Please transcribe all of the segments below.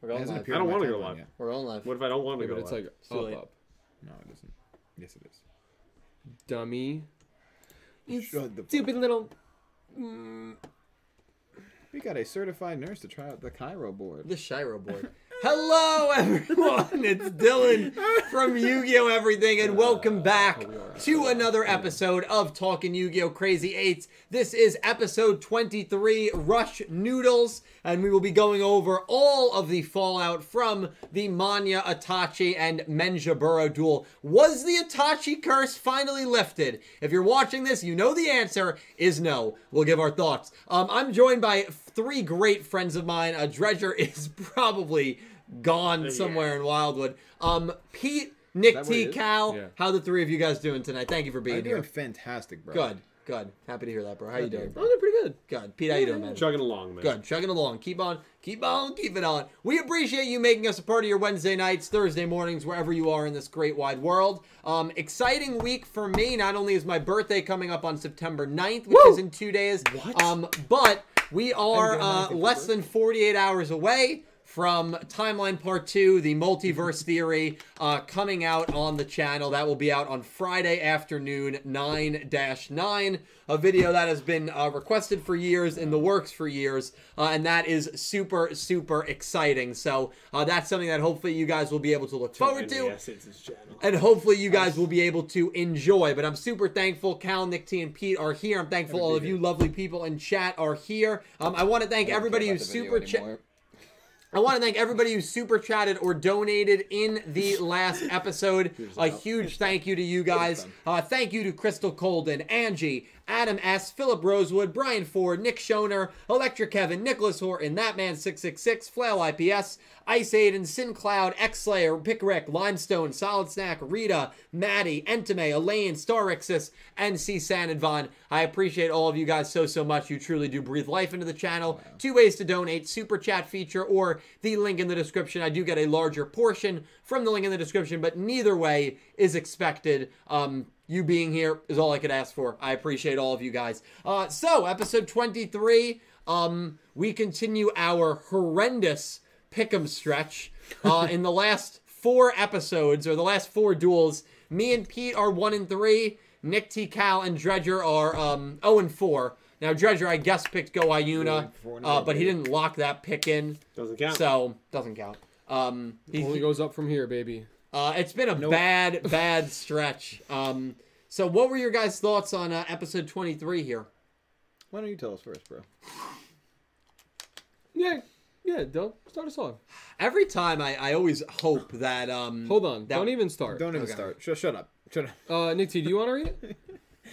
We're going hasn't live. appeared I in don't my wanna go timeline live. yet. We're on live. What if I don't want to Yeah, go? but it's live? like It's too up, late. up. No, it doesn't. Yes, it is. Dummy. You Shut the fuck stupid little. We got a certified nurse to try out the Cairo board. The Shiro board. Hello, everyone. It's Dylan from Yu Gi Oh! Everything, and welcome back to another episode of Talking Yu Gi Oh! Crazy Eights. This is episode 23 Rush Noodles, and we will be going over all of the fallout from the Manya Itachi and Menjaburo duel. Was the Itachi curse finally lifted? If you're watching this, you know the answer is no. We'll give our thoughts. Um, I'm joined by three great friends of mine. Uh, Dredger is probably gone somewhere in Wildwood. Um, Pete, Nick that what it T, is? Cal, Yeah. how the three of you guys doing tonight? Thank you for being You're doing here. fantastic, bro. Good, good. Happy to hear that, bro. How you doing? Oh, they're pretty good. Good. Pete, how you doing, man? chugging along, man. Good, chugging along. Keep on, keep on, keep it on. We appreciate you making us a part of your Wednesday nights, Thursday mornings, wherever you are in this great wide world. Um, exciting week for me. Not only is my birthday coming up on September 9th, which is in two days, um, but we are uh, less than 48 hours away from Timeline Part 2, The Multiverse Theory, uh, coming out on the channel. That will be out on Friday afternoon, 9 9, a video that has been uh, requested for years, in the works for years, uh, and that is super, super exciting. So uh, that's something that hopefully you guys will be able to look forward to Yes, it's his channel. and hopefully you guys will be able to enjoy. But I'm super thankful Cal, Nick T, and Pete are here. I'm thankful all of you lovely people in chat are here. Um, I want to thank everybody who super chat. I want to thank everybody who super chatted or donated in the last episode. A huge thank you to you guys. Uh, thank you to Crystal Colden, Angie, Adam S, Philip Rosewood, Brian Ford, Nick Schoner, Electric Kevin, Nicholas Horton, That Man 666, Flail IPS, Ice Aiden, SinCloud, X Slayer, Pickrick, Limestone, Solid Snack, Rita, Maddie, Entame, Elaine, Starixis, and C Sanadvon. I appreciate all of you guys so so much. You truly do breathe life into the channel. Two ways to donate: super chat feature or the link in the description. I do get a larger portion from the link in the description, but neither way is expected. Um, you being here is all I could ask for. I appreciate all of you guys. Uh, so episode twenty three. Um, we continue our horrendous pick'em stretch. Uh, in the last four episodes or the last four duels, me and Pete are one and three. Nick T. Cal and Dredger are um, zero and four. Now Dredger, I guess, picked Go Iuna, four now, uh, but he baby. didn't lock that pick in, Doesn't count. so doesn't count. Um, he- Only goes up from here, baby. uh, it's been a bad, bad stretch. Um, so, what were your guys' thoughts on uh, episode twenty three here? Why don't you tell us first, bro? Yeah, yeah. Don't start us off. Every time, I, I always hope that um, Hold on. That- don't even start. Don't even Okay. start. Shut, shut up. Shut up. Uh, Nick T, do you want to read it?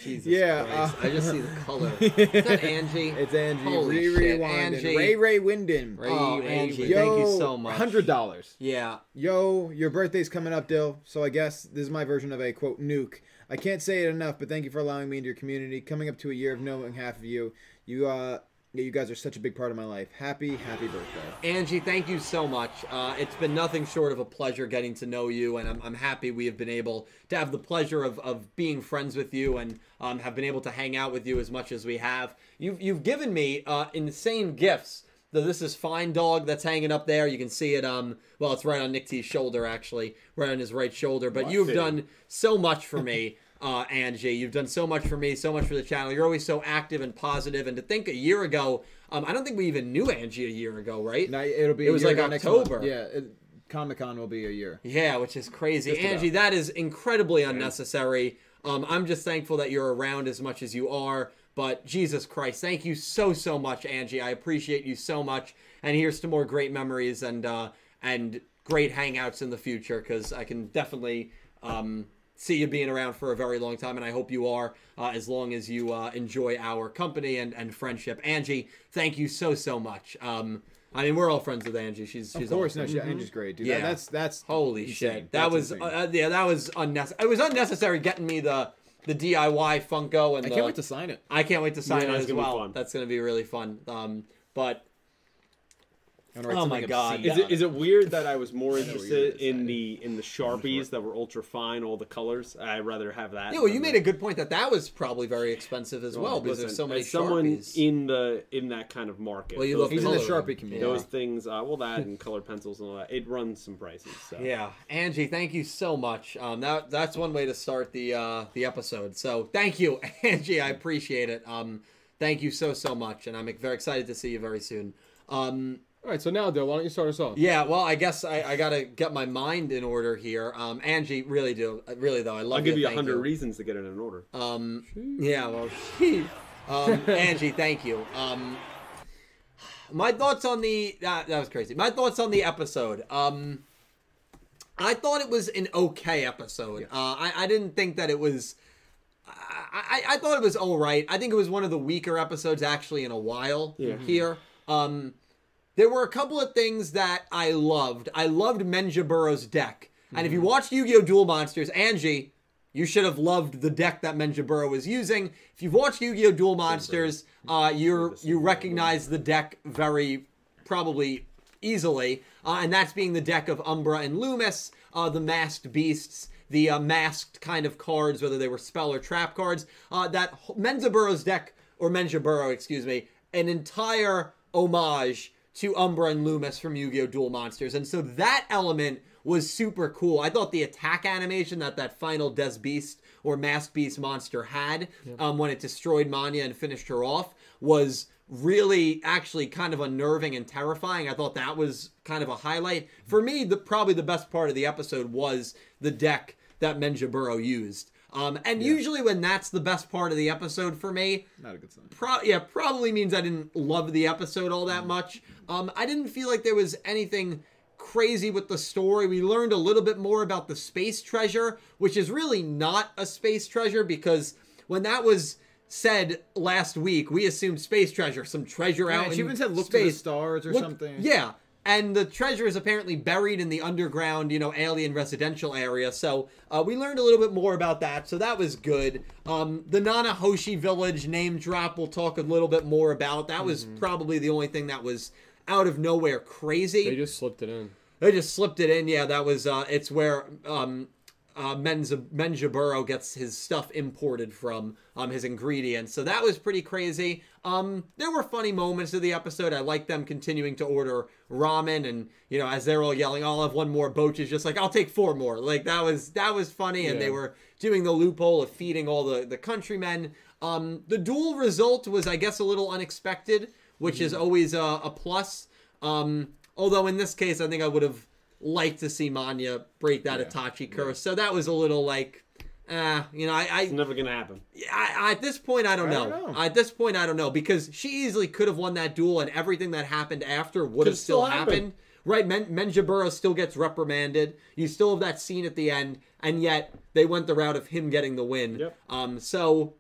Jesus Yeah, Christ, uh, I just see the color. Is that Angie? It's Angie. Holy Riri shit, Wanden. Angie. Ray Ray Winden. Ray- oh, Ray- Angie, Yo, thank you so much. Hundred dollars. Yeah, Yo, your birthday's coming up, Dill. So I guess this is my version of a quote nuke. I can't say it enough, but thank you for allowing me into your community. Coming up to a year of knowing half of you, you uh, yeah, you guys are such a big part of my life. Happy, happy birthday. Angie, thank you so much. Uh, it's been nothing short of a pleasure getting to know you, and I'm, I'm happy we have been able to have the pleasure of, of being friends with you and um, have been able to hang out with you as much as we have. You've, you've given me uh, insane gifts. The This is Fine Dog that's hanging up there. You can see it. Um, well, it's right on Nick T's shoulder, actually, right on his right shoulder. But you've see. done so much for me. uh, Angie. You've done so much for me, so much for the channel. You're always so active and positive. And to think a year ago, um, I don't think we even knew Angie a year ago, right? Now it'll be. It a was year like ago next month. October. Yeah, Comic Con will be a year. Yeah, which is crazy. about. Angie, that is incredibly unnecessary. Um, I'm just thankful that you're around as much as you are. But Jesus Christ, thank you so so much, Angie. I appreciate you so much. And here's to more great memories and uh, and great hangouts in the future because I can definitely um, see you being around for a very long time, and I hope you are uh, as long as you uh, enjoy our company and and friendship. Angie, thank you so so much. Um, I mean, we're all friends with Angie. She's she's Of course, awesome. Mm-hmm. no, she, Angie's great, dude. Yeah. Yeah. that's that's Holy insane. shit! That That's was insane. uh, yeah, that was unnecessary. It was unnecessary getting me the the DIY Funko and I the, can't wait to sign it. I can't wait to sign it Yeah, it's as gonna be well. fun. That's gonna be really fun. Um, but I'm gonna write Oh my something God. obscene. Is Yeah. it, is it weird that I was more know what interested you're in the in the sharpies that were ultra fine, all the colors? I'd rather have that. Yeah, well, you than made the- a good point that that was probably very expensive as well because there's Listen, so many as someone Sharpies. in the in that kind of market. Well, you those love He's in the things- color. Sharpie community. Those things, uh, well, that and colored pencils and all that, it runs some prices. So. Yeah, Angie, thank you so much. Um, that that's one way to start the uh, the episode. So thank you, Angie. I appreciate it. Um, thank you so so much, and I'm very excited to see you very soon. Um, All right, so now, Dill, why don't you start us off? yeah, well, I guess I, I gotta get my mind in order here. Um, Angie, really do, really though, I love. I'll give you a thank hundred reasons to get it in order. Um, yeah, well, um, Angie, thank you. Um, my thoughts on the ah, that, that was crazy. My thoughts on the episode. Um, I thought it was an okay episode. Uh, I, I didn't think that it was. I, I, I thought it was all right. I think it was one of the weaker episodes actually in a while Yeah. here. Um, there were a couple of things that I loved. I loved Menjaburo's deck. And if you watched Yu-Gi-Oh! Duel Monsters, Angie, you should have loved the deck that Menjaburo was using. If you've watched Yu-Gi-Oh! Duel Monsters, uh, you're you recognize the deck very probably easily, uh, and that's being the deck of Umbra and Loomis, uh, the masked beasts, the uh, masked kind of cards, whether they were spell or trap cards. Uh, that wh- Menzaburo's deck, or Menjaburo, excuse me, an entire homage to Umbra and Loomis from Yu-Gi-Oh! Duel Monsters, and so that element was super cool. I thought the attack animation that that final Des Beast or Masked Beast monster had um, when it destroyed Manya and finished her off was really actually kind of unnerving and terrifying. I thought that was kind of a highlight. For me, the probably the best part of the episode was the deck that Menjaburo used. Um, and usually when that's the best part of the episode for me, Not a good sign. pro- yeah, probably means I didn't love the episode all that much. Um, I didn't feel like there was anything crazy with the story. We learned a little bit more about the space treasure, which is really not a space treasure because when that was said last week, we assumed space treasure, some treasure out she in even said look to the space. stars or Look- something. Yeah, and the treasure is apparently buried in the underground, you know, alien residential area. So uh, we learned a little bit more about that. So that was good. Um, the Nanahoshi village name drop. We'll talk a little bit more about. That was probably the only thing that was out of nowhere crazy. They just slipped it in. They just slipped it in. Yeah, that was. Uh, it's where um, uh, Menza, Menjaburo gets his stuff imported from, um, his ingredients. So that was pretty crazy. Um, there were funny moments of the episode. I like them continuing to order ramen, and you know, as they're all yelling, "I'll have one more." Boach is just like, "I'll take four more." Like that was that was funny, and they Yeah. were doing the loophole of feeding all the the countrymen. Um, the dual result was, I guess, a little unexpected, which is always a, a plus. Um, although in this case, I think I would have liked to see Manya break that Itachi curse. So that was a little like, ah, you know, I, It's I, never gonna happen. I, I at this point I don't I know. don't know. At this point I don't know because she easily could have won that duel, and everything that happened after would have Could still still happen. happened. Right, Men- Menjaburo still gets reprimanded. You still have that scene at the end, and yet they went the route of him getting the win. Yep. Um, so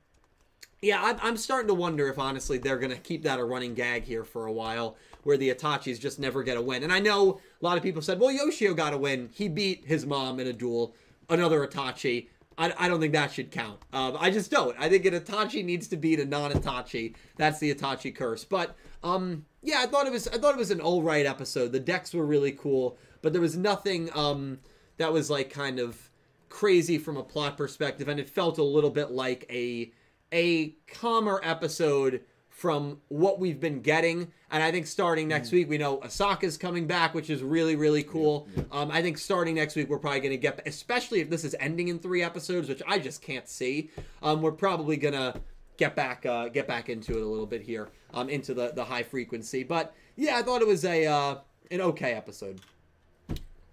yeah, I'm, I'm starting to wonder if honestly they're going to keep that a running gag here for a while, where the Itachis just never get a win. And I know a lot of people said, well, Yoshio got a win. He beat his mom in a duel, another Itachi. I, I don't think that should count. Um, I just don't. I think an Itachi needs to beat a non-Itachi. That's the Itachi curse. But um, yeah, I thought it was I thought it was an all right episode. The decks were really cool, but there was nothing um, that was like kind of crazy from a plot perspective, and it felt a little bit like a a calmer episode from what we've been getting. And I think starting next week, we know Osaka's coming back, which is really, really cool. Um, I think starting next week, we're probably going to get, especially if this is ending in three episodes, which I just can't see. Um, we're probably going to get back, uh, get back into it a little bit here, um, into the the high frequency. But yeah, I thought it was a uh, an okay episode.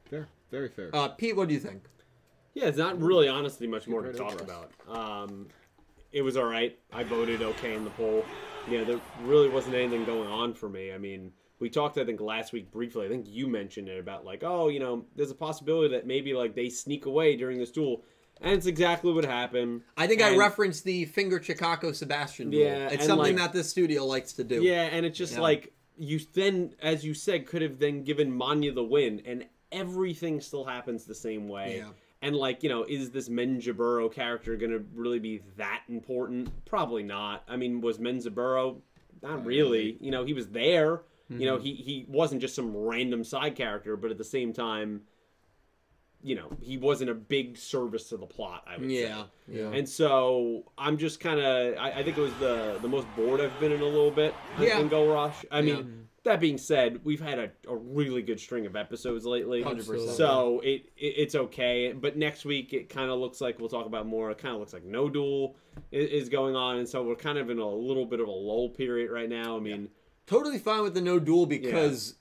Fair. Very fair. Uh, Pete, what do you think? Yeah, it's not really honestly much more to Right talk over. about. Um, it was all right. I voted okay in the poll. You know, there really wasn't anything going on for me. I mean, we talked I think last week briefly. I think you mentioned it about like, oh, you know, there's a possibility that maybe like they sneak away during this duel, and it's exactly what happened. I think I And- referenced the finger Chicago Sebastian rule. Yeah, it's and, something like- that this studio likes to do. Yeah, and it's just Yeah. like you then, as you said, could have then given Manya the win, and everything still happens the same way. Yeah. And like you know, is this Menjaburo character gonna really be that important? Probably not. I mean, was Menjaburo? Not really. You know, he was there. You Mm-hmm. know, he he wasn't just some random side character, but at the same time, you know, he wasn't a big service to the plot. I would Yeah. say. Yeah. And so I'm just kind of. I, I think it was the the most bored I've been in a little bit Yeah. in Go Rush. I Yeah. mean, that being said, we've had a, a really good string of episodes lately. 100%. So it, it it's okay. But next week it kind of looks like we'll talk about more. It kind of looks like no duel is, is going on, and so we're kind of in a little bit of a lull period right now. I mean, Totally fine with the no duel because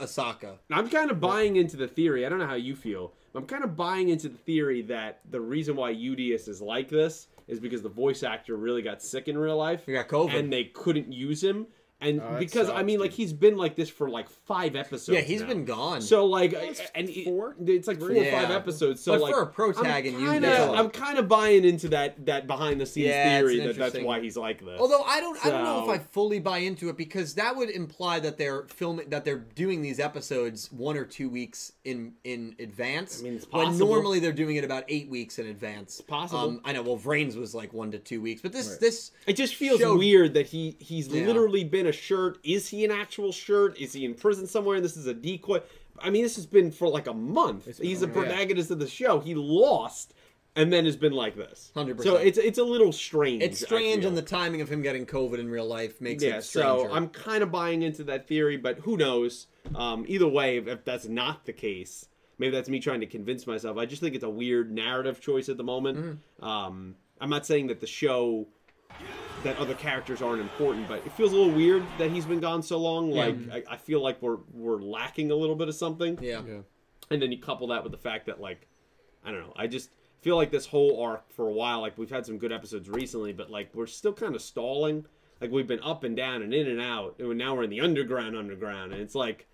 Asaka. I'm kind of buying into the theory. I don't know how you feel. But I'm kind of buying into the theory that the reason why UDS is like this is because the voice actor really got sick in real life. We got COVID. and they couldn't use him. And Oh, that because I sucks, mean, like dude. he's been like this for like five episodes. yeah, he's now. been gone. So like, it's and it- four? it's like four Yeah. or five episodes. So But like, for a pro tag and I'm you- kinda, Yeah. I'm kind of buying into that that behind the scenes Yeah, it's theory an that that's interesting- why he's like this. Although I don't, I don't know if So- I fully buy into it because that would imply that they're filming, that they're doing these episodes one or two weeks in in advance. I mean, it's when possible. normally they're doing it about eight weeks in advance. It's possible. I know. Well, Vrains was like one to two weeks, but this Right. this it just feels showed- weird that he he's Yeah. literally been a shirt. Is he an actual shirt? Is he in prison somewhere? And this is a decoy. I mean, this has been for like a month. he's the been- yeah. protagonist of the show. He lost, and then has been like this. 100%. So it's it's a little strange. it's I strange, feel. and the timing of him getting COVID in real life makes Yeah, it stranger. so I'm kind of buying into that theory, but who knows? Um, either way, if- if that's not the case, maybe that's me trying to convince myself. I just think it's a weird narrative choice at the moment. Mm-hmm. Um, I'm not saying that the show that other characters aren't important, but it feels a little weird that he's been gone so long. Like I, I feel like we're we're lacking a little bit of something. yeah. Yeah. And then you couple that with the fact that like I don't know, I just feel like this whole arc for a while, like we've had some good episodes recently, but like we're still kind of stalling. Like we've been up and down and in and out, and now we're in the underground underground, and it's like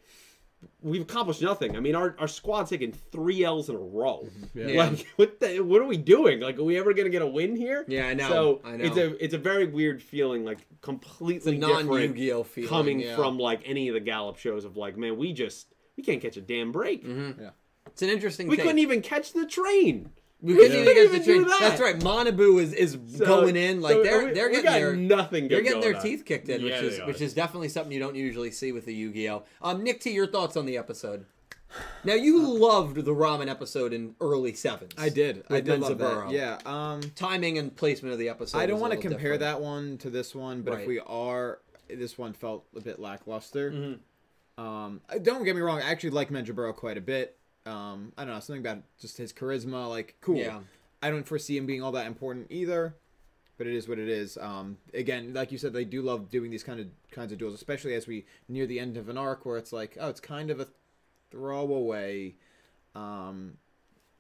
we've accomplished nothing. I mean, our our squad's taken three L's in a row. Yeah. Like what the what are we doing? Like are we ever gonna get a win here? Yeah, I know, So I it's know. a it's a very weird feeling, like It's a completely non different Yu-Gi-Oh feeling coming yeah. from like any of the Gallup shows of like, man, we just we can't catch a damn break. Mm-hmm. It's an interesting. We thing. couldn't even catch the train. We couldn't Yeah. even, get couldn't the even train. do that. That's right. Monabu is is So- going in like so they're we- they're we getting got their nothing. They're good getting going their on. teeth kicked in, Yeah, which is they are. which is definitely something you don't usually see with the Yu-Gi-Oh. Um, Nick T, your thoughts on the episode? Now you loved the ramen episode in early sevens. I did. I With did love that. Menzaburo. Yeah. Um. Timing and placement of the episode. I don't want to compare that one to this one, but Right. if we are, this one felt a bit lackluster. Mm-hmm. Um, uh, don't get me wrong, I actually like Menjaburo quite a bit. Um, I don't know something about just his charisma, like cool. Yeah. I don't foresee him being all that important either, but it is what it is. Um, again, like you said, they do love doing these kind of kinds of duels, especially as we near the end of an arc where it's like, oh, it's kind of a throwaway. Um,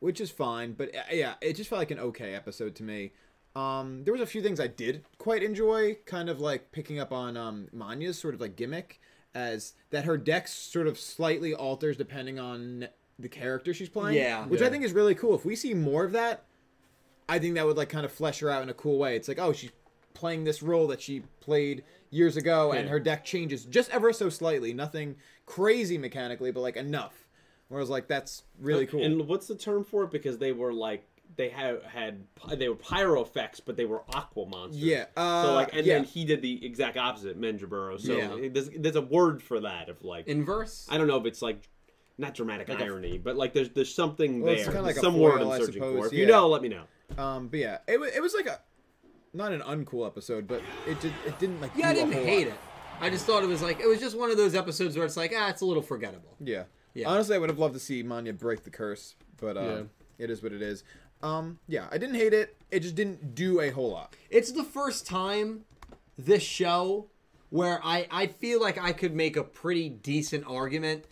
which is fine, but uh, yeah, it just felt like an okay episode to me. Um, there was a few things I did quite enjoy, kind of like picking up on um, Manya's sort of like gimmick, as that her deck sort of slightly alters depending on the character she's playing. Yeah. which I Yeah. think is really cool. If we see more of that, I think that would like kind of flesh her out in a cool way. It's like, oh, she's playing this role that she played years ago, and Yeah. her deck changes just ever so slightly. Nothing crazy mechanically, but like enough. Whereas like that's really cool. And what's the term for it? Because they were like they had had they were pyro effects, but they were aqua monsters. Yeah, uh, so like, and yeah. then he did the exact opposite, Menjaburo. So Yeah. it- there's there's a word for that of like inverse. I don't know if it's like not dramatic a- irony, but like there's there's something Well, it's there, kinda like a some word foil, I I'm searching suppose, for. If yeah. you know, let me know. Um, but yeah, it, wa- it was like a not an uncool episode, but it did it didn't like yeah, I do a didn't whole hate lot. it. I just thought it was like it was just one of those episodes where it's like ah, it's a little forgettable. Yeah. Yeah. honestly, I would have loved to see Manya break the curse, but uh, Yeah. it is what it is. Um, yeah, I didn't hate it. It just didn't do a whole lot. It's the first time this show where I, I feel like I could make a pretty decent argument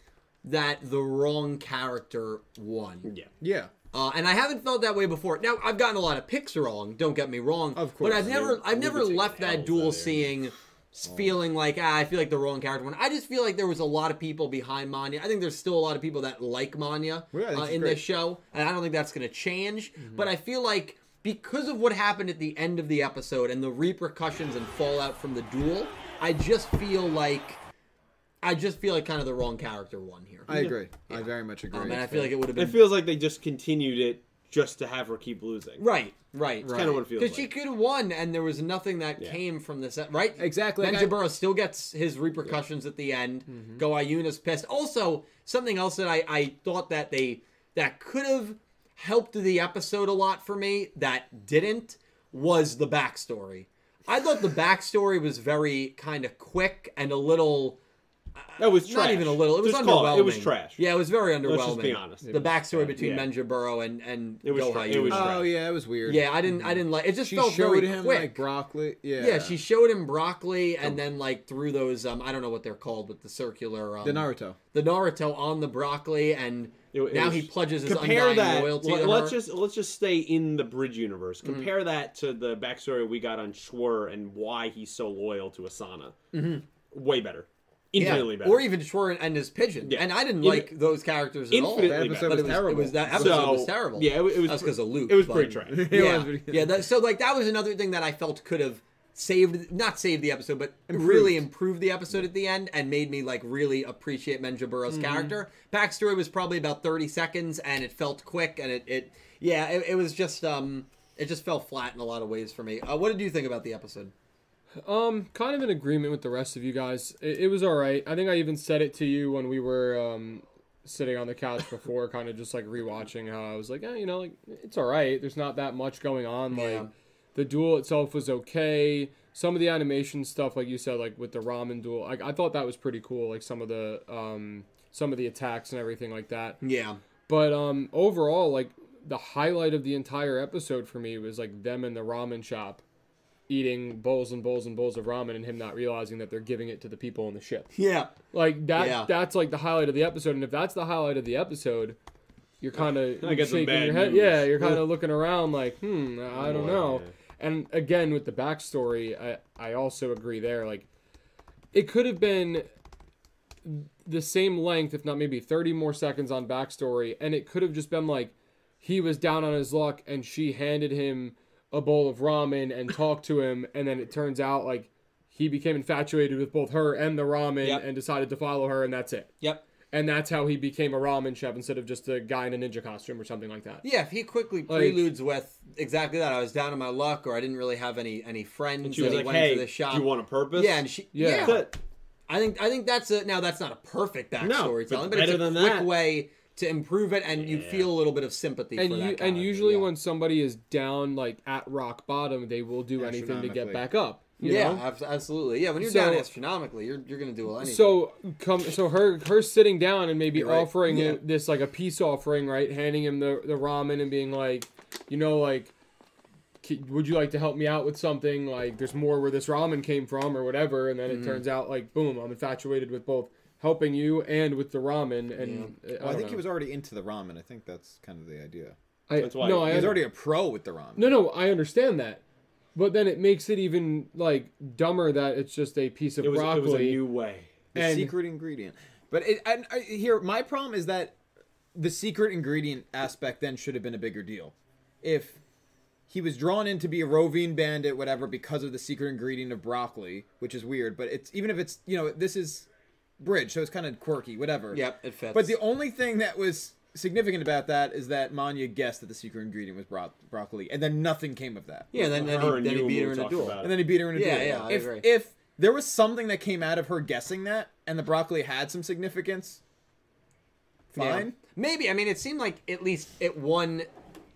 that the wrong character won. Yeah. Yeah, Uh, and I haven't felt that way before. Now I've gotten a lot of picks wrong. Don't get me wrong. Of course. but I've never You're- I've never you're taking left that L's duel out there. seeing, Oh. s- feeling like ah, I feel like the wrong character won. I just feel like there was a lot of people behind Manya. I think there's still a lot of people that like Manya Yeah, uh, I think she's in great. Mm-hmm. this show, and I don't think that's going to change. But I feel like because of what happened at the end of the episode and the repercussions and fallout from the duel, I just feel like I just feel like kind of the wrong character won here. I agree. I very much agree. um, and I feel like it would have been It feels like they just continued it just to have her keep losing. Right, right, That's kind of what it feels Because like. she could have won, and there was nothing that Yeah. came from this, e-, right? Exactly, Then like I- Jaburo still gets his repercussions at the end. Mm-hmm. Go Ayuna's pissed. Also, something else that I, I thought that they that could have helped the episode a lot for me that didn't was the backstory. I thought the backstory was very kind of quick and a little that was trash. not even a little. It was Just call underwhelming. It was trash. Yeah, it was very underwhelming. Let's just be honest. The backstory between Yeah. Benja Burrow and and It was Go tra- it was Hyuna. trash. Oh yeah, it was weird. Yeah, I Mm-hmm. didn't. I didn't like. It just she felt showed very him quick. like broccoli. Yeah, yeah. she showed him broccoli, and Oh. then like through those. Um, I don't know what they're called, but the circular. Um, the Naruto. the Naruto on the broccoli, and It- it now was- he pledges his compare undying that. loyalty let, to us her. Mm-hmm. just let's just stay in the bridge universe. Compare that to the backstory we got on Schwer and why he's so loyal to Asana. Way better, Mm-hmm. yeah. infinitely better. Or even Schwer and his pigeon. Yeah. And I didn't Even- like those characters at Infinitely all. That episode But it was, was better. it terrible. was that episode So, was terrible. yeah, it was- it was That's because of Luke. it was but- pretty trash. It yeah, was pretty- yeah. That, so like that was another thing that I felt could have saved, not saved the episode, but Improved. really improved the episode at the end and made me like really appreciate Menja Burrow's Mm-hmm. character. Backstory was probably about thirty seconds, and it felt quick, and it, it yeah, it, it was just um, it just fell flat in a lot of ways for me. Uh, what did you think about the episode? Um, kind of in agreement with the rest of you guys. It, it was all right. I think I even said it to you when we were um, sitting on the couch before, kind of just like rewatching how I was like, eh, you know, like it's all right. There's not that much going on. Like Yeah. the duel itself was okay. Some of the animation stuff, like you said, like with the ramen duel, like I thought that was pretty cool. Like some of the um, some of the attacks and everything like that. Yeah, But um, overall, like the highlight of the entire episode for me was like them in the ramen shop eating bowls and bowls and bowls of ramen and him not realizing that they're giving it to the people on the ship. yeah, Like that Yeah. that's like the highlight of the episode and if that's the highlight of the episode, you're kind of I got some shaking bad your head. news. Yeah, you're kind of looking around like, "Hmm, I don't Boy, know." yeah. And again with the backstory, I I also agree there like it could have been the same length, if not maybe 30 more seconds on backstory, and it could have just been like he was down on his luck and she handed him a bowl of ramen and talked to him, and then it turns out like he became infatuated with both her and the ramen Yep. and decided to follow her, and that's it. yep, And that's how he became a ramen chef instead of just a guy in a ninja costume or something like that. yeah. If he quickly preludes with exactly that, I was down on my luck, or I didn't really have any any friends. she was that like, went "Hey, to the shop. do you want a purpose?" yeah, and she Yeah. yeah. That's it. I think I think that's a now that's not a perfect backstory No, telling, but but it's a better quick than that. way to improve it, and you feel a little bit of sympathy. And for you, that and character, usually yeah. when somebody is down like at rock bottom, they will do anything to get Astronomically. back up. You yeah, know? abs- absolutely, yeah, when you're So- down astronomically, you're you're gonna do anything. So come so her her sitting down and maybe right. offering Yeah. it- this like a peace offering, right? Handing him the the ramen and being like, you know, like "Ki- would you like to help me out with something like there's more where this ramen came from or whatever and then it turns out like boom i'm infatuated with both helping you and with the ramen and uh, Well, I, don't think know. he was already into the ramen. I think that's kind of the idea. I, That's why no, he I, He's already a pro with the ramen. no no i understand that but then it makes it even like dumber that it's just a piece of It was, it broccoli was a new way. the and- secret ingredient. But it, and I, here, my problem is that the secret ingredient aspect then should have been a bigger deal. If he was drawn in to be a roving bandit, whatever, because of the secret ingredient of broccoli, which is weird. But it's even if it's you know this is bridge, so it's kind of quirky, whatever. Yep, it fits. But the only thing that was significant about that is that Manya guessed that the secret ingredient was bro- broccoli, and then nothing came of that. yeah, then then Her he, and then he you beat her were in a talking duel. about it. And then he beat her in a Yeah, duel. yeah, I if, agree. if there was something that came out of her guessing that, and the broccoli had some significance, Yeah. fine. Maybe I mean it seemed like at least it won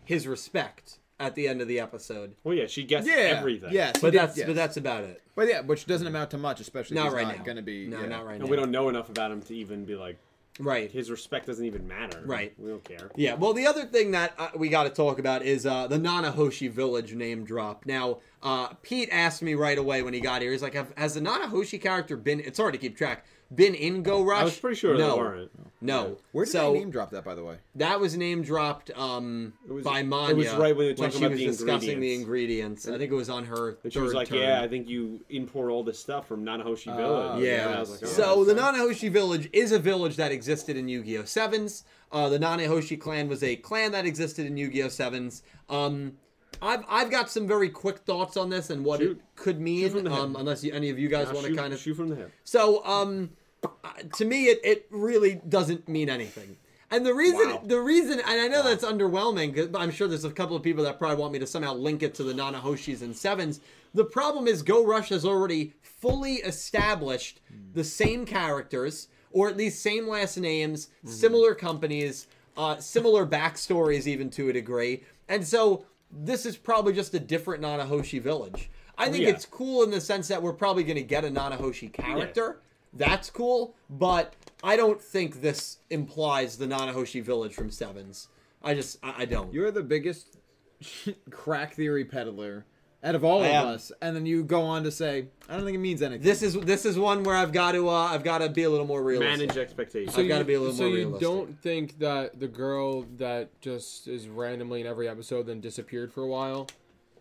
his respect at the end of the episode, Well, yeah, she guessed Yeah, everything. Yes, he but did, that's yes. but that's about it. But yeah, which doesn't amount to much, especially Not if he's right not now. going to be. no, yeah. not right and now. we don't know enough about him to even be like right. his respect doesn't even matter. Right. We don't care. Yeah, well, the other thing that uh, we got to talk about is uh, the Nanahoshi village name drop. Now, uh, Pete asked me right away when he got here. He's like, Have, "Has the Nanahoshi character been? It's hard to keep track. Been in Go Rush? I was pretty sure no, they weren't. No. Where did so they name drop that, by the way? that was name dropped um, was- by it was Manya. right when they were talking she about was the discussing the ingredients. ingredients. I think it was on her And third she was like, turn. "Yeah, I think you import all this stuff from Nanahoshi Village." Uh, Yeah. And I was like, "Oh, so the Nanahoshi village is a village that existed in Yu-Gi-Oh! Sevens. Uh, the Nanahoshi clan was a clan that existed in Yu-Gi-Oh! Sevens. Um, I've I've got some very quick thoughts on this and what Shoot. it could from mean. the hip. Um, unless you, any of you guys Now want to shoot- kind of shoot from the hip. so, um, uh, to me, it, it really doesn't mean anything. And the reason, Wow. the reason, and I know that's underwhelming. 'cause I'm sure there's a couple of people that probably want me to somehow link it to the Nana Hoshis and Sevens. The problem is, Go Rush has already fully established the same characters, or at least same last names, Mm-hmm. similar companies, uh, similar backstories, even to a degree. And so this is probably just a different Nana Hoshi village. I think Oh, yeah. it's cool in the sense that we're probably going to get a Nana Hoshi character. That's cool, but I don't think this implies the Nanahoshi village from Sevens. I just, I, I don't. You're the biggest crack theory peddler out of all I of am. us, and then you go on to say, "I don't think it means anything." this is this is one where I've got to, uh, I've got to be a little more realistic. Manage expectations. So I've gotta you- be a little so more you realistic. don't think that the girl that just is randomly in every episode then disappeared for a while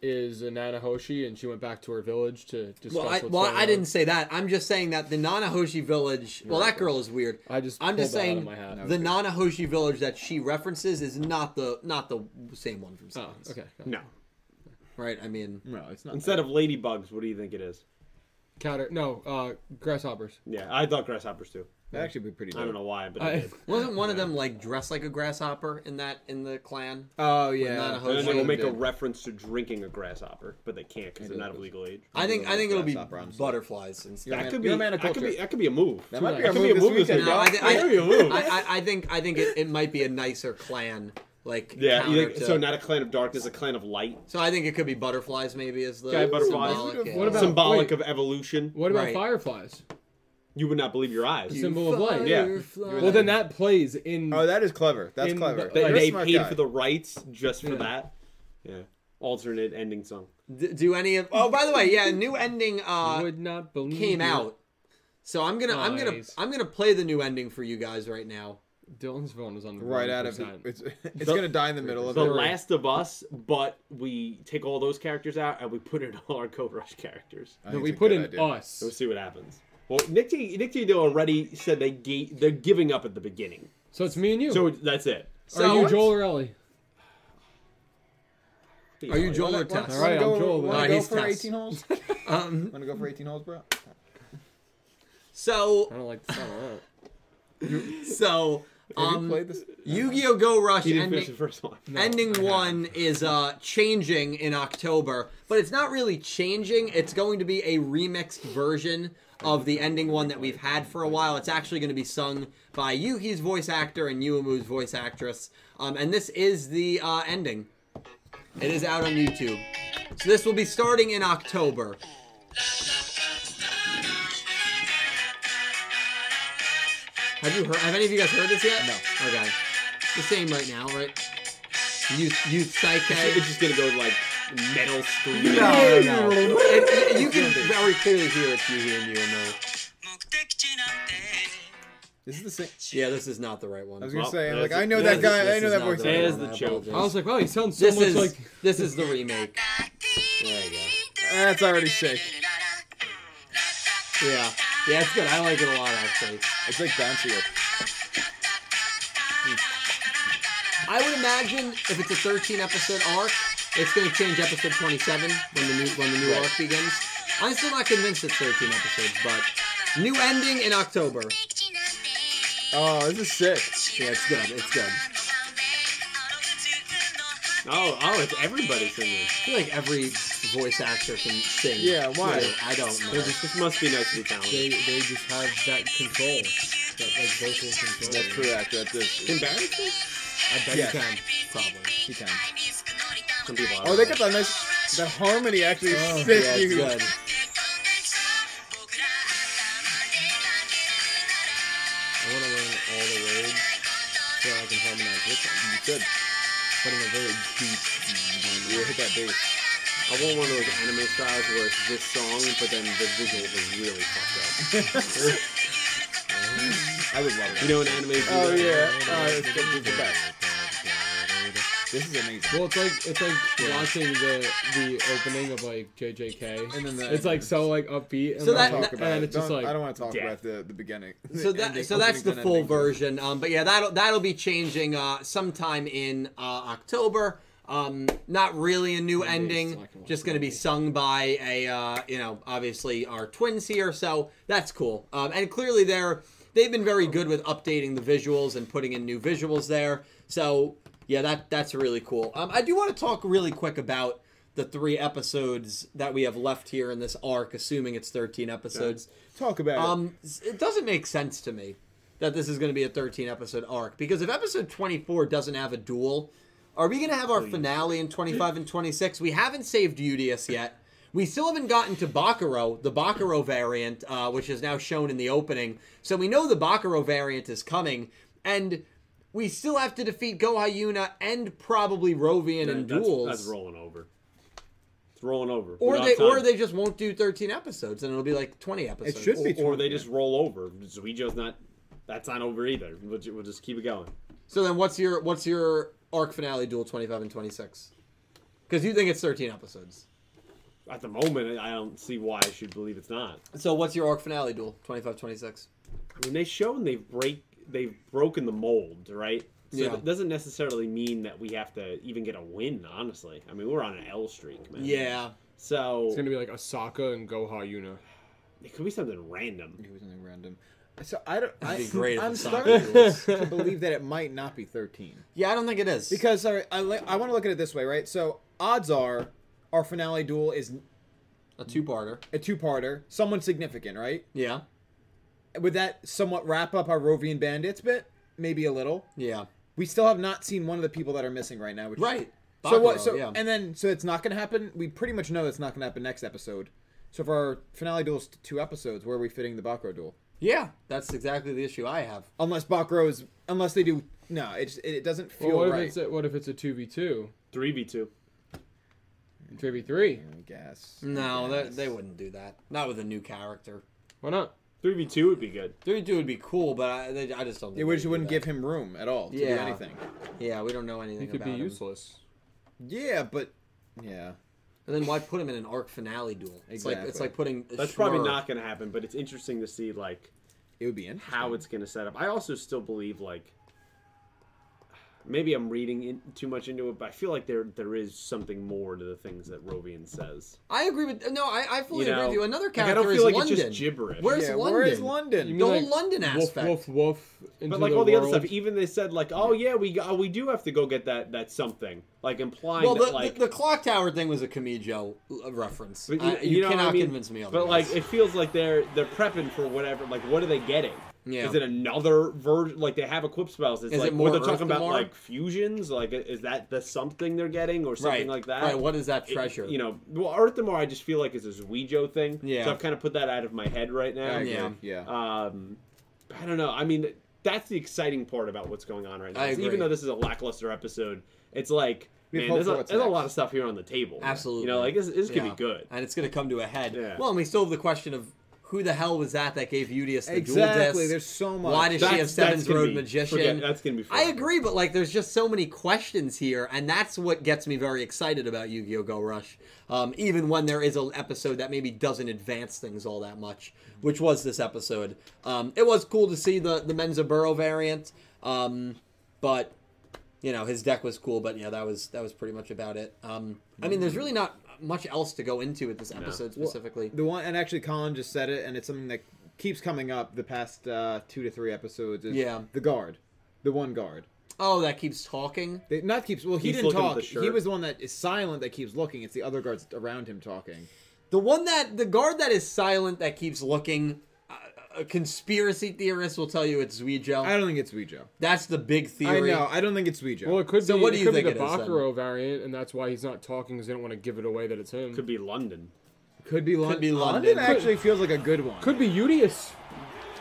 is a Nanahoshi and she went back to her village to discuss Well, I, what's well, going I on? didn't say that. I'm just saying that the Nanahoshi village. Well, that girl is weird. I just I'm just pulled that out saying of my hat. the Nanahoshi village that she references is not the not the same one from Oh, Sevens. okay. No. Right. I mean, no, it's not. Instead of ladybugs, what do you think it is? Catter. No, uh, grasshoppers. Yeah, I thought grasshoppers too. that actually be pretty. Dope. I don't know why, but I- I did. wasn't one of them like dressed like a grasshopper in that in the clan? Oh yeah, not a And then they Hoshi will make a did. reference to drinking a grasshopper, but they can't because they're not of legal age. I think I think it'll be Grasshopper, I'm sorry. butterflies instead. You're a man- That could be. you're a man of That could be. culture. That could be a move. That might be That our could move be a this move this weekend, weekend. No, y'all. I, thi- I I, know you would. I, I, I think I think it, it might be a nicer clan like Yeah. you counter think- to- so not a clan of darkness, a clan of light. so I think it could be butterflies maybe is the Yeah, butterflies. symbolic, yeah. What about- Symbolic wait. of evolution. What about Right. fireflies? You would not believe your eyes. The symbol of light. Yeah. Well, then that plays in. Oh, that is clever. That's In clever. the- They, You're a they smart paid guy. for the rights just for Yeah. that. Yeah. Alternate ending song. D- do any of oh by the way yeah new ending uh would not believe came it. out so I'm gonna I'm gonna Nice. I'm gonna play the new ending for you guys right now Dylan's phone is on right out of it. it's it's gonna die in the middle of The it. Last of Us, but we take all those characters out and we put in all our Code Rush characters. I No, think we it's a put good in idea. us. So we'll see what happens. Well, Nick T, Nick T already said they ga- they're giving up at the beginning. So it's me and you. So that's it. are you what? Joel or Ellie? are you Joel or Want Tess to Alright, go, I'm Joel. wanna Alright, go he's for Tess. 18 holes? um Want to go for 18 holes, bro? I so don't like the sound of so Have you um played this? Yu-Gi-Oh Go Rush He didn't ending finish the first one. Ending one is uh, changing in October, but it's not really changing. It's going to be a remixed version of the ending one that we've had for a while. It's actually going to be sung by Yuki's voice actor and Yuumu's voice actress. Um, and this is the uh, ending. It is out on YouTube. So this will be starting in October. Have you heard? Have any of you guys heard this yet? No. Okay. It's the same right now, right? Youth, youth psyche. It's just gonna go like metal screaming. No, no, no. It- you can very clearly hear it's Yuhi and Yuumu. 目的地なんて This is the same. Yeah, this is not the right one. I was gonna Well, say, I'm there's like, the- I know This is- that guy. this I know is that not voice. the right There's one. the I joke. it. I was apologize. like, wow, he sounds so This much is like. this is the remake. パーティー There you go. That's already sick. Yeah, yeah, it's good. I like it a lot actually. It's like bouncier. I would imagine if it's a 13 episode arc, it's going to change episode 27 when the new when the new arc begins. I'm still not convinced it's 13 episodes, but new ending in October. Oh, this is sick. Yeah, it's good. It's good. Oh, oh, it's everybody singing. I feel like every voice actor can sing. Yeah, why? too. I don't know. This, this must be nice to be talented. they just have that control, that like vocal control. That's true, actor. That's it. Embarrassing? I bet Yes. you can. Probably. He can. Some people. Are Oh, they got that nice. The harmony actually is Oh, sick. Yeah, it's you- good. I want to learn all the words so I can harmonize with them. You should. But in a very deep. You hit that bass. I want one of those anime styles where it's this song, but then the visual is really fucked I would love up. it. You know, an anime. Oh yeah. Oh, it's good. It's the best. This is amazing. Well, it's like it's like watching the the opening of like JJK, And then the- it's like so like upbeat. And So like, that- Talk and about it. it's just Don't- like I don't want to talk Yeah. about the the beginning. So The ending- that so that's openings the and full endings. version. Um, but yeah, that'll that'll be changing uh, sometime in uh, October. Um, not really a new it's ending, not gonna just work. going to be sung by a uh, you know obviously our twins here, so that's cool. Um, and clearly they're they've been very good with updating the visuals and putting in new visuals there. So yeah, that that's really cool. Um, I do want to talk really quick about the three episodes that we have left here in this arc, assuming it's thirteen episodes. Talk about it. Um, s- it doesn't make sense to me that this is going to be a 13 episode arc because if episode 24 doesn't have a duel, are we going to have our finale in 25 and 26? We haven't saved Udius yet. We still haven't gotten to Bakuro, the Bakuro variant, uh, which is now shown in the opening. So we know the Bakuro variant is coming, and we still have to defeat Gohayuna and probably Rovian in That's- duels. That's rolling over. It's rolling over. We or don't they, have time. or they just won't do 13 episodes, and it'll be like 20 episodes. should be or, or 20, they yeah. just roll over. Zuijo's not. That's not over either. We'll, ju- we'll just keep it going. So then, what's your what's your arc finale duel twenty five and twenty six? Because you think it's thirteen episodes. At the moment, I don't see why I should believe it's not. So what's your arc finale duel 25, 26? I mean, they show and they've break they've broken the mold, right? So Yeah. that doesn't necessarily mean that we have to even get a win. Honestly, I mean, we're on an L streak, man. Yeah, So It's gonna be like Asaka and Goha Yuna. it could be something random. It was something random. So I don't. I, That'd be great if I'm it's not starting duels. to believe that it might not be 13 yeah. I don't think it is because all right, I li- I want to look at it this way, right? So odds are our finale duel is a two parter. a two-parter, someone significant, right? Yeah, Would that somewhat wrap up our Rovian bandits bit? Maybe a little. yeah, We still have not seen one of the people that are missing right now. Which right. So what? Bakuro, So yeah. and then so it's not going to happen. We pretty much know it's not going to happen next episode. So for our finale duel's t- two episodes, where are we fitting the Bakro duel? yeah, that's exactly the issue I have. Unless Bakro is, unless they do, no, it's it doesn't feel Well, what if right. it's a, what if it's a two v two, Three v two. three v three? I guess. No, I that, guess. they wouldn't do that. Not with a new character. Why not? Three v two would be good. Three two would be cool, but I, they, I just don't. Think It would- they'd do wouldn't that. give him room at all to do Yeah. anything. Yeah, we don't know anything He could about be him. useless. Yeah, but yeah, And then why put him in an arc finale duel? It's like it's Exactly. like putting. That's probably Schmurr- not going to happen, but it's interesting to see like it would be interesting. how it's going to set up. I also still believe like maybe I'm reading in, too much into it, but I feel like there there is something more to the things that Rovian says. I agree with no. I, I fully You agree know, with you. Another Like, I character don't feel is like London. it's just gibberish. Where's yeah, London? where is You London? The whole London aspect. Woof, woof, woof. into but like all the other world. stuff, e- even they said like, oh yeah, we got, we do have to go get that that something, like implying well, that the, like the, the clock tower thing was a Camijo uh, reference. But I- you know what I cannot mean? convince me But otherwise. like, it feels like they're they're prepping for whatever. Like, what are they getting? Yeah. Is it another version? Like they have equip spells. It's Is like it more were they Earth talking about Damar? like fusions? Like, is that the something they're getting or right, something like that? Right. What is that It- treasure? you know, well, Earth Damar I just feel like is this Ouijo thing. Yeah. So I've kind of put that out of my head right now. I agree, Yeah. Uh, yeah. Um, I don't know. I mean, that's the exciting part about what's going on right now. I is agree. Even though this is a lackluster episode, it's like. We have Man, hope there's, for a, what's there's a lot next. of stuff here on the table. Absolutely. You know, like this, this could Yeah. be good. and it's going to come to a head. Yeah. Well, and we still have the question of who the hell was that that gave Udius the dual exactly. disc? There's so much. Why does she That's- have that's Seven's gonna Road be- Magician? forget- that's gonna be I forever. agree, but like, there's just so many questions here, and that's what gets me very excited about Yu-Gi-Oh! Go Rush. Um, even when there is an episode that maybe doesn't advance things all that much, which was this episode. Um, it was cool to see the the Menza Burrow variant, um, but you know his deck was cool. But yeah, that was that was pretty much about it. Um, I mean, there's really not much else to go into with this episode specifically. The one, and actually, Colin just said it, and it's something that keeps coming up the past uh, two to three episodes. Is Yeah. the guard, the one guard. oh, that keeps talking. They, not keeps. Well, he He's didn't looking at talk. the He shirt. was the one that is silent that keeps looking. It's the other guards around him talking. The one that the guard that is silent that keeps looking. uh, A conspiracy theorist will tell you it's Zuijo. I don't think it's Ouija. That's the big I theory. know. I don't think it's Ouija. Well, it could So be. what it do you could think be the it is, then? Bakuro variant, and that's why he's not talking because they don't want to give it away that it's him. Could be London. could be London. be London. London actually feels like a good one. Could be Udius.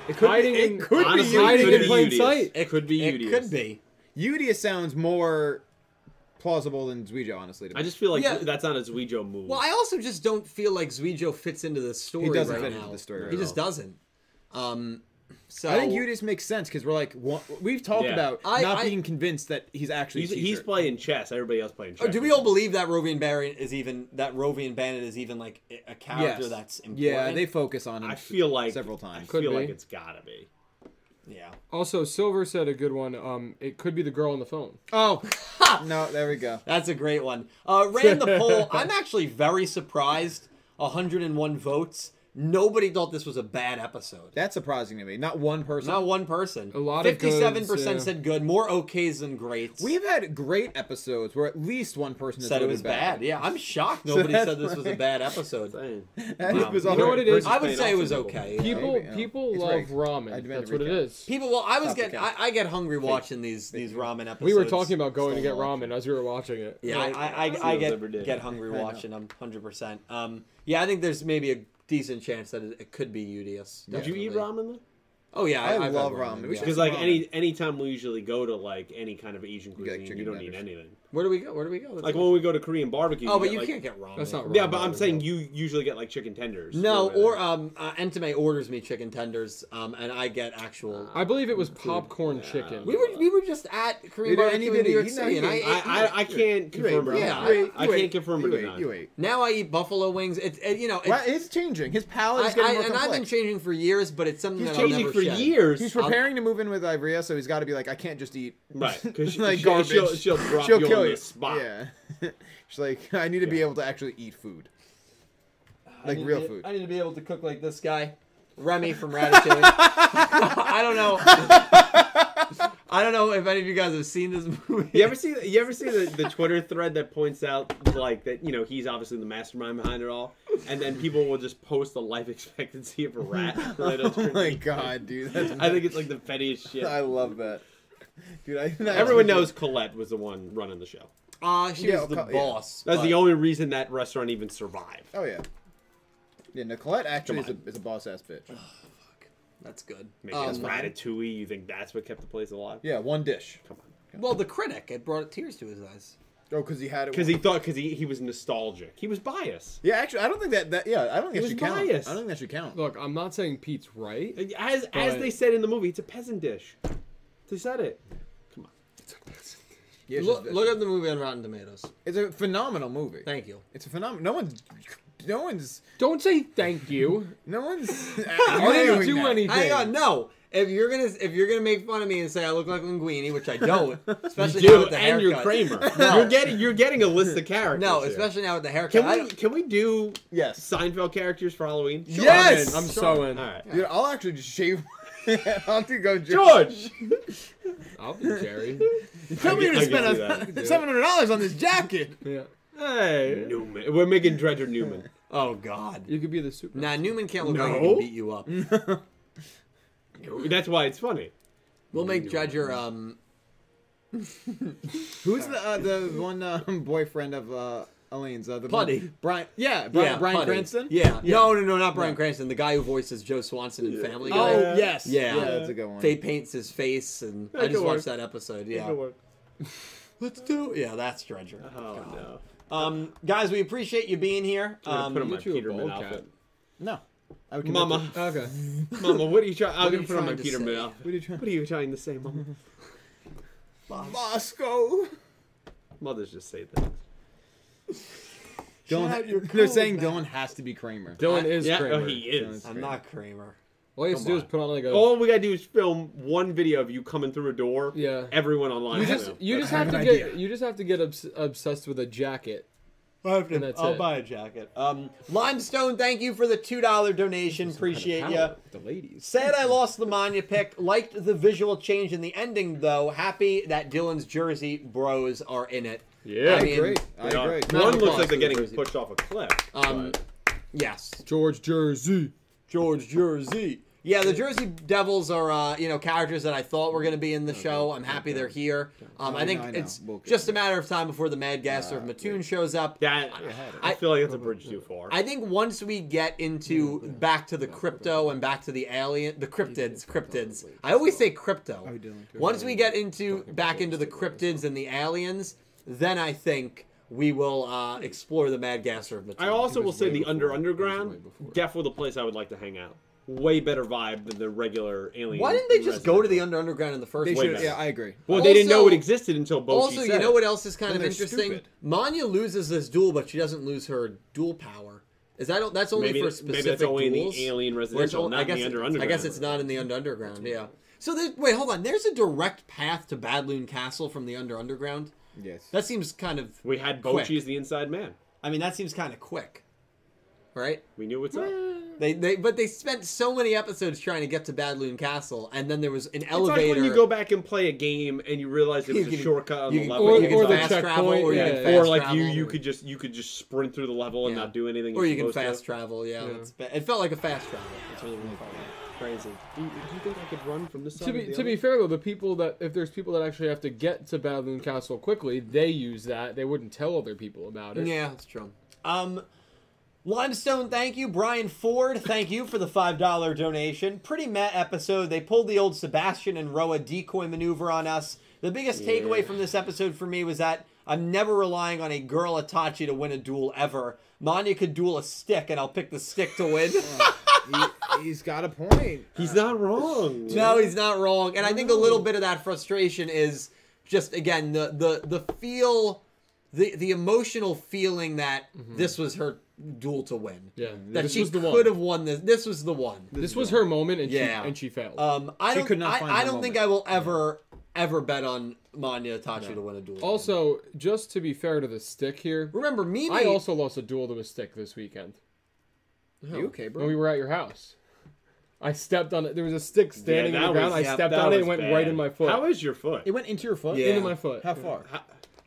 It could hiding be. in- It could honestly, be hiding Ouija. in plain sight. It could be It Udius. could be. Udia sounds more plausible than Zuijo, honestly. To me. I just feel like Yeah. that's not a Zuijo move. Well, I also just don't feel like Zuijo fits into the story. doesn't right fit now. into the story He at just all. doesn't. Um, so I think Udius makes sense because we're like one, we've talked Yeah. about I- not I- being convinced that he's actually he's, a he's teacher. playing chess. Everybody else playing chess. Or Oh, do we all believe that Rovian Baron is even that Rovian Bandit is even like a- a character Yes. that's important? Yeah, they focus on him. I feel like several times. I Could feel be. like it's gotta be. yeah. Also, Silver said a good one. Um, it could be the girl on the phone. Oh, no, there we go. That's a great one. Uh, ran the poll. I'm actually very surprised. 101 votes. Nobody thought this was a bad episode. That's surprising to me. Not one person. Not one person. A lot of goods, fifty-seven percent yeah. said good. More okays than greats. We've had great episodes where at least one person has said it voted was bad. Yeah, I'm shocked. Nobody that's said this was a right. bad episode. Dang. That Wow. was You know all what right. it is? I would Paying say it off was to people. okay. People Maybe, yeah. people It's love rigged. I ramen. demand That's to what it recap. is. People, well, I was Stop the getting, I, count. I get hungry watching these these ramen episodes. We were talking about going to Still get not. ramen as we were watching it. Yeah, I, I, See I, I those every day. get get hungry I know. watching them, hundred percent. Um, yeah, I think there's maybe a decent chance that it, it could be UDS. Did you eat definitely. ramen though? Oh yeah, I I've had love ramen. We yeah. should- Because like Ramen. any any time we usually go to like any kind of Asian get, like, cuisine, you, chicken don't need tenders. anything. Where do we go? Where do we go? That's Like it. when we go to Korean barbecue. oh, but get, you like- can't get ramen. That's not Yeah, ramen but I'm over saying there. you usually get like chicken tenders. No, over there. or um, uh, Entame orders me chicken tenders, um, and I get actual. I believe it was popcorn Yeah. chicken. we were we were just at Korean Did barbecue anybody in New York eat City, and I, nuggets? ate, I, I I can't You ate, confirm it. yeah, Yeah, you ate, I you can't ate, confirm you it. or ate, not. You ate. now I eat buffalo wings. It's it, you know it's, Well, it's changing. His palate is I, I, getting more and I've been complex. changing for years, but it's something He's that I'll Changing never for shed. years. He's preparing to move in with Ivrea, so he's got to be like, I can't just eat Right, 'cause she- like she- garbage. she'll- she'll drop you on the spot. Yeah, she's like, I need to be able to actually eat food, like real food. I need to be able to cook like this guy, Remy from Ratatouille. I don't know. I don't know if any of you guys have seen this movie. You ever see you ever see the, the Twitter thread that points out like that you know he's obviously the mastermind behind it all, and then people will just post the life expectancy of a rat. so they don't oh turn my eight. god, dude! That's I think it's like the fettiest shit. I love that, dude. I, that Everyone knows Colette was the one running the show. Uh, she Yeah, was the I'll co- yeah. boss. That's but- the only reason that restaurant even survived. Oh yeah, yeah. Nicolette actually is Come a, is a boss ass bitch. That's good. Maybe Um, it's Ratatouille. You think that's what kept the place alive? Yeah, one dish. Come on. well, the critic it brought tears to his eyes. Oh, because he had it. Because he thought because he, he was nostalgic. He was biased. yeah, actually, I don't think that. that yeah, I don't think He that should was count. I biased. don't think that should count. Look, I'm not saying Pete's right. As as But- they said in the movie, it's a peasant dish. They said it. Come on. Yeah, it's, Look, just- look at the movie on Rotten Tomatoes. it's a phenomenal movie. Thank you. It's a phenomenal. No one's. No one's. Don't say thank you. No one's. I didn't arguing do that. anything. Hang on, no. If you're gonna if you're gonna make fun of me and say I look like Linguini, which I don't, especially now Dude, with the and you're haircut. Kramer. No. You're getting you're getting a list of characters. No, here. especially now with the haircut. Can I we don't- can we do Yes. Seinfeld characters for Halloween? Sure. Yes! I'm, in. I'm so in. All right. Dude, I'll actually just shave. I'll have to go George, I'll be Jerry. Tell me I to can spend see that. seven hundred dollars on this jacket. Yeah. hey, Newman. We're making Dredger Newman. Oh God. You could be the super. Nah, Newman can't look like he No. can beat you up. That's why it's funny. We'll make Dredger. Um, Who's the uh, the one um, boyfriend of uh, Elaine's? Uh, the Putty. Brian. Yeah, Brian, yeah, Brian Putty. Cranston. Yeah. No, no, no, not Brian Cranston. The guy who voices Joe Swanson in Family Guy. Oh Yeah. yes. Yeah. that's a good one. They paints his face, and I That just could watched work. Uh-huh. that episode. Oh Yeah. Let's do. Yeah, that's Dredger. God. no. Um, guys, we appreciate you being here. I'm gonna Um, put on my get you a Peterman ball outfit. cap. no. I would commit Mama, Okay. Mama, what are you trying? I'm are gonna you put on my trying to Peterman say? to- What outfit. are you trying? What are you trying to say, Mama? Moscow. Mothers just say things. out your Dylan, they're cold saying back. Dylan has to be Kramer. Dylan I- is yeah, Kramer. oh, he is. Oh, I'm not Kramer. All you have to Come do is on. put on like a. All we gotta do is film one video of you coming through a door. Yeah. Everyone online. you will just know. you just I have have to an get idea. you just have to get obs- obsessed with a jacket. I have to, And that's I'll it. buy a jacket. Um, Limestone, thank you for the two dollar donation. Appreciate you. The ladies. Sad I lost the Manya pick. Liked the visual change in the ending though. Happy that Dylan's Jersey Bros are in it. Yeah. I I mean, agree. I Yeah. agree. No. One Not looks like because they're getting of the- pushed off a cliff. Um, but- Yes, George Jersey. George Jersey. Yeah, the Jersey Devils are uh, you know characters that I thought were going to be in the show. I'm happy they're here. Um, I I think know, I know. it's We'll get just a matter of time before the Mad Gasser of Mattoon shows up. that I, I- feel like that's a bridge too far. I think once we get into back to the crypto and back to the alien, the cryptids, cryptids. I always say crypto. Once we get into back into the cryptids and the aliens, then I think we will uh, explore the Madgasser of I Mattel. also will say the Under It Underground, was way before. definitely the place I would like to hang out. Way better vibe than the regular alien. Why didn't they just go to the Under Underground in the first They place? should. Yeah, I agree. Well, they didn't know Also- it existed until Bochy Also, you said know it. what else is kind Then of they're interesting? stupid. Manya loses this duel, but she doesn't lose her duel power. Is that that's only Maybe for it- maybe specific that's only in the duels? Alien Or it's Residential, only- not I in the guess, Under I guess Underground. it's not in the under underground. Yeah. So there's, wait, hold on. There's a direct path to Badloon Castle from the under underground. Yes. That seems kind of. We had quick. Bochy as the inside man. I mean, that seems kind of quick. right? We knew what's up. They, they but they spent so many episodes trying to get to Badloon Castle, and then there was an It's elevator. like when you go back and play a game and you realize it You was a can- shortcut on you the can- level. Or- you can or the fast travel, checkpoint, or you yeah. can Or fast or like travel, you, you or- could just you could just sprint through the level and Yeah. not do anything. or you're you can supposed fast to. travel. Yeah, Yeah. It's, fa- it felt like a fast travel. It's really really fun. Crazy. Do you, do you think I could run from this side? To of be, the to be other- fair though, the people that if there's people that actually have to get to Badloon Castle quickly, they use that. They wouldn't tell other people about it. Yeah, that's true. Um, Limestone, thank you. Brian Ford, thank you for the five dollar donation. Pretty meh episode. They pulled the old Sebastian and Roa decoy maneuver on us. The biggest takeaway from this episode for me was that I'm never relying on a girl Itachi to win a duel ever. Manya could duel a stick, and I'll pick the stick to win. he, he's got a point. he's not wrong. No, he's not wrong. And I think a little bit of that frustration is just again the the the feel the the emotional feeling that this was her duel to win. Mm-hmm. Yeah. That This she was the one. could have won this. This was the one. This was her moment, and Yeah. she and she failed. Um, I She don't. could not I, find I her don't think I will ever ever bet on Manya Itachi to win a duel. also, just to be fair to the stick here, remember Mimi. I also lost a duel to a stick this weekend You okay, bro? when we were at your house. I stepped on it. There was a stick standing that in the was- ground. I yeah, stepped That on it was and went bad. right in my foot. How is your foot? it went into your foot. Yeah. into my foot. How far?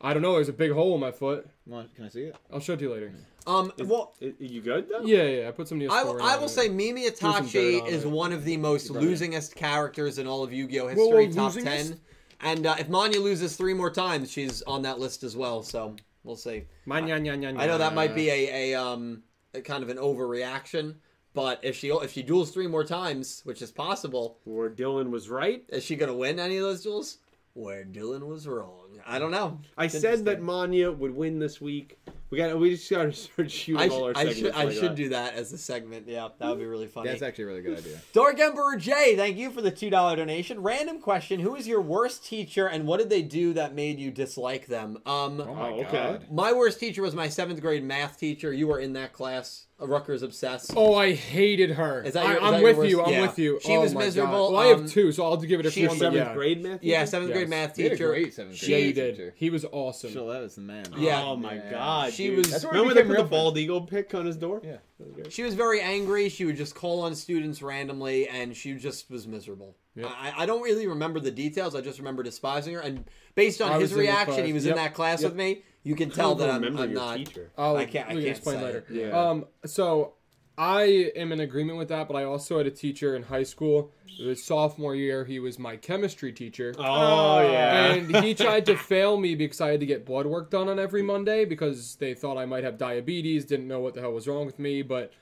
I don't know. There's a big hole in my foot. Want- Can I see it? I'll show it to you later. um well. Are you good Mm. though? Yeah, yeah. I put some Neosporin I, will- I on will it. say Mimi dirt Itachi on is it. one of the most losingest characters in all of Yu-Gi-Oh history, Whoa, whoa, top losingest? ten. And uh, if Manya loses three more times, she's on that list as well. So we'll see. My nyan, nyan, nyan, I know that nyan. might be a, a um a kind of an overreaction, but if she if she duels three more times, which is possible, Where Dylan was right. is she gonna win any of those duels? Where Dylan was wrong, I don't know. I said that Manya would win this week. We got. We just got to start shooting I, sh- all our I segments. should I like should that. do that as a segment. Yeah, that would be really funny. That's actually a really good idea. Dark Emperor J, thank you for the $2 donation. Random question, who is your worst teacher and what did they do that made you dislike them? Oh Um my Oh, okay. god. my worst teacher was my 7th grade math teacher. You were in that class. Rutgers obsessed. Oh, I hated her. Is that I, your- is I'm that your with you. worst- I'm yeah. with you. She Oh was my God. miserable, Well, I have um, two, so I'll give it a she- four. Your but Seventh yeah. grade math. Yeah, teacher? 7th grade Yes. math He had a teacher. great seventh Yeah, grade he math did. teacher. He was awesome. Chill out, it's the man. Yeah. Oh my Yeah. god. She dude. was- That's where we Remember they became put the real bald eagle pick on his door? Yeah. That was great. She was very angry. She would just call on students randomly, and she just was miserable. Yep. I, I don't really remember the details. I just remember despising her. And based I on his was in the reaction, class. he was Yep. in that class Yep. with me. You can I tell don't that I'm, remember I'm your not. teacher. I'll, I can't- I we can't explain say later. it. Yeah. Um. So I am in agreement with that, but I also had a teacher in high school. The sophomore year, he was my chemistry teacher. Oh yeah. And he tried to fail me because I had to get blood work done on every Monday because they thought I might have diabetes, didn't know what the hell was wrong with me, but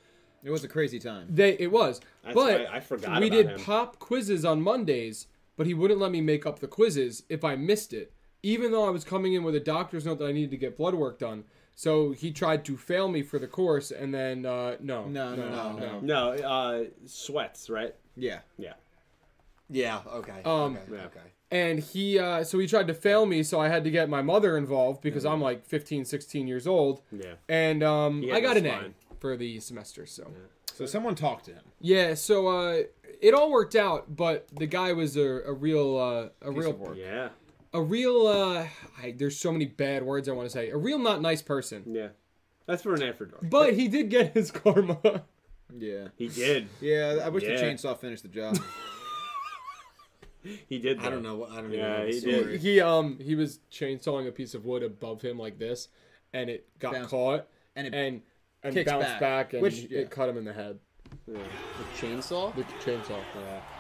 It was a crazy time. they it was. That's but right, I forgot we about did him. pop quizzes on Mondays, but he wouldn't let me make up the quizzes if I missed it, even though I was coming in with a doctor's note that I needed to get blood work done. So he tried to fail me for the course, and then uh, no, No, no, no, no. no, uh, sweats, right? Yeah. Yeah. Yeah. Okay. Um, okay. yeah. okay. and he uh, so he tried to fail me so i had to get my mother involved because i'm like 15 16 years old Yeah. and um, Yeah, i got an that's a fine. for the semester so So someone talked to him. yeah, so uh, it all worked out but the guy was a, a real uh, a of real work. Yeah. a real uh, I, there's so many bad words i want to say a real not nice person Yeah. That's for an after dark. but he did get his karma Yeah. He did. Yeah, I wish Yeah. the chainsaw finished the job. He did. I don't though. know. I don't Yeah, know. the he did. story. he um he was chainsawing a piece of wood above him like this and it got Bounced. caught And it and and kicks bounced back, back, and which- it yeah. cut him in the head Chainsaw. the chainsaw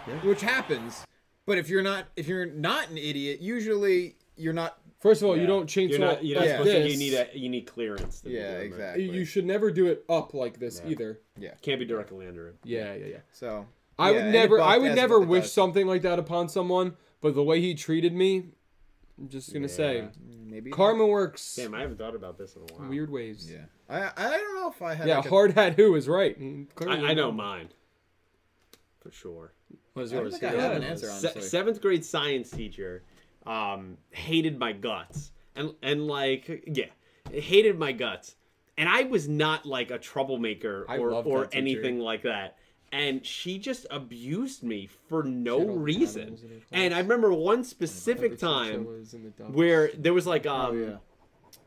Yeah. which happens. But if you're not if you're not an idiot, usually you're not. First of all, Yeah. you don't chainsaw You're not. You're not like supposed to. this. You need a. You need clearance. to be Yeah, doing that. exactly. You should never do it up like this Yeah. either. Can't be directly under him. Yeah, yeah, yeah. So I yeah, would and never, it I would buffed never as it wish does. something like that upon someone. But the way he treated me, I'm just gonna say, Yeah. Maybe karma works Damn, I haven't thought about this in a while. weird ways. Yeah, I I don't know if I had. Yeah, like a- hard hat who is right. Mm, clearly. I, I know mine. For sure. What is I don't yours? think I Yeah. have an answer Se- honestly. seventh grade science teacher um, hated my guts and and like yeah hated my guts and i was not like a troublemaker I or, love or that teacher. anything like that and she just abused me for no all the reason animals in her and i remember one specific Every time chinchilla is in the dump. where there was like um yeah.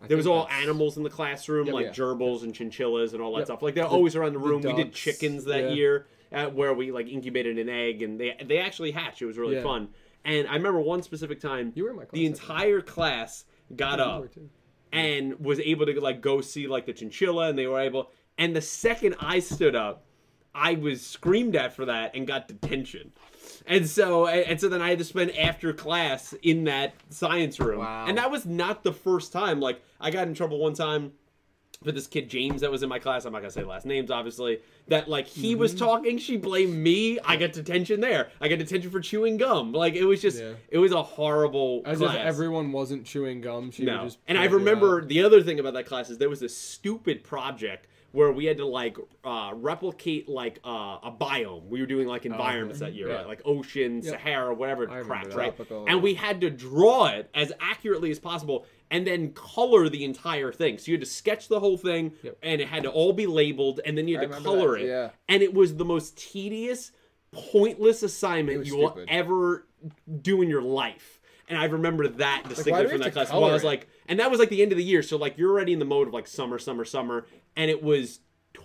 I There was think all that's- animals in the classroom, Yep. like Yeah. gerbils and chinchillas and all that Yep. stuff. Like they're always around the the room. we did ducks, chickens that yeah. year, uh, where we like incubated an egg, and they they actually hatched. It was really Yeah. fun. And I remember one specific time, You were in my class, the I think. entire class got You up were too. and was able to like go see like the chinchilla, and they were able. And the second I stood up, I was screamed at for that and got detention. And so and and so then I had to spend after class in that science room. Wow. And that was not the first time. Like I got in trouble one time for this kid James that was in my class. I'm not gonna say last names, obviously. That like he was Mm-hmm. talking, she blamed me. I got detention there. I got detention for chewing gum. Like it was just, Yeah. it was a horrible As class. if everyone wasn't chewing gum. She would no. just And I point it remember uh, out. the other thing about that class is there was this stupid project where we had to like uh, replicate like uh, a biome. We were doing like Oh, environments that year, Yeah. right? like ocean, Yep. Sahara, whatever I remember crap, that. right? Tropical, And yeah. we had to draw it as accurately as possible and then color the entire thing. So you had to sketch the whole thing Yep. and it had to all be labeled and then you I had to remember color that, it. yeah. And it was the most tedious, pointless It assignment was you will stupid. ever do in your life. And I remember that why distinctly do we from have that to class. color Well, I was it? like, and that was like the end of the year, so like you're already in the mode of like summer, summer, summer, and it was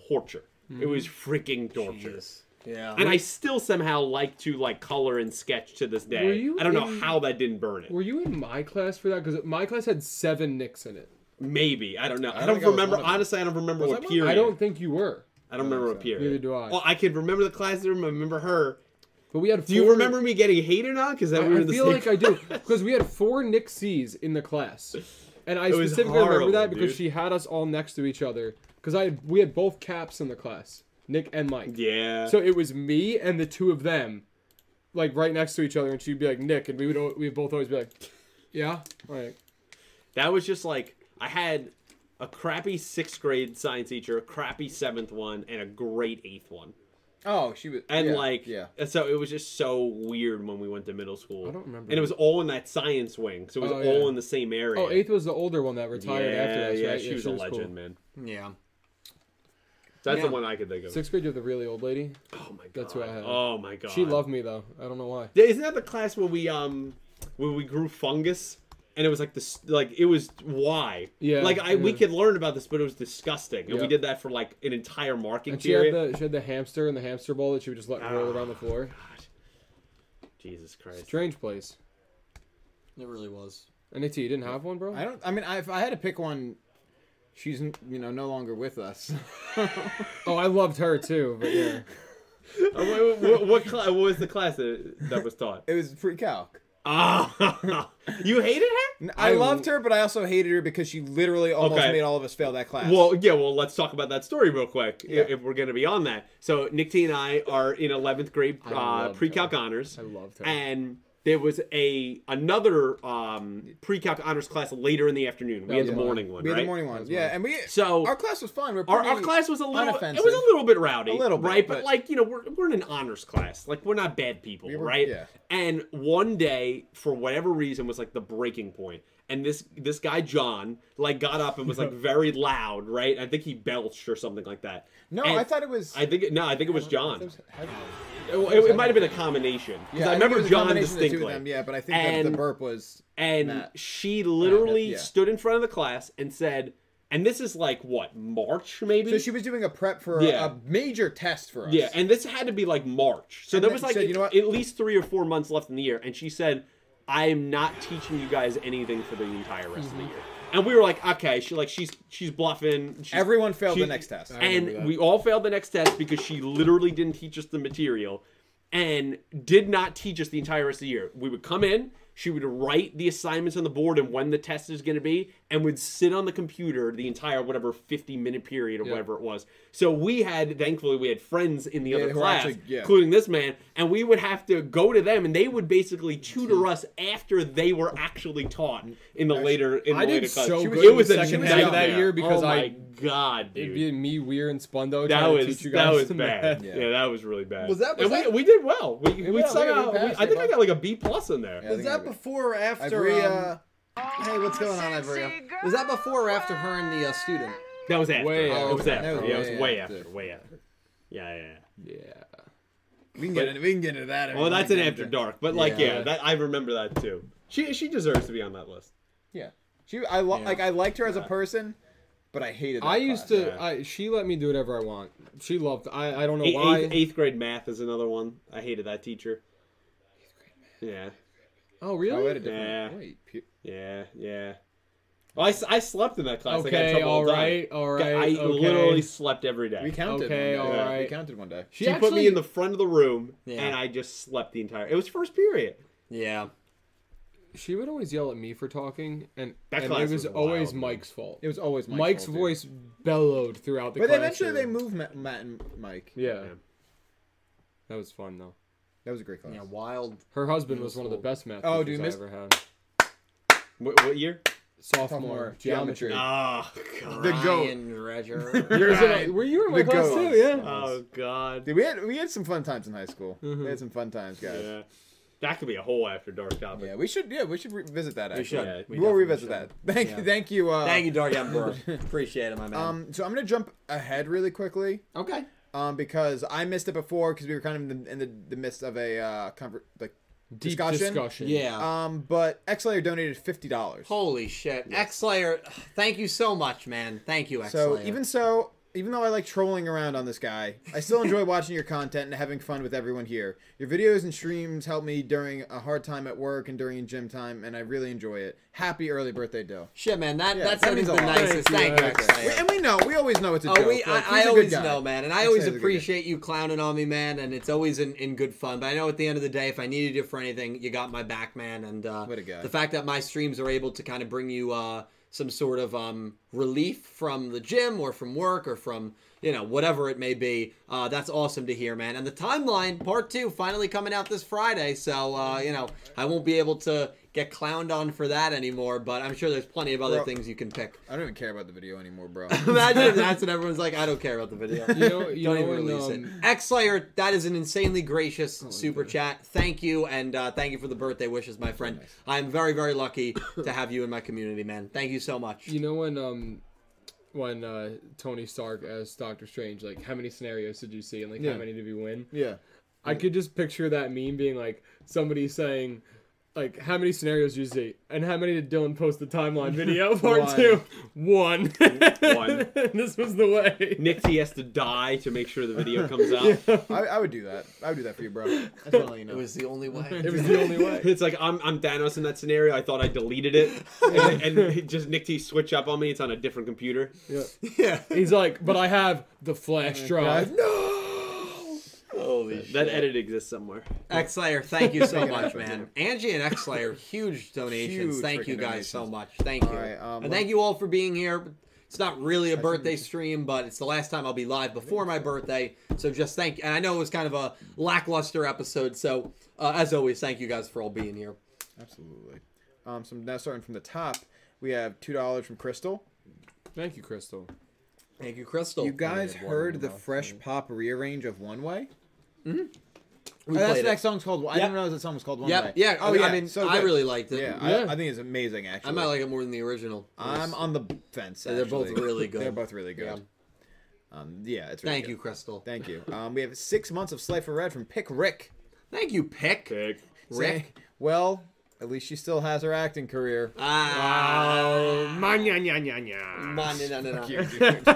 torture. It was freaking torture. Yeah. And I still somehow like to like color and sketch to this day. Were you I don't know in- how that didn't burn it. Were you in my class for that? Because my class had seven Nicks in it. Maybe I don't know. don't I, don't think I was remember. one of them. honestly, I don't remember I what one? period. I don't think you were, I don't remember what period. Neither do I. Well, I could remember the classroom. I remember her. but we had. Do you four- remember me getting hated on? Because that I, we were I in the feel same like I do because we had four Nick C's in the class, and I was specifically horrible, remember that because dude. she had us all next to each other because I had, we had both caps in the class, Nick and Mike. Yeah. So it was me and the two of them, like right next to each other, and she'd be like Nick, and we would al- we'd both always be like, yeah, like That was just like I had a crappy sixth grade science teacher, a crappy seventh one, and a great eighth one. Oh, she was. And yeah, like, yeah. and so it was just so weird when we went to middle school. I don't remember And it was all in that science wing, so it was Oh, all yeah. in the same area. oh eighth was the older one that yeah, retired after us, yeah, right? she was a legend, cool. man. yeah. So that's Yeah. the one I could think of. Sixth grade, you have the really old lady. oh my god, That's who I had. Oh my god, She loved me though. I don't know why. Yeah, Isn't that the class where we um where we grew fungus? And it was like this, like it was why, Yeah, Like I, we yeah. could learn about this, but it was disgusting, and we Yeah. did that for like an entire marking And she period. had the she had the hamster and the hamster ball that she would just let roll around the floor. Jesus Christ. Strange place. It really was. And NT, you didn't have one, bro? I don't. I mean, I, if I had to pick one, she's n- you know no longer with us. Oh, I loved her too, but yeah. what, what, what, cla- what was the class that, that was taught? it was pre calc. Ah, you hated her? I, I- loved her, but I also hated her because she literally almost Okay. made all of us fail that class. Well, yeah. Well, let's talk about that story real quick i Yeah. if we're gonna be on that. So Nick T and I are in eleventh grade uh, loved pre-calc honors. I loved her. And there was a another um, pre-calc honors class later in the afternoon. We had was the mine. morning one, Oh, we had right? the morning one. Yeah, and we So- our class was fun. We're Our, pretty our class was a little. unoffensive. It was a little bit rowdy, A little bit, right? But, but- like you know, we're, we're in an honors class. Like we're not bad people, were- right? yeah. And one day, for whatever reason, was like the breaking point. And this this guy John like got up and was like very loud, right? I think he belched or something like that. No, And I thought it was. I think it, no, I think it was John. It, it, might have been a combination. 'cause Yeah, I think it remember was a John combination of the two of distinctly them, yeah, but I think that And- the burp was. and Matt. she literally yeah. stood in front of the class and said, and this is like what March maybe. So she was doing a prep for a- Yeah. a, major test for us. Yeah, and this had to be like March. So And there then was she like said, "You know what?" at least three or four months left in the year, and she said, "I am not teaching you guys anything for the entire rest Mm-hmm. of the year." And we were like, "Okay," she like she's she's bluffing. She's, Everyone failed she- the next test. remember and that. we all failed the next test because she literally didn't teach us the material and did not teach us the entire rest of the year. We would come in, she would write the assignments on the board and when the test is going to be, and would sit on the computer the entire whatever 50 minute period or whatever it was. So we had, thankfully, we had friends in the other who class, actually- yeah. including this man, and we would have to go to them and they would basically tutor us after they were actually taught in the later in the I later did class. so She was- good it in was the a second nightmare. half of that year because oh I my god, dude. it'd be me, Weir, and Spundo That trying was to teach you guys that was some bad. math. Yeah. Yeah. that was really bad. Was that- was and we, that- we did well. We, we yeah, somehow. we- we we- passed I think it, I got like a B plus in there. Yeah. Was that before or after? Ivrea, Um, hey, what's going on, Ivrea? Was that before or after her and the uh, student? That was after. Way it was after. after. That was yeah, it was way way after. after. Way after. Yeah, yeah. yeah. Yeah. we can get into, we can get into that. if Well, you that's an want to after get into- dark, but like, yeah, Yeah. that I remember that too. She she deserves to be on that list. Yeah, She, I lo- Yeah. like, I liked her as a Yeah. person, but I hated. That I used class. to. Yeah. I, she let me do whatever I want. She loved. I. I don't know Eight- why. eighth, eighth grade math is another one. I hated that teacher. Yeah, Oh really? Oh, I had a different. Yeah. Wait, pu- yeah, yeah. Well, I, s- I slept in that class. I got in okay. trouble All all the time. right. All right. I okay. literally slept every day. we counted. Okay, one day. all We right. counted one day. She, she put me in the front of the room, Yeah. and I just slept the entire. It was first period. Yeah. She would always yell at me for talking, and, That and it class was, was always wild, man. Mike's fault. It was always Mike's, Mike's fault, dude. voice bellowed throughout the. But eventually they classroom. moved Matt, Matt and Mike. Yeah. Yeah. That was fun though. That was a great class. Yeah. Wild. Her husband was one of the Beautiful. best math Oh, teachers dude, I Miss- ever had. What, what year? Sophomore, Sophomore, geometry. geometry. Oh god. The goat. Ryan Dredger. Yours in- Right. were you in my The class goat. too? Yeah. Oh god. Dude, we had we had some fun times in high school. Mhm. Mm-hmm. We had some fun times, guys. Yeah, Yeah. That could be a whole after dark topic. we should yeah we should revisit that. Actually. we should. Yeah, we will definitely revisit should. that. Thank Yeah. you, thank you. Uh, Thank you, Dark Emperor. Appreciate it, my man. Um, so I'm gonna jump ahead really quickly. okay. um, because I missed it before because we were kind of in the, in the, the midst of a uh, conver- like Deep discussion. discussion. Yeah. Um, but Xlayer donated fifty dollars. Holy shit. X-Layer, thank you so much, man. Thank you, So X-Layer. even so, even though I like trolling around on this guy, I still enjoy watching your content and having fun with everyone here. Your videos and streams help me during a hard time at work and during gym time, and I really enjoy it. Happy early birthday, Dill. Shit, man, that, Yeah, that's that always means the a lot. nicest. Thank Thank you, you, X-Layer. And we know, we always know it's a Oh, joke. we, like, I, I he's a good always guy. know, man, and I I'd always say he's a good guy. appreciate you clowning on me, man, and it's always in, in good fun. But I know at the end of the day, if I needed you for anything, you got my back, man. And uh, What a guy. the fact that my streams are able to kind of bring you uh, some sort of um, relief from the gym or from work or from you know whatever it may be, uh, that's awesome to hear, man. And the timeline part two finally coming out this Friday, so uh, you know I won't be able to get clowned on for that anymore. But I'm sure there's plenty of other Bro. things you can pick. I don't even care about the video anymore, bro. Imagine if that's what everyone's like. I don't care about the video. You know, you Don't know even when, release it. um, X Slayer, that is an insanely Oh, gracious super chat. Thank you, and uh, thank you for the birthday wishes, my friend. I'm very, very lucky to have you in my community, man. Thank you so much. You know when um when uh Tony Stark as Doctor Strange, like how many scenarios did you see and like Yeah. how many did we win? yeah. I could just picture that meme being like somebody saying like how many scenarios did you see and how many did Dylan post the timeline video part One. two? One. One. this was the way. Nick T has to die to make sure the video comes out. I, I would do that. I would do that for you, bro. That's all you know. It was the only way. It was the only way. It's like I'm I'm Thanos in that scenario. I thought I deleted it, and, and it just Nick T switch up on me. It's on a different computer. yeah. He's like, but I have the flash drive. Holy That edit exists somewhere. X Slayer, thank you so Speaking of much, that, man. Angie and X Slayer, huge donations. Huge thank you freaking guys so donations. much. Thank you. right, um, and thank you all for being here. It's not really a birthday stream, but it's the last time I'll be live before my birthday. So just thank and I know it was kind of a lackluster episode. So uh, as always, thank you guys for all being here. Absolutely. Um, so now starting from the top, we have two dollars from Crystal. Thank you, Crystal. Thank you, Crystal. You guys Yeah, one heard in the my mouth, Fresh Pop rearrange of One Way? we Oh, that's played what that it. song's called. I Yep. didn't realize that song was called One Yep. Way. Yeah. Oh I mean, I good. really liked it. Yeah, Yeah. I, I think it's amazing. Actually, I might like it more than the original. I'm on the fence. They're both actually. really good. They're both really good. Yeah. Um, yeah, it's. Really Thank good. you, Crystal. Thank you. Um, we have six months of Slifer Red from Pick Rick. Thank you, Pick. Pick. Rick. Saying, well, at least she still has her acting career. Ah. Manyanyanyanya. Nah, nah, nah, nah, nah. Fuck you, dude.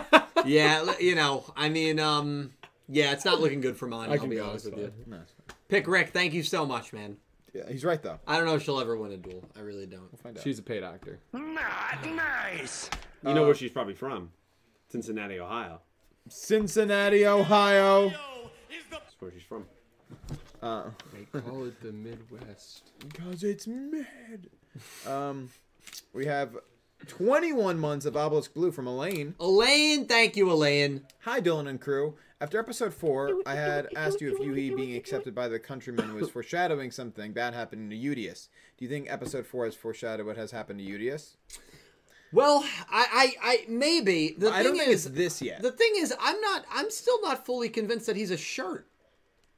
yeah, li- you know, I mean, um, yeah, it's not looking good for mine. I'll can be go, honest it's with you. fine. No, it's fine. Pick Rick. Thank you so much, man. Yeah, he's right though. I don't know if she'll ever win a duel. I really don't. Find out. She's a paid actor. You know where she's probably from? Cincinnati, Ohio. Cincinnati, Ohio. That's where she's from. Uh, They call it the Midwest. Because it's mad. Um, we have 21 months of Obelisk Blue from Elaine. Elaine, thank you, Elaine. Hi, Dylan and crew. After episode 4, I had asked you if Yuhi being accepted by the countrymen was foreshadowing something bad happening to Udius. Do you think episode 4 has foreshadowed what has happened to Udius? Well, I, I, I maybe the I thing don't think is, it's this yet. the thing is, I'm not, I'm still not fully convinced that he's a shirt.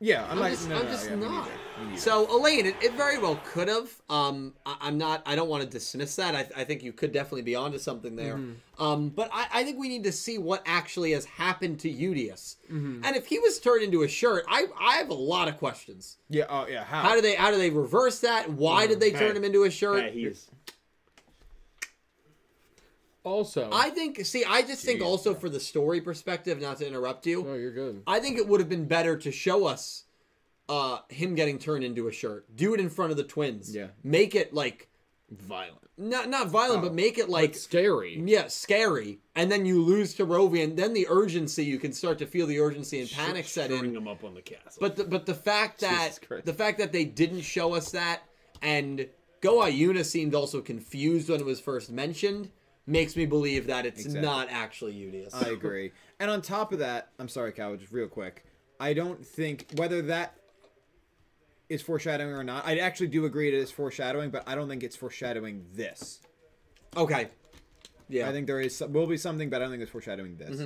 yeah, I'm, I'm not. just, no, I'm no, just yeah, me not. neither. Me neither. So Elaine, it, it very well could have. Um, I, I'm not. I don't want to dismiss that. I, I think you could definitely be onto something there. Mm-hmm. Um, but I, I think we need to see what actually has happened to Udius. Mm-hmm. And if he was turned into a shirt, I I have a lot of questions. yeah, oh yeah. How? How do they how do they reverse that? Why did they turn Hey. him into a shirt? Yeah, he's also. I think. See, I just think also for the story perspective. Not to interrupt you. no, you're good. I think it would have been better to show us uh, him getting turned into a shirt. Do it in front of the twins. Yeah. Make it like Violent. not not violent, Oh, but make it like It's scary. yeah, scary. And then you lose to Rovi, and then the urgency you can start to feel the urgency and panic set in. Shooting him up on the castle. But the, but the fact that Jesus Christ. the fact that they didn't show us that and Go Ayuna seemed also confused when it was first mentioned makes me believe that it's Exactly. not actually Udius. I agree. And on top of that, I'm sorry, Kyle, just real quick. I don't think whether that is foreshadowing or not. I actually do agree it is foreshadowing, but I don't think it's foreshadowing this. okay. Yeah. Mm-hmm. I think there is some- will be something, but I don't think it's foreshadowing this.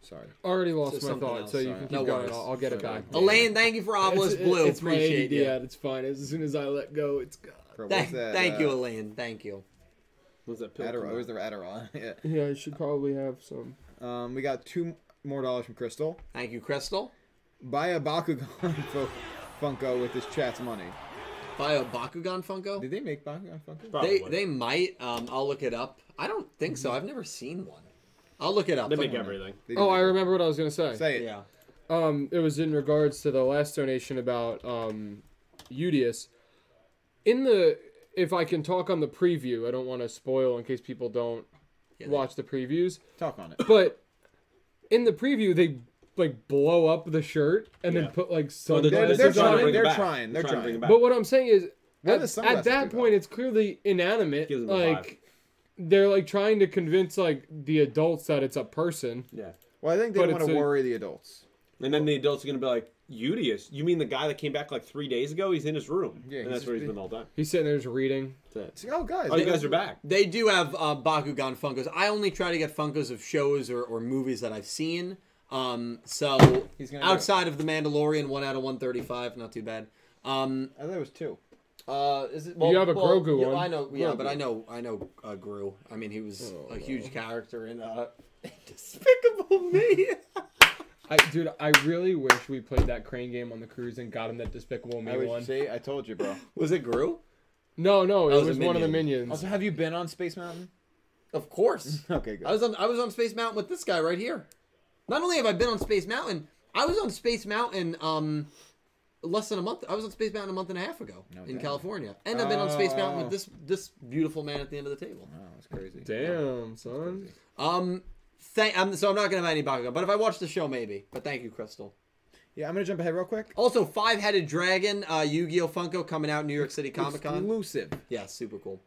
Sorry. Already lost So my something thought, else, so you sorry. can keep No going. worries. I'll, I'll get it back. Elaine, thank you for Obelisk Blue. It's my Appreciate ADD you. at its finest. As soon as I let go, it's gone. Bro, what was Thank, that, thank uh, you, Elaine. Thank you. was that pill? Adderall. It was the Adderall. yeah. Yeah, I should probably have some. Um, we got two more dollars from Crystal. Thank you, Crystal. Buy a Bakugan Fo- Funko with his chat's money. Buy a Bakugan Funko. Did they make Bakugan Funko? They Probably. they might. Um, I'll look it up. I don't think so. I've never seen one. I'll look it up. They make Don't worry. everything. They did Oh, make I it. remember what I was gonna say. Say it. Yeah. Um, it was in regards to the last donation about um, Udius. In the, if I can talk on the preview, I don't want to spoil in case people don't Yeah, they- watch the previews. Talk on it. But in the preview, they like blow up the shirt and Yeah. then put like Well, they're- sunglasses. they're on trying it. to bring it they're back. trying, they're to bring it trying. back. But what I'm saying is, What at, does at sunglasses that do, point, it's clearly inanimate. Gives them a vibe. like they're like trying to convince like the adults that it's a person. yeah. Well, I think they But want it's to a- worry the adults. And then the adults are gonna be like, Udius, you mean the guy that came back like three days ago? He's in his room. Yeah, and he's that's where just he's been been- all time. He's sitting there just reading. That's it. Oh, guys. Oh, you guys are back. They do have uh, Bakugan Funkos. I only try to get Funkos of shows or, or movies that I've seen. Um, so He's gonna do it. outside of The Mandalorian, one out of one thirty-five, not too bad. Um, I thought it was two. uh, is it? have a Grogu yeah, one. I know, yeah, Grogu. but I know, I know uh, Gru. I mean, he was a huge character in uh, Despicable Me. I dude, I really wish we played that crane game on the cruise and got him that Despicable Me I was, one. see, I told you, bro. was it Gru? No, no, it was was, a one of the minion. minions. Also, have you been on Space Mountain? Of course. Okay, good. I was on I was on Space Mountain with this guy right here. Not only have I been on Space Mountain, I was on Space Mountain um less than a month. I was on Space Mountain a month and a half ago in doubt. California, and I've been on Space Mountain Oh. with this this beautiful man at the end of the table. oh, that's crazy. Damn, son. Um, thank I'm so I'm not gonna have any Bakugan, but if I watch the show, maybe. But thank you, Crystal. Yeah, I'm gonna jump ahead real quick. Also, Five Headed Dragon, uh, Yu-Gi-Oh Funko coming out New York City Comic Con. Exclusive. Yeah, super cool.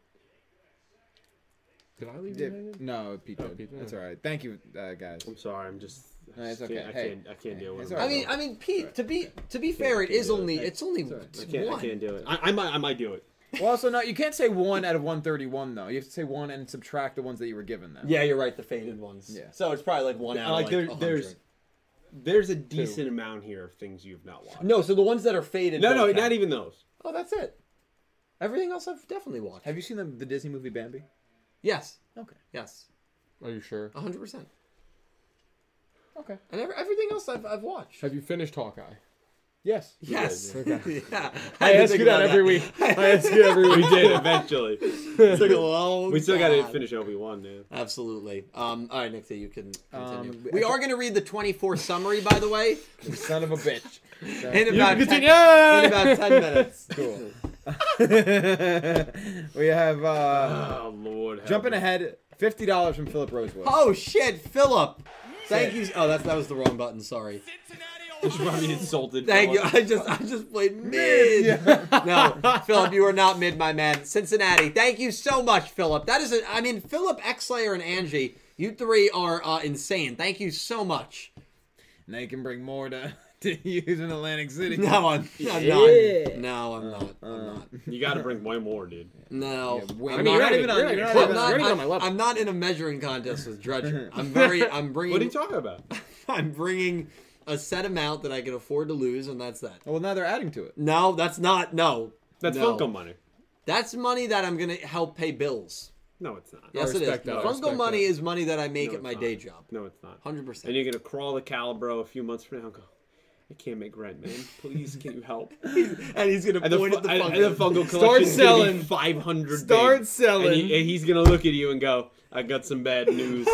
Did I leave you hanging? Dip. No, Pete. Oh, did. Pete, That's all yeah. right. Thank you, uh, guys. I'm sorry, I'm just I No, it's just okay. can't- I Hey. can't I can't Hey, deal with it's it. all I right. mean, I mean, Pete. To be to be fair, it is only it's only I it's can't, I one. can't do it. I, I might I might do it. Well, also, no, you can't say one out of 131 though. You have to say one and subtract the ones that you were given. Then. Yeah, you're right. The faded ones. Yeah. So it's probably like one out. like of there, like there's 100. there's a decent amount here of things you've not watched. no. So the ones that are faded. no, don't no, count. not even those. Oh, that's it. Everything else I've definitely watched. Have you seen the, the Disney movie Bambi? Yes. Okay. Yes. Are you sure? hundred percent. Okay. And every, everything else I've, I've watched. Have you finished Hawkeye? Yes. Yes. yeah. I, had to think ask you that about every week. I ask you every We week. did eventually. It took a long We still got to time. finish Obi Wan, man. Absolutely. Um, all right, Nick, you can continue. Um, we I- are going to read the 24 summary, by the way, Son of a bitch. in about, You ten, continue. in about 10 minutes. Cool. we have uh, Oh Lord, help jumping me. ahead. Fifty dollars from Philip Rosewood. Oh, shit, Philip. Thank you. Oh, that's, that was the wrong button. Sorry. You should probably insulted. Thank you. Philip. I just I just played mid. no, Philip, you are not mid, my man. Cincinnati. Thank you so much, Philip. That is a I mean, Philip, Exlayer, and Angie, you three are uh, insane. Thank you so much. Now you can bring more to, to use in Atlantic City. No, I'm, I'm Yeah. not. No, I'm not. I'm not. You got to bring way more, dude. No. Yeah, way I'm more. I not- not mean, you're not even even on- you're not on. I'm even not- You're not on my I'm- level. I'm not in a measuring contest with Drudger. I'm very. I'm bringing. What are you talking about? I'm bringing a set amount that I can afford to lose, and that's that. Oh, Well, now they're adding to it. No, that's not. No, That's No. Funko money. that's money that I'm gonna help pay bills. No, it's not. Yes, it is. respect that. I Funko respect money that. is money that I make No, at my it's day not. job. No, it's not. 100%. And you're gonna crawl the Calibro a few months from now. and go, I can't make rent, man. Please, can you help? and he's gonna And the, point fu- at the and- fungus. and the fungal Start collection selling. five hundred. Start selling. And, he- and he's gonna look at you and go, "I got some bad news."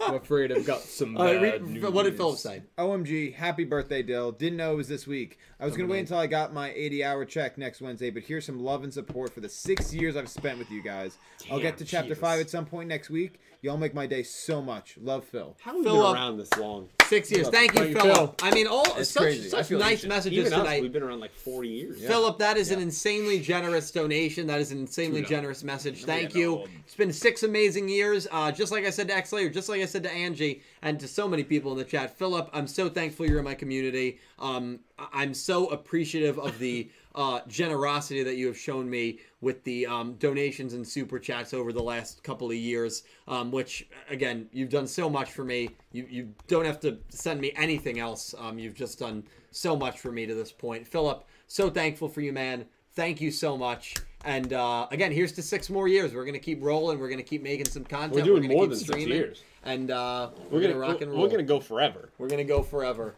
I'm afraid I've got some Uh, bad re- news. what did Philip say? OMG, happy birthday, Dill. Didn't know it was this week. I Oh, was going to wait until I got my 80 hour check next Wednesday, but here's some love and support for the six years I've spent with you guys. I'll get to chapter Jesus. five at some point next week. Y'all make my day so much. Love, Phil. How have we been Philip. around this long? Six years. Thank you, Thank you, Philip. I mean, all It's such crazy. I such feel nice ancient. messages Even us, tonight. we've been around like forty years. Philip, that is an insanely generous donation. That is an insanely generous message. Thank you. It's been six amazing years. Uh, just like I said to X Layer, just like I said to Angie, and to so many people in the chat. Philip, I'm so thankful you're in my community. Um, I- I'm so appreciative of the uh, generosity that you have shown me with the um, donations and super chats over the last couple of years. Um, which, again, you've done so much for me. You you don't have to send me anything else. Um, you've just done so much for me to this point, Philip. So thankful for you, man. Thank you so much. And uh, again, here's to six more years. We're gonna keep rolling. We're gonna keep making some content. We're doing gonna more keep than six streaming. years. And uh, we're, we're, gonna, gonna, rock and roll. We're gonna go forever. We're gonna go forever.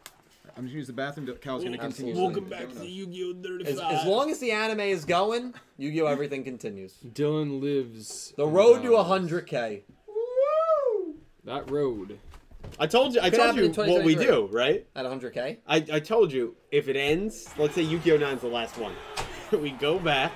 I'm just going to use the bathroom. Cal's going to continue. Welcome Yu-Gi-Oh! As, as long as the anime is going, Yu-Gi-Oh! Everything continues. Dylan lives. The road to a 100k. That road. I told you. I Could told happen you in what we 2023. do, right? At 100k. I, I told you if it ends, let's say Yu-Gi-Oh! Nine's the last one. we go back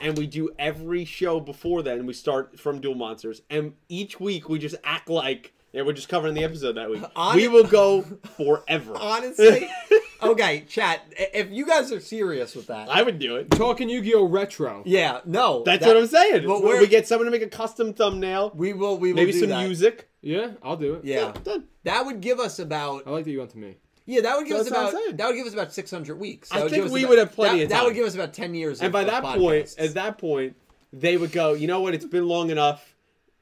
and we do every show before then. We start from Duel Monsters, and each week we just act like yeah, we're just covering the episode that week. Hon- we will go forever. Honestly. okay, chat. i- If you guys are serious with that, I would do it. Talking Yu Gi Oh! Retro. yeah, no. That's that- what I'm saying. But we we're- we get someone to make a custom thumbnail, We will. We will maybe do some that. music. Yeah, I'll do it. Yeah, Done. that would give us about I like that you went to me. Yeah, that would give So us that's what I'm about saying. that would give us about six hundred weeks. That I give think us we about- would have plenty that, of That would time. give us about ten years. And of- by of that point, podcasts. at that point, they would go, you know what? It's been long enough.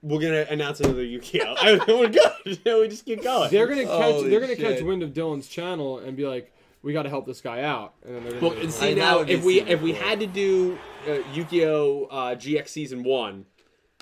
We're gonna announce another Yu-Gi-Oh. I mean, we're good. we just keep going. They're gonna catch. Holy they're gonna catch shit. wind of Dylan's channel and be like, "We got to help this guy out." And then they're gonna. Well, be and like, see I- that now would be if we super if we cool. had to do uh, Yu-Gi-Oh uh, GX season one,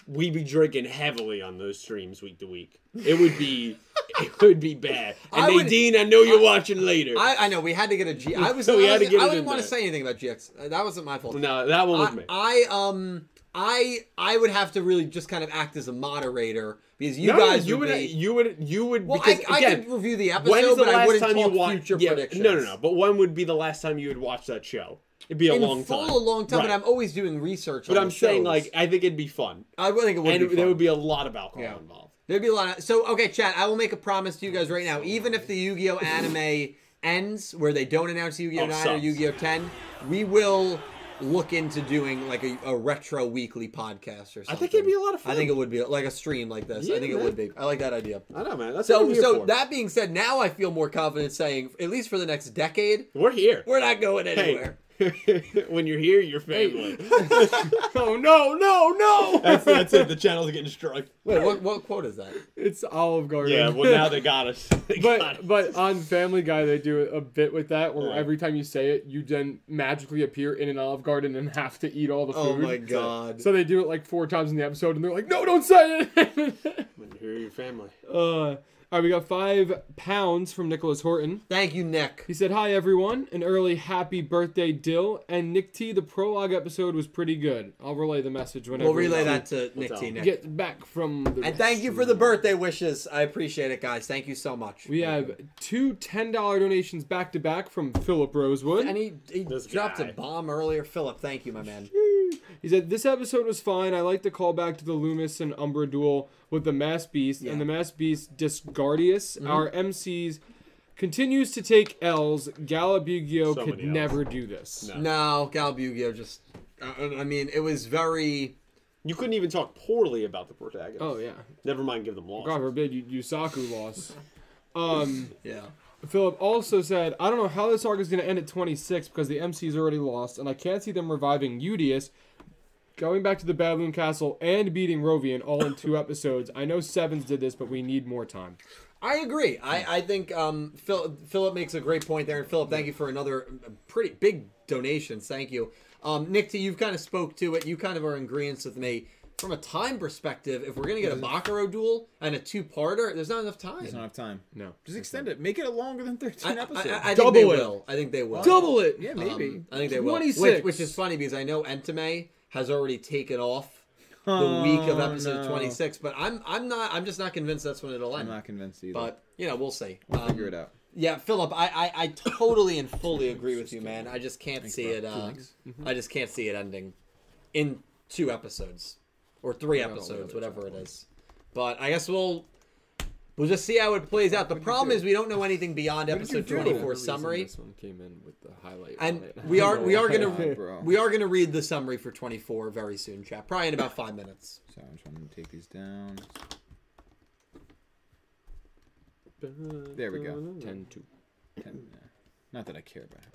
we'd be drinking heavily on those streams week to week. It would be it would be bad. And I would- Nadine, I know you're watching later. I, I know we had to get a G. I was. So we I, had to was- get I it didn't in want to there. say anything about GX. Uh, That wasn't my fault. no, that one was I, me. I um I I would have to really just kind of act as a moderator because you No, guys you would, would be. you would you would well, because I, I again could review the episode, when is the but I last wouldn't time you talk watched future predictions. No, no, no. But when would be the last time you would watch that show? It'd be a in long full time. a long time, Right. but I'm always doing research. But on I'm the saying shows. like I think it'd be fun, I would think it would and be it- fun. there would be a lot of alcohol Yeah. involved. There'd be a lot of so okay, Chad. I will make a promise to you guys right now. Even if the Yu-Gi-Oh anime ends, where they don't announce Yu-Gi-Oh Oh, nine or sucks. Yu-Gi-Oh ten, we will look into doing like a, a retro weekly podcast or something. I think it'd be a lot of fun. I think it would be like a stream like this. I Yeah, think it man. would be. I like that idea. I know, man. That's what So we're here so for. that being said, now I feel more confident saying at least for the next decade, we're here. we're not going Hey, anywhere. when you're here, you're family. oh no, no, no! that's, that's it. The channel's getting struck. Wait, what what quote is that? It's Olive Garden. Yeah, well, now they got us. They got us. But but on Family Guy they do a bit with that where Yeah. every time you say it you then magically appear in an Olive Garden and have to eat all the food. Oh my god. So they do it like four times in the episode and they're like, no, don't say it. when you're here, you're family. uh, all right, we got five pounds from Nicholas Horton. Thank you, Nick. He said, "Hi everyone, an early happy birthday, Dill and Nick T. The prologue episode was pretty good. I'll relay the message whenever We'll relay we that to Nick up? T. Nick. Get back from the And thank you for the birthday wishes. I appreciate it, guys. Thank you so much. We have two $10 donations back to back from Philip Rosewood. and he, he This dropped guy. a bomb earlier. Philip, thank you, my man. He said, This episode was fine. I like the callback to the Loomis and Umbra duel with the Mass Beast Yeah. and the Mass Beast Disgardius. Our MCs continues to take L's. Galabugio So could many Ls. never do this. No. No, Gal Bugio just. I, I mean, it was very. You couldn't even talk poorly about the protagonist. Oh, yeah. Never mind, give them loss. God forbid you, you Saku loss. Um, Yeah. Philip also said, I don't know how this arc is going to end at 26 because the MC's already lost, and I can't see them reviving Udius, going back to the Babylon Castle, and beating Rovian all in two episodes. I know Sevens did this, but we need more time. I agree. I, I think um, Phil, Philip makes a great point there. And Philip, thank you for another pretty Um, big donations. Thank you. Um, Nick, T, you've kind of spoke to it. You kind of are in agreement with me. from a time perspective, if we're gonna get a Bakaro duel and a two-parter, there's not enough time. There's not enough time. No. Just extend it. Make it a longer than 13 I, I, episodes. I, I think Double they it. will. I think they will. Double it. yeah, Um, maybe. I think they will. 26. Which, which is funny because I know Entame has already taken off the week of Oh, episode no. 26, but I'm I'm not I'm just not convinced that's when it'll I'm end. not convinced either. But you know, we'll see. Um, Figure it out. Yeah, Philip, I, I I totally and fully agree with you, man. I just can't see bro. it. Two Mm-hmm. Uh, links. I just can't see it ending in two episodes or three all the episodes, other whatever it is. But I guess we'll we'll just see how it plays out. The problem is we don't know anything beyond did you episode do? twenty Whatever four reason summary. This one came in with the highlight. And on it. we are we are God, gonna bro. we are gonna read the summary for twenty four very soon, chat. Probably in about five minutes. So I'm trying to take these down. There we go. ten two. Hmm. Ten- yeah. Not that I care about how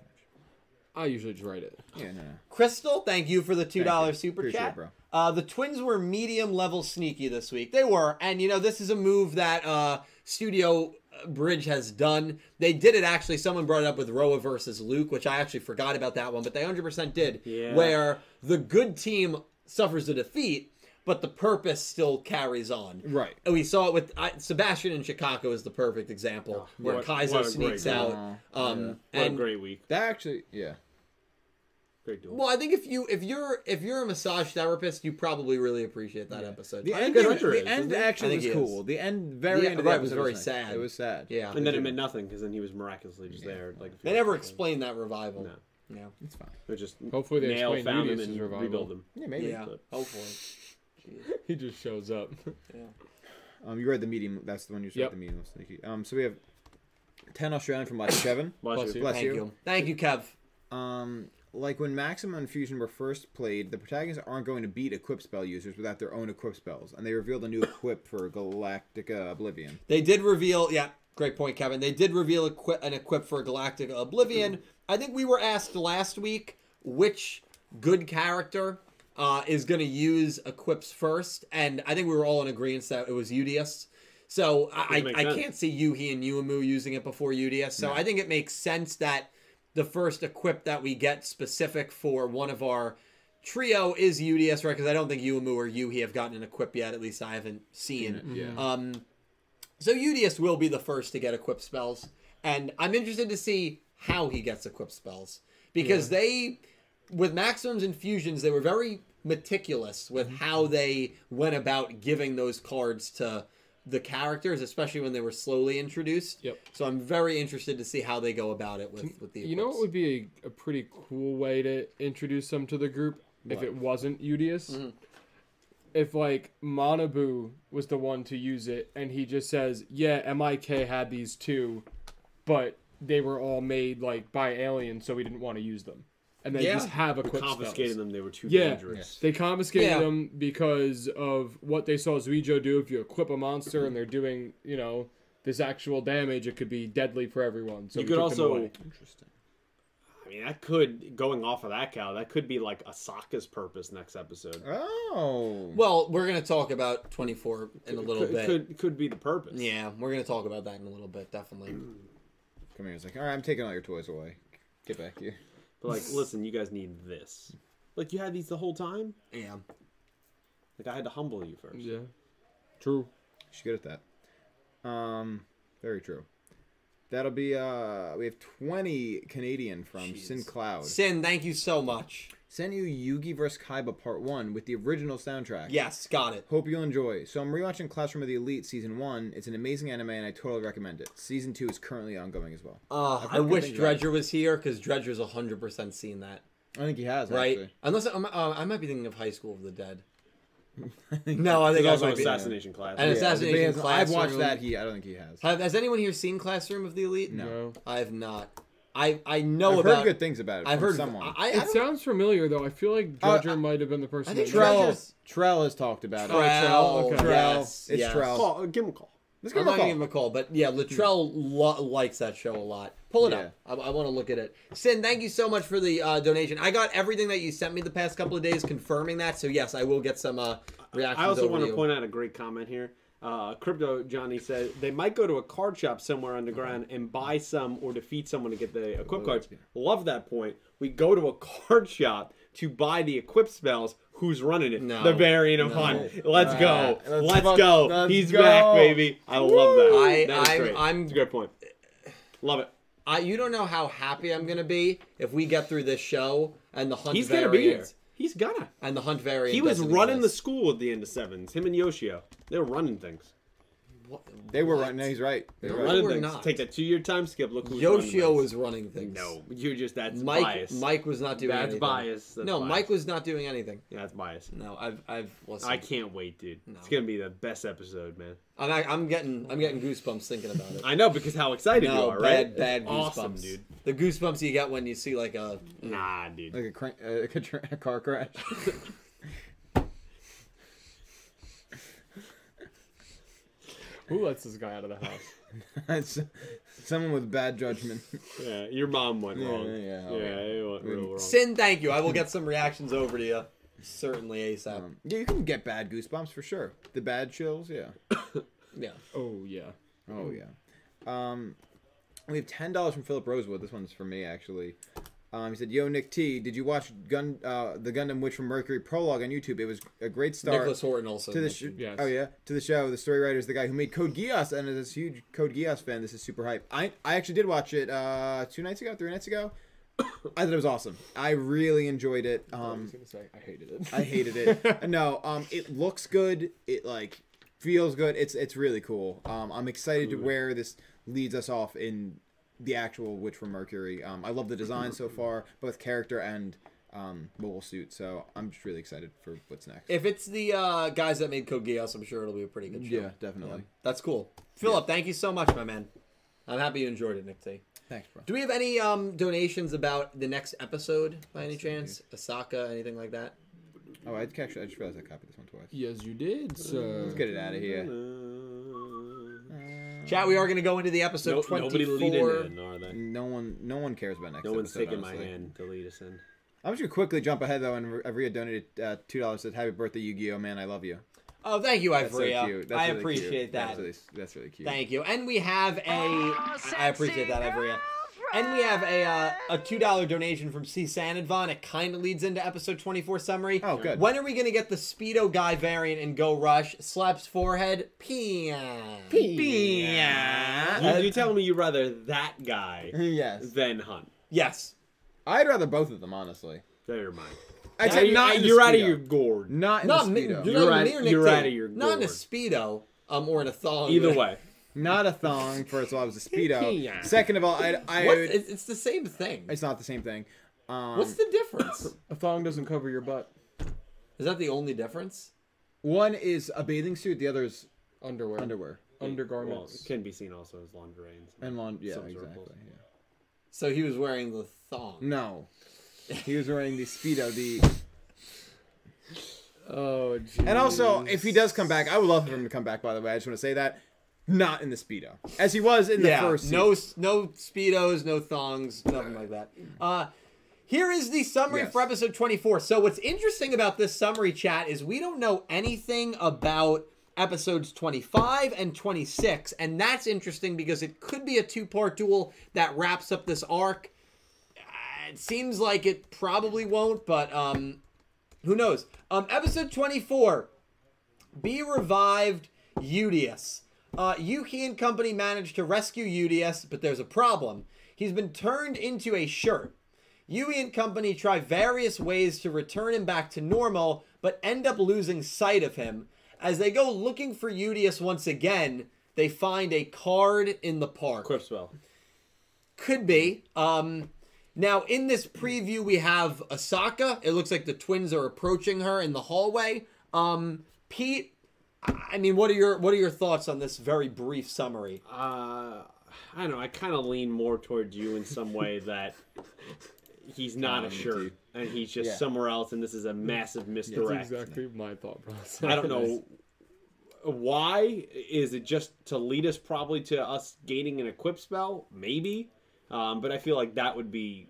I usually just write it. much. Yeah, no, no. Crystal, thank you for the two you. dollars super Appreciate chat. it, bro. Uh, the Twins were medium level sneaky this week. They were, and you know this is a move that uh, Studio Bridge has done. They did it actually. Someone brought it up with Roa versus Luke, which I actually forgot about that one, but they 100% did. Yeah. Where the good team suffers a defeat, but the purpose still carries on. Right. And we saw it with I, Sebastian in Chicago is the perfect example where Oh, what- Kaizo what a sneaks great out. game. Um, What and a great week. That actually, yeah. Great duel. Well, I think if you if you're if you're a massage therapist, you probably really appreciate that episode. The I end, think the, that's true. the end I actually think was he cool. is. The end, very Yeah, end of the right, it was episode very nice. sad. It was sad. Yeah, and then it meant nothing because then he was miraculously just there. Like a few they never episodes. explained that revival. No. Yeah, It's fine. They just Hopefully they nail explain found him Nudius' and revival. rebuild him. Yeah, maybe. yeah. Hopefully, He just shows up. Um, you read the medium. That's the one you read Yep. the medium. Sneaky. Um, so we have ten Australian from last seven. Bless, Bless you. you. Bless thank you. thank you, Kev. Um, like when Maximum and Fusion were first played, the protagonists aren't going to beat equip spell users without their own equip spells, and they revealed a new equip for Galactica Oblivion. They did reveal. Yeah, great point, Kevin. They did reveal equi- an equip for Galactic Oblivion. I think we were asked last week which good character uh, is going to use equips first, and I think we were all in agreement that it was Udius. So I, Doesn't I, I make sense. can't see Yuhi and Yuumu using it before Udius. So I think it makes sense that the first equip that we get specific for one of our trio is UDS, right? Because I don't think Yuumu or Yuhi have gotten an equip yet. At least I haven't seen. Yeah. Um, so Udius will be the first to get equip spells, and I'm interested to see how he gets equip spells because they, with maximums and fusions, they were very meticulous with Mm-hmm. how they went about giving those cards to the characters, especially when they were slowly introduced. Yep. So I'm very interested to see how they go about it with with the. You know what equips. would be a, a pretty cool way to introduce them to the group if it wasn't Udius? Mm-hmm. If like Manabu was the one to use it and he just says, "Yeah, Mik had these two, but they were all made like by aliens, so we didn't want to use them." And they Yeah. just have a quick Confiscating them, they were too Yeah. dangerous. They confiscated Yeah. them because of what they saw Zuijo do. If you equip a monster and they're doing, you know, this actual damage, it could be deadly for everyone. So You we could took them also, away. Interesting. I mean, that could going off of that cow. That could be like Asaka's purpose next episode. Oh. Well, we're gonna talk about 24 in a little could, bit. could could be the purpose. Yeah, we're gonna talk about that in a little bit, definitely. Come here. It's like, all right, I'm taking all your toys away. Get back here. But like, listen, you guys need this. Like, you had these the whole time. Yeah. Like, I had to humble you first. Yeah. True. She's good at that. Um, very true. That'll be uh, we have twenty Canadian from Sin Oh, Cloud. Sin, thank you so much. Sent you Yugi vs Kaiba Part One with the original soundtrack. Yes, got it. Hope you'll enjoy. So I'm rewatching Classroom of the Elite season one. It's an amazing anime, and I totally recommend it. Season two is currently ongoing as well. Uh, I heard good wish things about it. Dredger was here because Dredger's 100% seen that, I think he has right? Actually. Unless um, uh, I might be thinking of High School of the Dead. no, I think There's I also might be. assassination class. And Yeah, Assassination but he has- I've Classroom. watched that. He, I don't think he has. Have, has anyone here seen Classroom of the Elite? No. No. I've not. I I know I've about. heard good things about it. I've from heard someone. I, I It don't- sounds familiar though. I feel like Uh, Dredger might have been the person. I think that- Dredger- Trell, Trell has talked about it. Trell, okay. Trell, Trell. yes, it's yes. Oh, Trell. Call- give him a call. Let's I'm give him not a call. gonna give him a call, but yeah, Latrell lo- likes that show a lot. Pull it Yeah. up. I, I want to look at it. Sin, thank you so much for the uh, donation. I got everything that you sent me the past couple of days confirming that. So yes, I will get some uh, reactions. I also over want to you. point out a great comment here. Uh, Crypto Johnny said they might go to a card shop somewhere underground Uh-huh. and buy some or defeat someone to get the equip cards. Love that point. We go to a card shop to buy the equip spells. who's running it? No. The Variant of No. Hunt. Let's go. Ah, let's Let's fuck- go. let's He's go. back, baby. I love that. I- that was I'm- great. I'm- It's a good point. Love it. I, you don't know how happy I'm gonna be if we get through this show and the hunt. He's gonna variant, be here. He's gonna. And the hunt variant. He was doesn't running the exist. school at the end of sevens. Him and Yoshio, they were running things. What- They were what? right. No, he's right. They No, were They right. running were things. not. Take that two-year time skip. Look who was running Yoshio things. was running things. No, you're just that's Mike. bias. Mike was not doing That's anything. bias. That's no, bias. Mike was not doing anything. Yeah, that's bias. No, I've I've listened. I can't wait, dude. No. It's gonna be the best episode, man. I'm, act- I'm getting I'm getting goosebumps thinking about it. I know because how excited you no, are, bad right? bad It's goosebumps, awesome, dude. The goosebumps you get when you see like a Nah, dude. Like a, crank, uh, like a, tra- a car crash. Who lets this guy out of the house? That's someone with bad judgment. Yeah, your mom went Yeah, wrong. yeah, Yeah, yeah. it went real wrong. sin. Thank you. I will get some reactions over to you. Certainly ASAP. Um, yeah, you can get bad goosebumps for sure. The bad chills, yeah. yeah. Oh yeah. Oh yeah. Um, we have ten dollars from Philip Rosewood. This one's for me actually. Um, he said, "Yo, Nick T, did you watch Gun uh, the Gundam Witch from Mercury prologue on YouTube? It was a great start Nicholas Horton also. to the sh- mentioned- Yes. oh yeah to the show. The story writer is the guy who made Code Geass, and is a huge Code Geass fan. This is super hype. I I actually did watch it uh, two nights ago, three nights ago. I thought it was awesome. I really enjoyed it. Um, gonna say I hated it. I hated it. no, um, it looks good. It like feels good. It's it's really cool. Um, I'm excited to where this leads us off in the actual Witch from Mercury. Um, I love the design so far, both character and um mobile suit. So I'm just really excited for what's next. If it's the uh, guys that made Code Geass, I'm sure it'll be a pretty good show. yeah, definitely. That's cool. Philip, thank you so much, my man. I'm happy you enjoyed it, Nick T. Thanks, bro. Do we have any um, donations about the next episode by any chance? Osaka, anything like that? Oh, I actually I just realized I copied this one twice. Yes, you did, sir. Let's get it out of here. Chat, we are going to go into the episode Uh, No, 24. nobody leading in, are they? No one, no one cares about next. No one's episode, taking my honestly. hand to lead us in. I'm just gonna quickly jump ahead though, and Re- Ria donated uh, two dollars. Said, "Happy birthday, Yu-Gi-Oh! Man, I love you." Oh, thank you, That's so Ivrea. cute. That's I really appreciate cute. that. That's really, that's really cute. Thank you. And we have a. I appreciate that, Ivrea. And we have a uh, a two dollar donation from C Sanadvon. It kind of leads into episode twenty four summary. Oh, good. When are we gonna get the Speedo guy variant in Go Rush? Slaps forehead. Pia. You, Uh, you're telling me you'd rather that guy yes. than Hunt? Yes. I'd rather both of them, honestly. Never mind. I'd Now say you- not in the you're out of Speedo. your gourd. Not in Not the mi- Speedo. you're, You're not out- even near you're Nick out Tate. of your Not in a gourd. Speedo. Um, or in a thong. Either way, Not a thong, first of all. It was a Speedo. Second of all, I'd, I What? would... It's, it's the same thing. It's not the same thing. Um, What's the difference? A thong doesn't cover your butt. Is that the only difference? One is a bathing suit, the other is Underwear. underwear. well, Undergarments. it can be seen also as lingerie. And stuff. And long... Yeah, Some circles. exactly. Yeah. So he was wearing the thong. No. He was wearing the Speedo, the... Oh, geez. And also, if he does come back, I would love for him to come back, by the way. I just want to say that. Not in the Speedo. As he was in the yeah, first season. no, no speedos, no thongs, nothing like that. Uh, here is the summary Yes. for episode 24. So what's interesting about this summary chat is we don't know anything about episodes 25 and 26, and that's interesting because it could be a two-part duel that wraps up this arc. Uh, It seems like it probably won't, but um, who knows? Um, episode 24 Be Revived Udius. Uh, Yuki and company managed to rescue Udius, but there's a problem. He's been turned into a shirt. Yui and company try various ways to return him back to normal, but end up losing sight of him. As they go looking for Udius once again, they find a card in the park. Quip spell. Could be. Um, now in this preview, we have Osaka. It looks like the twins are approaching her in the hallway. Um, Pete, I I mean, what are your what are your thoughts on this very brief summary? uh, I don't know. I kind of lean more towards you in some way that he's not a shirt and he's just Yeah. somewhere else, and this is a massive misdirect. That's exactly my thought process. I don't know why. Is it just to lead us probably to us gaining an equip spell? Maybe, um, but I feel like that would be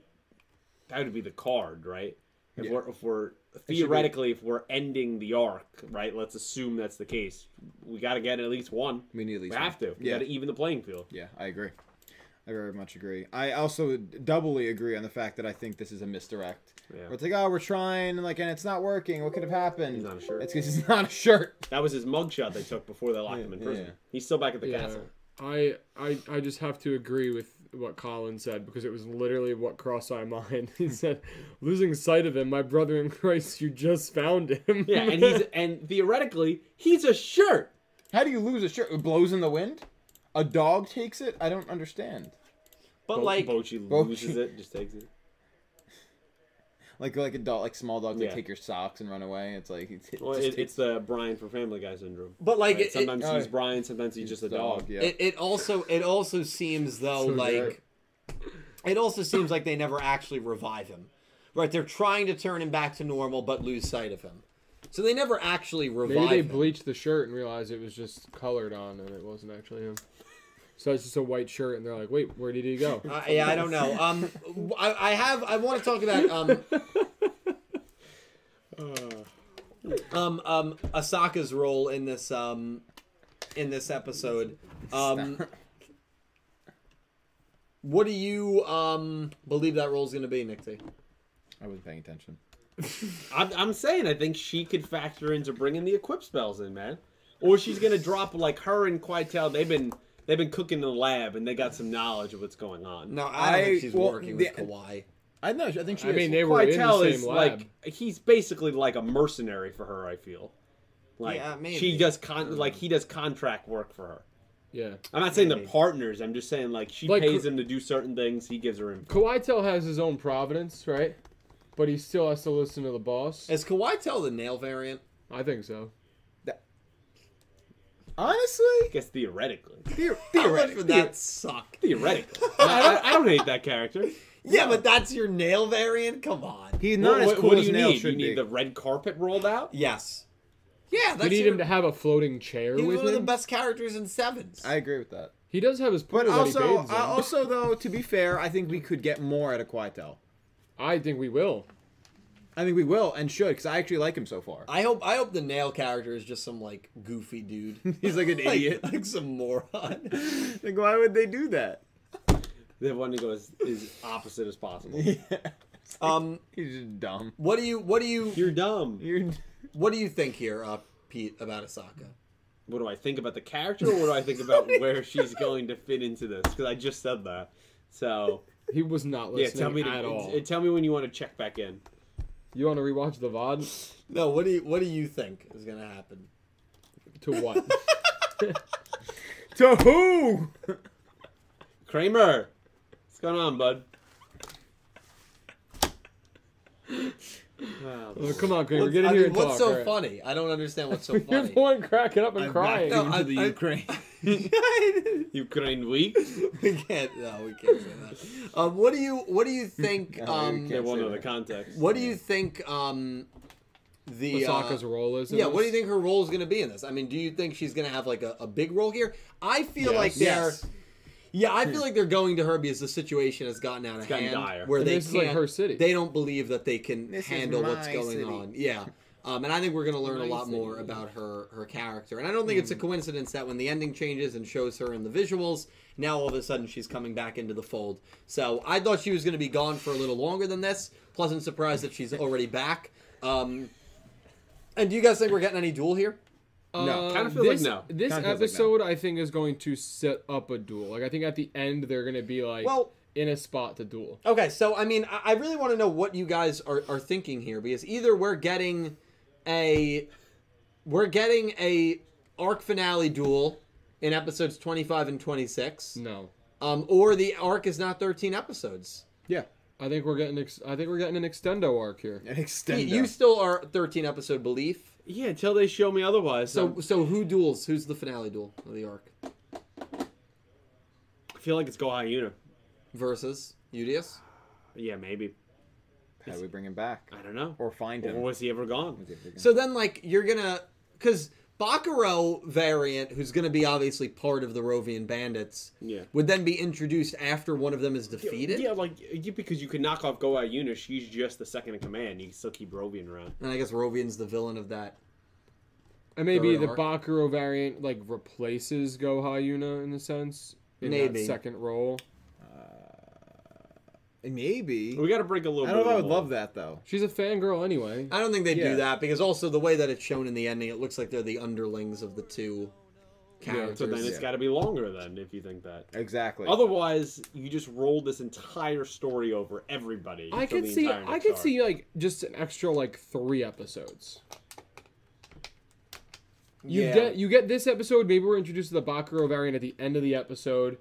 that would be the card, right? If we're if we're theoretically if we're ending the arc, right? Let's assume that's the case. We got to get at least one. We need at least have one. to. We Yeah. got to even the playing field. Yeah, I agree. I I very much agree. I also doubly agree on the fact that I think this is a misdirect. Yeah. Where it's like, oh, we're trying, and like, and it's not working. What could have happened? He's not a shirt. It's 'cause it's not a shirt. That was his mugshot they took before they locked him in Yeah, prison. yeah. He's still back at the Yeah. castle. I, I I just have to agree with what Colin said because it was literally what crossed my mind. He said, "Losing sight of him, my brother in Christ, you just found him." Yeah, and he's and theoretically he's a shirt. How do you lose a shirt? It blows in the wind. A dog takes it. I don't understand. But Bo- like Bochi loses Bochy. it, just takes it. Like like a dog, like small dogs, Yeah. they take your socks and run away. It's like it's, it Well, just it, takes it's the Brian for Family Guy syndrome. But like Right? it, it, Sometimes Oh, he's yeah. Brian, sometimes he's just a dog. Yeah. it, it also it also seems though So like dark. it also seems like they never actually revive him. Right? They're trying to turn him back to normal but lose sight of him. So they never actually revive Maybe they him. bleached the shirt and realized it was just colored on and it wasn't actually him. So it's just a white shirt, and they're like, "Wait, where did he go?" Uh, yeah, I don't know. Um, w- I, I have. I want to talk about um, um, um, Asaka's role in this um, in this episode. Um, what do you um believe that role is going to be, Nick T? I wasn't paying attention. I'm, I'm saying I think she could factor into bringing the equip spells in, man. Or she's gonna drop like her and Quietel. They've been they've been cooking in the lab and they got some knowledge of what's going on. No, I don't I- think she's well, working with the- Kawhi. I know. I think she. I is. mean, they were in the Quietel same is lab. like he's basically like a mercenary for her. I feel like Yeah, maybe. she does con like he does contract work for her. yeah, I'm not saying they're Maybe. partners. I'm just saying like she Like, pays cr- him to do certain things. He gives her info. Kawhi Tell has his own providence, right? But he still has to listen to the boss. Is Kawhi tell the nail variant? I think so. I honestly, guess theoretically, theor- How much theoretically, would that suck? theoretically, I, don't, I don't hate that character. Yeah, but that's your nail variant. Come on. he's not what, as what- cool what do as you Nail need? You should need be. the red carpet rolled out. Yes. Yeah, that's We need your, him to have a floating chair He's with one of him. the best characters in Sevens. I agree with that. He does have his pool But that he also, bathes in. I also though, to be fair, I think we could get more out of Quietel. I think we will. I think we will and should because I actually like him so far. I hope I hope the nail character is just some like goofy dude. He's like an like, idiot. like some moron. like, why would they do that? They want to go as, as opposite as possible. Um, He's just dumb. what do you what do you You're dumb. You're what do you think here, uh, Pete, about Asaka? What do I think about the character, or what do I think about where she's going to fit into this? Because I just said that. So He was not yeah, listening tell me to, at all. tell me when you want to check back in. you want to rewatch the VOD? No, what do you what do you think is gonna happen? To what? to who? Kramer, what's going on, bud? Wow, Oh, come on, Kramer, What's- get in I here mean, and what's talk. so all right. funny? I don't understand what's so You're funny. the one cracking up and crying. No, I- I- I- Ukraine week. we can't. No, we can't say that. Um, what do you what do you think? No, Um, you They can't. won't say know the that. context. what do you think? Um, the uh, Osaka's role is. in Yeah, what do you this? think her role is going to be in this? I mean, do you think she's going to have like a, a big role here? I feel like they're Yes. yeah, I feel Hmm. like they're going to her because the situation has gotten out of gotten hand dire. where And they this is, can't like, her city. they don't believe that they can This is handle what's my going city. on. Yeah. Um, and I think we're going to learn a My lot more city. about her her character. And I don't think it's a coincidence that when the ending changes and shows her in the visuals, now all of a sudden she's coming back into the fold. So I thought she was going to be gone for a little longer than this. Pleasant surprise that she's already back. Um, and do you guys think we're getting any duel here? No, Uh, kinda feel like this, no. Kinda This feels like no. episode, I think, is going to set up a duel. Like, I think at the end they're going to be like Well- in a spot to duel. Okay, so I mean, I I really want to know what you guys are, are thinking here because either we're getting a we're getting a arc finale duel in episodes 25 and 26 No, um, or the arc is not 13 episodes Yeah. I think we're getting. Ex- I think we're getting an extendo arc here. An Y- extender. you still are 13 episode belief Yeah, until they show me otherwise. so So so who duels who's the finale duel of the arc I feel like it's Go Hyuna. versus Udius? Yeah, maybe. How do we bring him back? I don't know. Or find Or him? was he ever gone? So then, like, you're gonna because Bakuro variant, who's gonna be obviously part of the Rovian bandits, Yeah. would then be introduced after one of them is defeated. Yeah, like yeah, because you could knock off Go Hyuna. She's just the second in command. You can still keep Rovian around. And I guess Rovian's the villain of that. And maybe Third the arc. Bakuro variant like replaces Go Hyuna in a sense in Maybe. that second role. Maybe. We got to break a little. I don't know bit if I of would the love mold. that though. She's a fangirl anyway. I don't think they'd Yeah. do that because also the way that it's shown in the ending, it looks like they're the underlings of the two characters. So then it's Yeah. got to be longer then if you think that. Exactly. Otherwise, you just rolled this entire story over everybody. I until could the see. entire I next could arc. see like just an extra like three episodes. You Yeah. get you get this episode. Maybe we're introduced to the Bakuro variant at the end of the episode,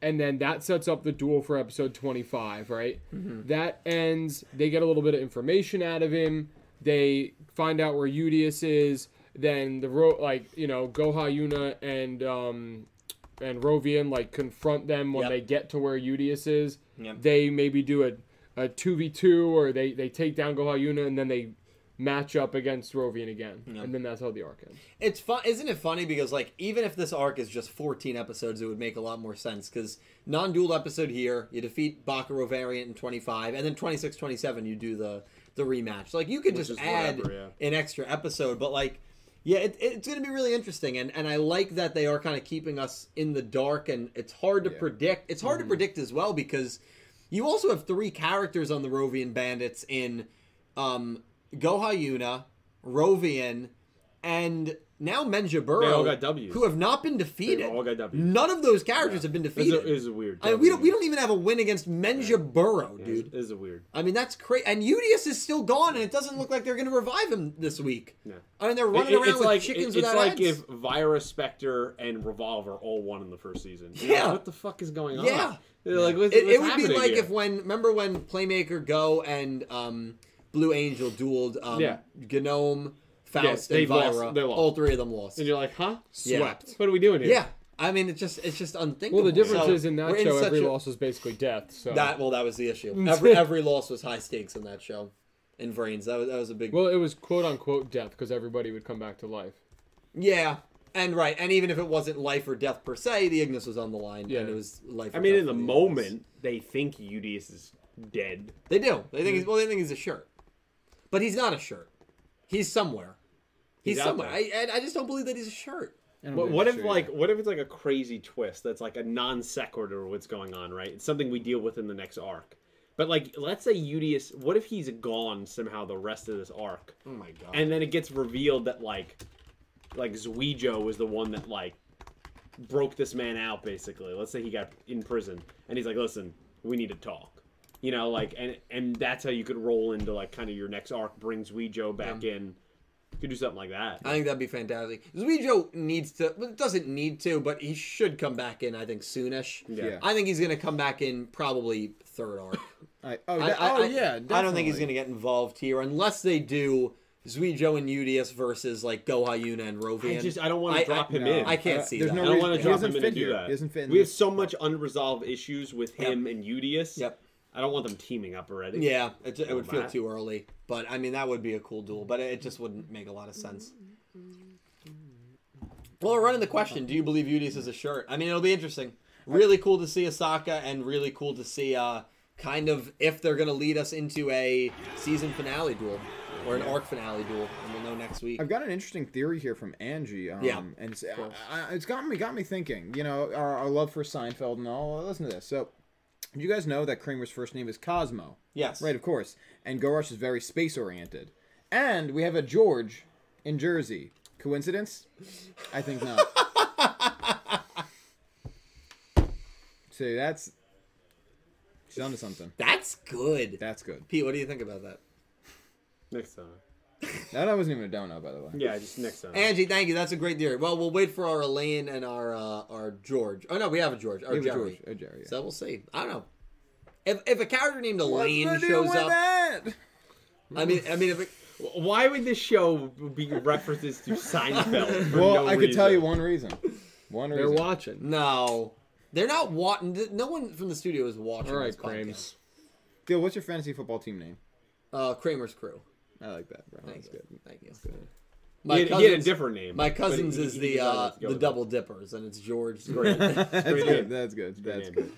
and then that sets up the duel for episode twenty five. Right. Mm-hmm. That ends. They get a little bit of information out of him. They find out where Udius is. Then the ro like you know Goha Yuna and um and Rovian like confront them when Yep. they get to where Udius is. Yep. They maybe do a a two v two or they they take down Goha Yuna and then they match up against Rovian again, and then that's how the arc ends. It's fun, isn't it funny? Because like, even if this arc is just 14 episodes, it would make a lot more sense. Because non-dual episode here, you defeat Bakuro variant in 25, and then 26, 27, you do the the rematch. Like, you could Which just is add whatever, an extra episode, but like, yeah, it, it's going to be really interesting, and and I like that they are kind of keeping us in the dark, and it's hard to Yeah. predict. It's hard to predict as well because you also have three characters on the Rovian Bandits in um, Goha Yuna, Rovian, and now Menjaburo, They all got Ws. who have not been defeated. all got Ws. None of those characters have been This is, defeated. a, this is a weird. I mean, we don't we don't even have a win against Menjaburo, This- dude. This is a weird. I mean, that's crazy. And Udius is still gone, and it doesn't look like they're going to revive him this week. No. I mean, they're running It- it- around it's with like chickens it- it's without like heads. if Virus, Spectre, and Revolver all won in the first season. You're Yeah. like, what the fuck is going on? Yeah. They're like, what's, It, what's it would be happening like here? if when remember when Playmaker Go and um, Blue Angel dueled um, Yeah. Gnome, Faust, they and Vira. lost- they lost. All three of them lost. and you're like, huh? Yeah. Swept. What are we doing here? yeah, I mean it's just it's just unthinkable. Well, the difference So, is in that we're show, such every a- loss is basically death. So That well, that was the issue. Every every loss was high stakes in that show. In Vrains, that was that was a big well, it was quote unquote death because everybody would come back to life. yeah. And right, and even if it wasn't life or death per se, the Ignis was on the line, Yeah. and it was life. I or mean, death in the for Ignis. moment, they think Udius is dead. They do. They think he's Mm. well. They think he's a shirt, but he's not a shirt. He's somewhere. He's, He's out somewhere. there. I, I I just don't believe that he's a shirt. I don't But believe what that's if true, like yeah. what if it's like a crazy twist that's like a non sequitur of what's going on, right? It's something we deal with in the next arc. But like let's say Udius what if he's gone somehow the rest of this arc? Oh my god. And then it gets revealed that like like Zuijo was the one that like broke this man out basically. Let's say he got in prison and he's like, "Listen, we need to talk." You know, like and and that's how you could roll into like kind of your next arc brings Zuijo back in. You could do something like that. I think that'd be fantastic. Zuijo needs to, well, doesn't need to, but he should come back in. I think soonish. Yeah. I think he's gonna come back in probably third arc. I, oh, I, that- I- oh I- yeah. I don't think he's definitely. gonna get involved here unless they do Zuijo and Udius versus like Goha Yuna and Rovian. I just I don't want to drop him no. in. I can't see Uh, There's that. no I don't reason- want he to drop doesn't him in fit and do here. that. He doesn't fit in we have this so much unresolved issues with him and Udius. Yep. I don't want them teaming up already. Yeah, it, it would Oh, feel Matt. too early. But I mean, that would be a cool duel, but it just wouldn't make a lot of sense. Well, we're running the question: Do you believe Udius is a shirt? I mean, it'll be interesting. Really cool to see Asaka, and really cool to see uh, kind of if they're going to lead us into a season finale duel or an arc finale duel, and we'll know next week. I've got an interesting theory here from Angie. Um, Yeah. and it's, I, I- it's got me got me thinking. You know, our, our love for Seinfeld and all. Listen to this. So, do you guys know that Kramer's first name is Cosmo? Yes, Right, of course. And Gorush is very space oriented. And we have a George in Jersey. Coincidence? I think not. so that's she's onto something. that's good. That's good. Pete, what do you think about that? Next time. That I wasn't even a donut, by the way. Yeah, just next time. Angie, thank you. That's a great theory. Well, we'll wait for our Elaine and our uh, our George. Oh no, we have a George. Our We have a Jerry. George. Oh, Jerry. Yeah. So we'll see. I don't know. If, if a character named Elaine What's the deal shows with up, that? I mean, I mean, if it, Why would this show be references to Seinfeld? For Well, no I could tell you reason? one reason. One They're reason. watching. no, they're not watching. No one from the studio is watching. All right, this podcast. Crames. Gil, what's your fantasy football team name? Uh, Kramer's crew. I like that, bro. Thank That's you. good. Thank you. good. My he, had, he had a different name. My but cousins he- is he the uh, decided to go the with double dippers, and it's George. it. That's Great good. name. That's good. That's name. good.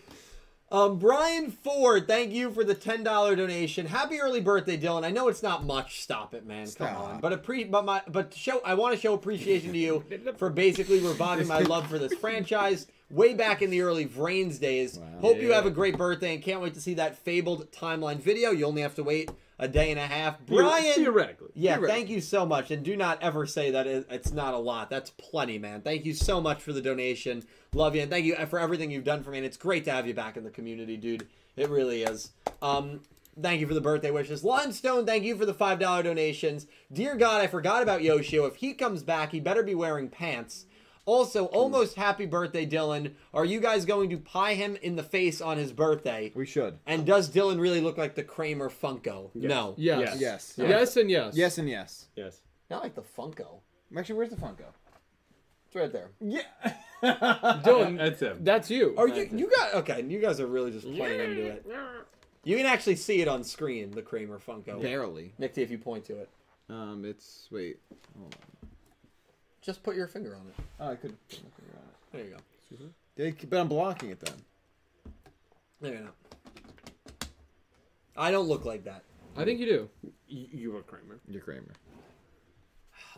Um, Brian Ford, thank you for the ten dollar donation. Happy early birthday, Dylan. I know it's not much. Stop it, man. Come on. Stop. But appre- but my but show I want to show appreciation to you for basically reviving my love for this franchise. way back in the early Vrains days. Hope you have a great birthday and can't wait to see that fabled timeline video. You only have to wait a day and a half. Brian. theoretically. Yeah, Theoretically. thank you so much. And do not ever say that it- it's not a lot. That's plenty, man. Thank you so much for the donation. Love you. And thank you for everything you've done for me. And it's great to have you back in the community, dude. It really is. Um, thank you for the birthday wishes. Limestone, thank you for the $5 donations. Dear God, I forgot about Yoshio. If he comes back, he better be wearing pants. Also, almost happy birthday, Dylan. Are you guys going to pie him in the face on his birthday? We should. And does Dylan really look like the Kramer Funko? No. Yes. Yes. Yes, and yes. Yes and yes. Yes. Not like the Funko. Actually, where's the Funko? It's right there. Dylan, That's him. that's you. Are you you got okay? You guys are really just playing into it. You can actually see it on screen, the Kramer Funko. Barely. Nick T, if you point to it, Um, it's wait. Hold on. just put your finger on it. Oh, I could. There you go. They, but I'm blocking it then. There you go. I don't look like that. I think you do. You, you were Kramer. You're Kramer.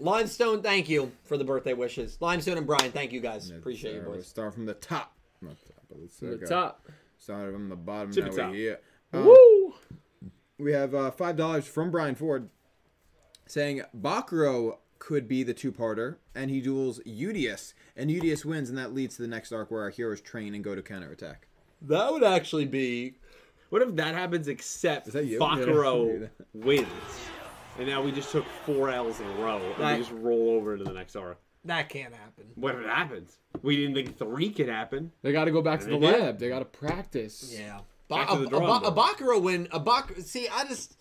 Limestone, thank you for the birthday wishes. Limestone and Brian, thank you guys. Appreciate you, Start- boys. Start from the top. Not the top, but let's The go. top. Start from the bottom. Tippy now top. we're here. Um, Woo! We have uh, five dollars from Brian Ford, saying Bakro could be the two-parter, and he duels Udius, and Udius wins, and that leads to the next arc where our heroes train and go to counterattack. That would actually be What if that happens except that you? Fakro Yeah. wins? And now we just took four L's in a row and That- we just roll over to the next arc. that can't happen. What if it happens? We didn't think three could happen. They got to go back to the They did. lab. They got to practice. Yeah. Back to a, the a- drawing a, board. Baccarat win. A Bac- See, I just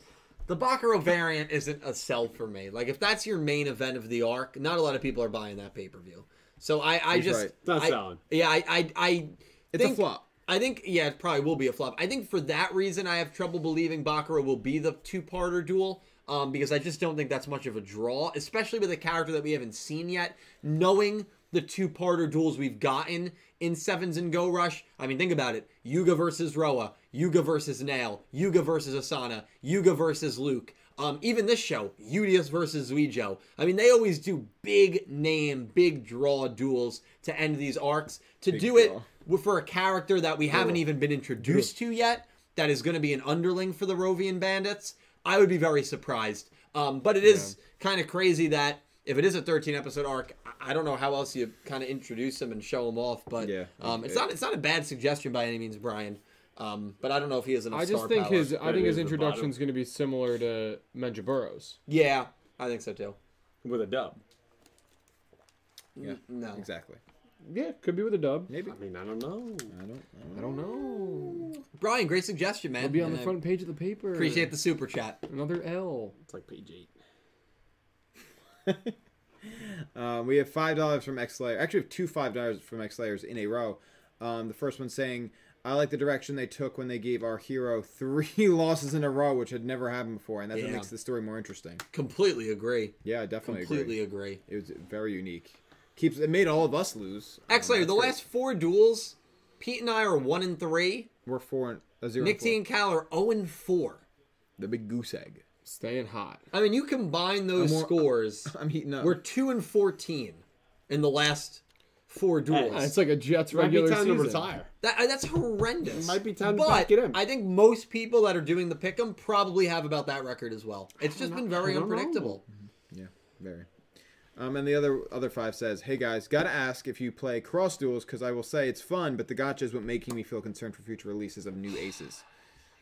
the Baccarat variant isn't a sell for me. Like if that's your main event of the arc, not a lot of people are buying that pay per view. So I, I He's just right. It's not I- selling. Yeah, I, I, I It's think- a flop. I think yeah, it probably will be a flop. I think for that reason, I have trouble believing Baccarat will be the two-parter duel. Um, because I just don't think that's much of a draw, especially with a character that we haven't seen yet. Knowing the two-parter duels we've gotten in Sevens and Go Rush, I mean, think about it: Yuga versus Roa, Yuga versus Nail, Yuga versus Asana, Yuga versus Luke. Um, even this show, Udius versus Zuijo. I mean, they always do big name, big draw duels to end these arcs. To do it draw. w- for a character that we haven't even been introduced to yet, that is going to be an underling for the Rovian Bandits, I would be very surprised. Um, but it is kind of crazy that if it is a 13 episode arc, I- I don't know how else you kind of introduce them and show them off. But Yeah. um, it's not it's not a bad suggestion by any means, Brian. Um, but I don't know if he has enough. I just star think power. his I That think his is the introduction bottom. is going to be similar to Menja Burrows. yeah, I think so too. With a dub. Yeah, No, exactly. Yeah, Oh, could be with a dub. Maybe. I mean, I don't know. I don't. I don't I don't know. Brian, great suggestion, man. It'll be on the Uh, front page of the paper. Appreciate the super chat. Another L. It's like page eight. Um, we have five dollars from X Layer. Actually, we have two five dollars from X Layers in a row. Um, the first one saying, "I like the direction they took when they gave our hero three losses in a row, which had never happened before, and that's what Yeah. makes the story more interesting." Completely agree. Yeah, I definitely. Completely Agree. agree. It was very unique. Keeps it made all of us lose. Um, X Layer, the that's last four duels, Pete and I are one and three. great. We're four and a zero. and Nick four. T and Cal are zero and four. The big goose egg. Staying hot. I mean, you combine those I'm more- scores, I'm heating up. we're two and fourteen in the last four duels. Ah, It's like a Jets Might be regular time season. to retire. That, uh, that's horrendous. Might be time to but pack it in. I think most people that are doing the pick'em probably have about that record as well. It's just been very I don't know. unpredictable. Yeah, very. Um, and the other other five says, "Hey guys, gotta ask if you play cross duels because I will say it's fun, but the gotcha is what making me feel concerned for future releases of new aces."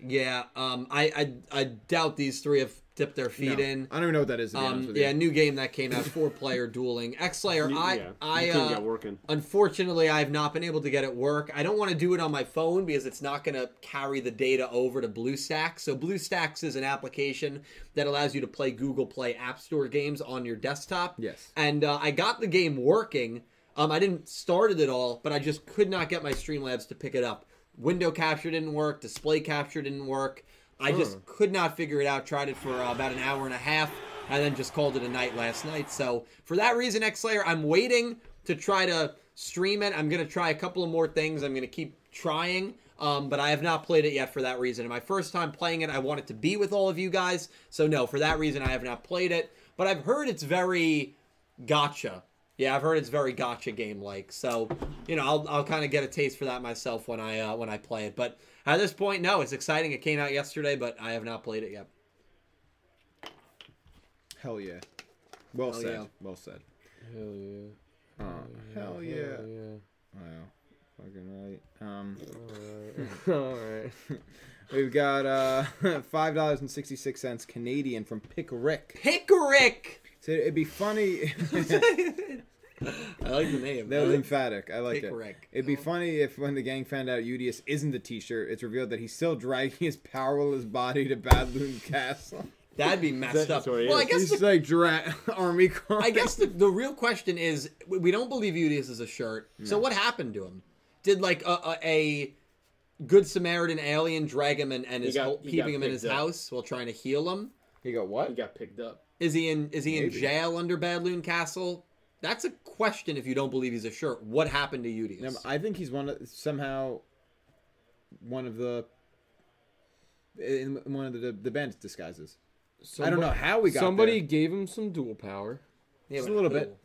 Yeah, um, I, I I doubt these three have dipped their No, feet in. I don't even know what that is. To be honest Um, with yeah, you. new game that came out, four player dueling. X Slayer, You- I yeah, I you can't uh, get working. Unfortunately, I have not been able to get it work. I don't want to do it on my phone because it's not going to carry the data over to BlueStacks. So BlueStacks is an application that allows you to play Google Play App Store games on your desktop. Yes. And uh, I got the game working. Um, I didn't start it at all, but I just could not get my Streamlabs to pick it up. Window capture didn't work. Display capture didn't work. I just could not figure it out. Tried it for uh, about an hour and a half, and then just called it a night last night. So for that reason, X Slayer, I'm waiting to try to stream it. I'm gonna try a couple of more things. I'm gonna keep trying, um, but I have not played it yet for that reason. And my first time playing it, I wanted to be with all of you guys. So no, for that reason, I have not played it. But I've heard it's very gotcha Yeah, I've heard it's very gotcha game like. So, you know, I'll, I'll kind of get a taste for that myself when I uh, when I play it. But at this point, no, it's exciting. It came out yesterday, but I have not played it yet. Hell yeah. Well Hell said. yeah. Well said. Hell yeah. Uh, hell yeah. yeah. Wow. Fucking right. Um, All right. we've got uh, five dollars and sixty six cents Canadian from Pick Rick. Pick Rick. So it'd be funny. I like the name. That was emphatic. I like Pick it. Rick. It'd be funny if when the gang found out Udius isn't the T-shirt, it's revealed that he's still dragging his powerless body to Badloon Castle. That'd be messed That's up. where he Well, I is. guess He's the, like dra- army car. I guess the, the real question is we- we don't believe Udius is a shirt. So what happened to him? Did like a, a, a good Samaritan alien drag him and, and is got- hel- he keeping got him in picked his up. house while trying to heal him? He go He what? got picked up. Is he in is he in Maybe. jail under Badloon Castle? That's a question if you don't believe he's a shirt. What happened to Udius? No, I think he's one of somehow one of the in one of the the bandit disguises. I don't know how we got Somebody there. gave him some dual power. Yeah, just but a little who? bit.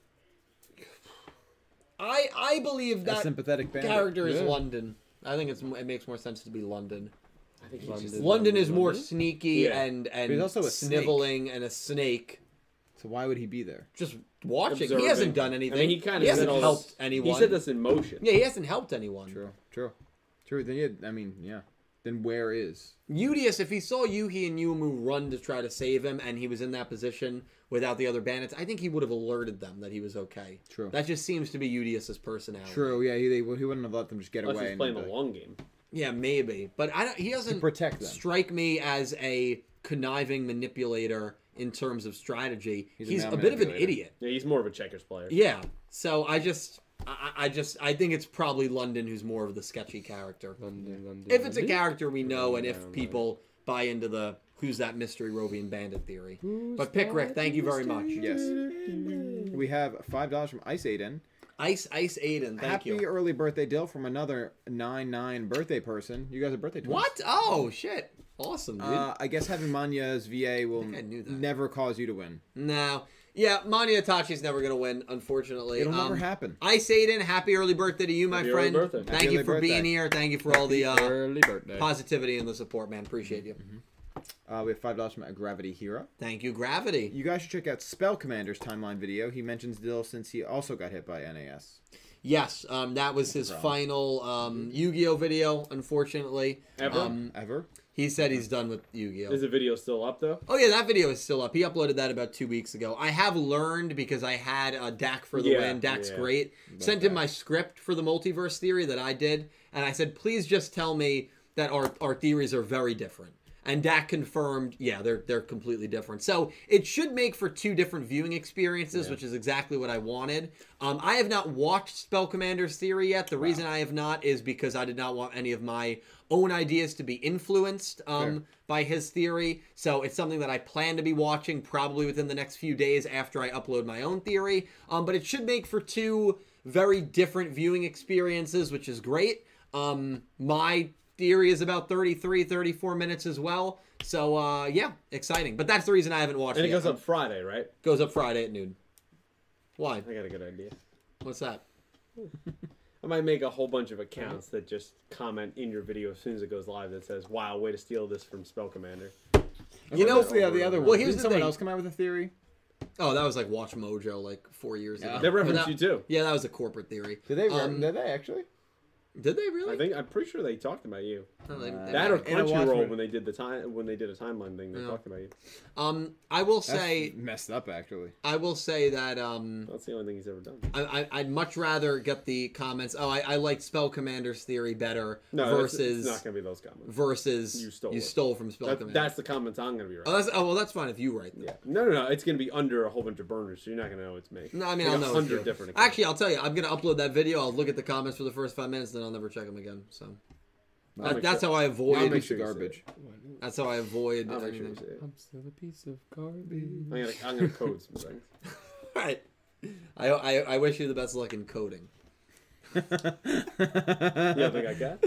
I I believe A that sympathetic bandit. character is Yeah. London. I think it's m- it makes more sense to be London. I think he London. just- London is more London? sneaky Yeah. and and he's also a sniveling and a snake. So why would he be there? Just watching. He Observing. hasn't done anything. I mean, he kind of he hasn't said all helped this, anyone. He said this in motion. Yeah, he hasn't helped anyone. True. True. True. Then yeah, I mean yeah. Then where is? Udius, if he saw Yuhi and Yumu run to try to save him and he was in that position without the other bandits, I think he would have alerted them that he was okay. True. That just seems to be Udius's personality. True. Yeah. He, they, he wouldn't have let them just get Unless away. he's and playing be the like- long game. Yeah, maybe. But I don't, he doesn't protect them. strike me as a conniving manipulator in terms of strategy. He's, a a, mad bit of an manipulator. idiot. Yeah, he's more of a checkers player. Yeah. So I just I, I I just I think it's probably London who's more of the sketchy character. London, London, If it's a London. character we know and if people buy into the who's that mystery Rovian bandit theory. But Pick Rick, thank you very much. Yes. We have five dollars from Ice Aiden. Ice Ice Aiden, thank Happy you. early birthday, Dill, from another nine nine birthday person. You guys are birthday twins. What? Oh shit. Awesome, dude. Uh, I guess having Manya's VA will I knew that. never cause you to win. no. Yeah, Mani Itachi's never gonna win, unfortunately. It'll Um, never happen. Ice Aiden, happy early birthday to you, my Happy early friend. birthday. Thank Happy you early for being birthday. here. Thank you for all the uh, Early birthday. positivity and the support, man. Appreciate you. Uh, we have five dollars from Gravity Hero. Thank you, Gravity. You guys should check out Spell Commander's timeline video. He mentions Dill since he also got hit by NAS. Yes, um, that was his final um, Mm-hmm. Yu-Gi-Oh video. Unfortunately, Ever? Um, Ever? he said he's done with Yu-Gi-Oh. Is the video still up though? Oh yeah, that video is still up. He uploaded that about two weeks ago. I have learned because I had uh, Dak for the Yeah, win. Dak's yeah. great. Sent him my script for the multiverse theory that I did, and I said, please just tell me that our our theories are very different. And Dak confirmed, yeah, they're they're completely different. So it should make for two different viewing experiences, which is exactly what I wanted. Um, I have not watched Spell Commander's theory yet. The reason I have not is because I did not want any of my own ideas to be influenced um, by his theory. So it's something that I plan to be watching probably within the next few days after I upload my own theory. Um, but it should make for two very different viewing experiences, which is great. Um, my theory is about 33, 34 minutes as well. So uh, yeah, exciting. But that's the reason I haven't watched And it. it goes yet. up Friday, right? Goes up Friday at noon. Why? I got a good idea. What's that? I might make a whole bunch of accounts that just comment in your video as soon as it goes live that says, "Wow, way to steal this from Spell Commander." You know, What's the, the other one. Well, here's Didn't the someone thing. else come out with a theory. Oh, that was like Watch Mojo like four years ago. They referenced But that- you too. Yeah, that was a corporate theory. Did they? Um, did they actually? did they really? I think I'm pretty sure they talked about you. Oh, they- they That or And a watch Crunchyroll room. when they did the time when they did a timeline thing, they talked about you. Um, I will That's say, messed up actually. I will say that um, That's the only thing he's ever done. I, I, I'd much rather get the comments. Oh, I, I like Spell Commander's theory better No, that's- versus it's not gonna be those comments. versus You stole it. from Spell That, Commander. that's the comments I'm gonna be oh, writing. that's, oh, well, that's fine if you write them. yeah. No, no, no. It's gonna be under a whole bunch of burners, so you're not gonna know it's me. No, I mean I'll like a know. it's you. Hundred different. Accounts. Actually, I'll tell you. I'm gonna upload that video. I'll look at the comments for the first five minutes, then I'll never check them again. So that, make that's sure- how I I'll avoid. make make sure the you say garbage. that's how I avoid. I'll make sure anything. you see it. I'm still a piece of garbage. I'm gonna, I'm gonna code some things. All right. I, I, I wish you the best luck in coding. Yeah, I think I got.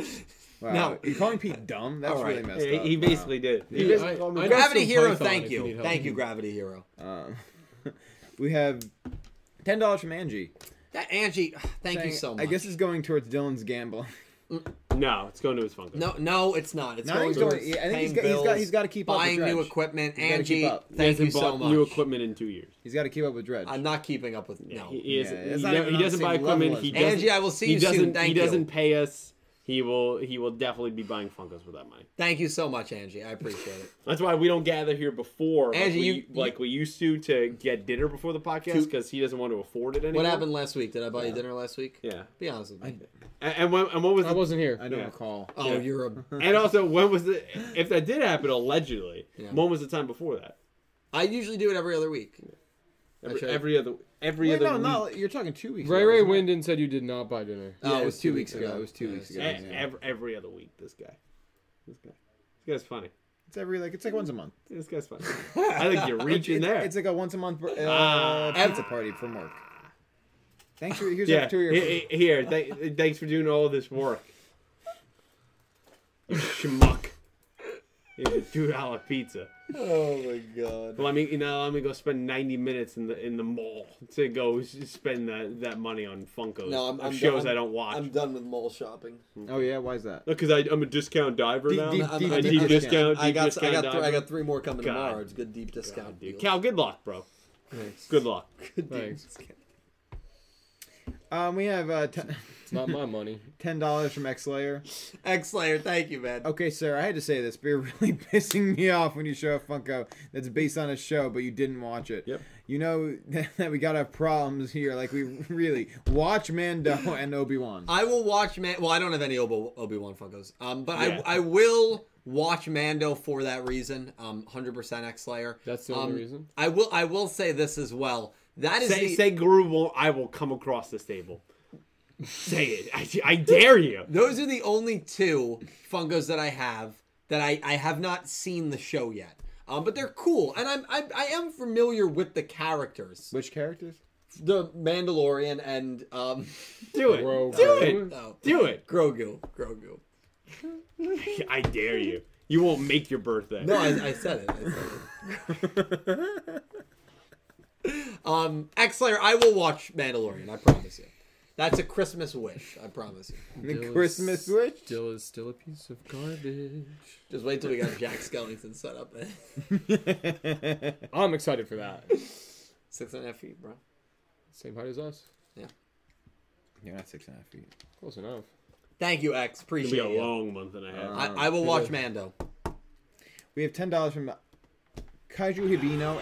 Wow. No. you're calling Pete dumb. That's All right. really messed up. he Wow. basically did. He Yeah, basically I- called me I back. know- Gravity some Hero, Python thank if you you. need help. thank you, Gravity Hero. Um, we Um, have Ten dollars from Angie. That Angie, thank you Saying- so much. I guess it's going towards Dylan's gamble. No, it's going to his Funko. no, no, it's not. It's No, going he's towards going- yeah, I think paying he's got- he's got- bills, he's gotta keep up with buying new Dredge. equipment. gotta keep Angie, up. He thank you hasn't so bought much. new equipment in two years. He's got to keep up with Dredge. I'm not keeping up with no. He, he, isn't- Yeah, it's he not no- even he on the doesn't same buy level equipment. as He that. doesn't, Angie, I will see he you soon. doesn't, Thank he you. doesn't pay us. He will. He will definitely be buying Funkos with that money. Thank you so much, Angie. I appreciate it. That's why we don't gather here before like, Angie, we, you- like we used to to get dinner before the podcast because he doesn't want to afford it anymore. What happened last week? Did I buy you dinner last week? Yeah. Be honest with me. And, and, when, and what was I the, wasn't here. I don't Yeah. recall. oh, yeah. you're a. and also when was the if that did happen allegedly? Yeah. When was the time before that? I usually do it every other week. Every, right. every other every Wait, other no, week. no, you're talking two weeks. Ray ago, Ray wasn't it? Winden said you did not buy dinner. Oh, it was two weeks ago. It was two Yeah, weeks so- ago. E- yeah. every, every other week. This guy. This guy. This guy's funny. It's every like it's like once a month. This guy's funny. I think you're reaching there. It's like a once a month uh, Ah. pizza party from work. Thanks for here's yeah. to your. he- he- Here, th- thanks for doing all this work. You schmuck. Here's a two dollar pizza. Oh my god. Let me you know. Let me go spend ninety minutes in the in the mall to go s- spend that that money on Funkos. No, I'm, of I'm shows done- I don't watch. I'm Look, done with mall shopping. Oh yeah, why is that? because I, I'm a discount diver now. deep- I'm- deep I I'm- need I'm- discount. I deep got, I discount got, th- I diver. got three more coming God. tomorrow. It's a good deep discount. Dude, deal. Cal, good luck, bro. Thanks. Good luck. Good deep Thanks. discount. Um, we have uh, t- It's not my money. ten dollars from X Layer. X Slayer, thank you, man. Okay, sir, I had to say this, but you're really pissing me off when you show a Funko that's based on a show, but you didn't watch it. Yep. You know that we gotta have problems here. Like we really watch Mando and Obi Wan. I will watch Man. Well, I don't have any Obi Wan Funkos, um, but Yeah. I I will watch Mando for that reason. Um, hundred percent X Slayer. That's the Um, only reason. I will I will say this as well. That is Say, the, say Guru will I will come across this table. Say it. I, I dare you. those are the only two Funkos that I have that I, I have not seen the show yet. Um, but they're cool, and I'm I, I am familiar with the characters, Which characters? the Mandalorian and um, Do it. Bro, Do bro. it. oh, Do it. Grogu, Grogu. I dare you. You won't make your birthday. No, I, I said it. I said it. um, X Slayer, I will watch Mandalorian. I promise you. That's a Christmas wish. I promise you. The Dylan's- Christmas Witch. Dill is still a piece of garbage. Just wait till we got Jack Skellington set up. I'm excited for that. Six and a half feet, bro. Same height as us. You're not six and a half feet. Close enough. Thank you, X. It'll be Appreciate a you. long month and a half. I, I will watch Mando. We have ten dollars from Kaiju Hibino,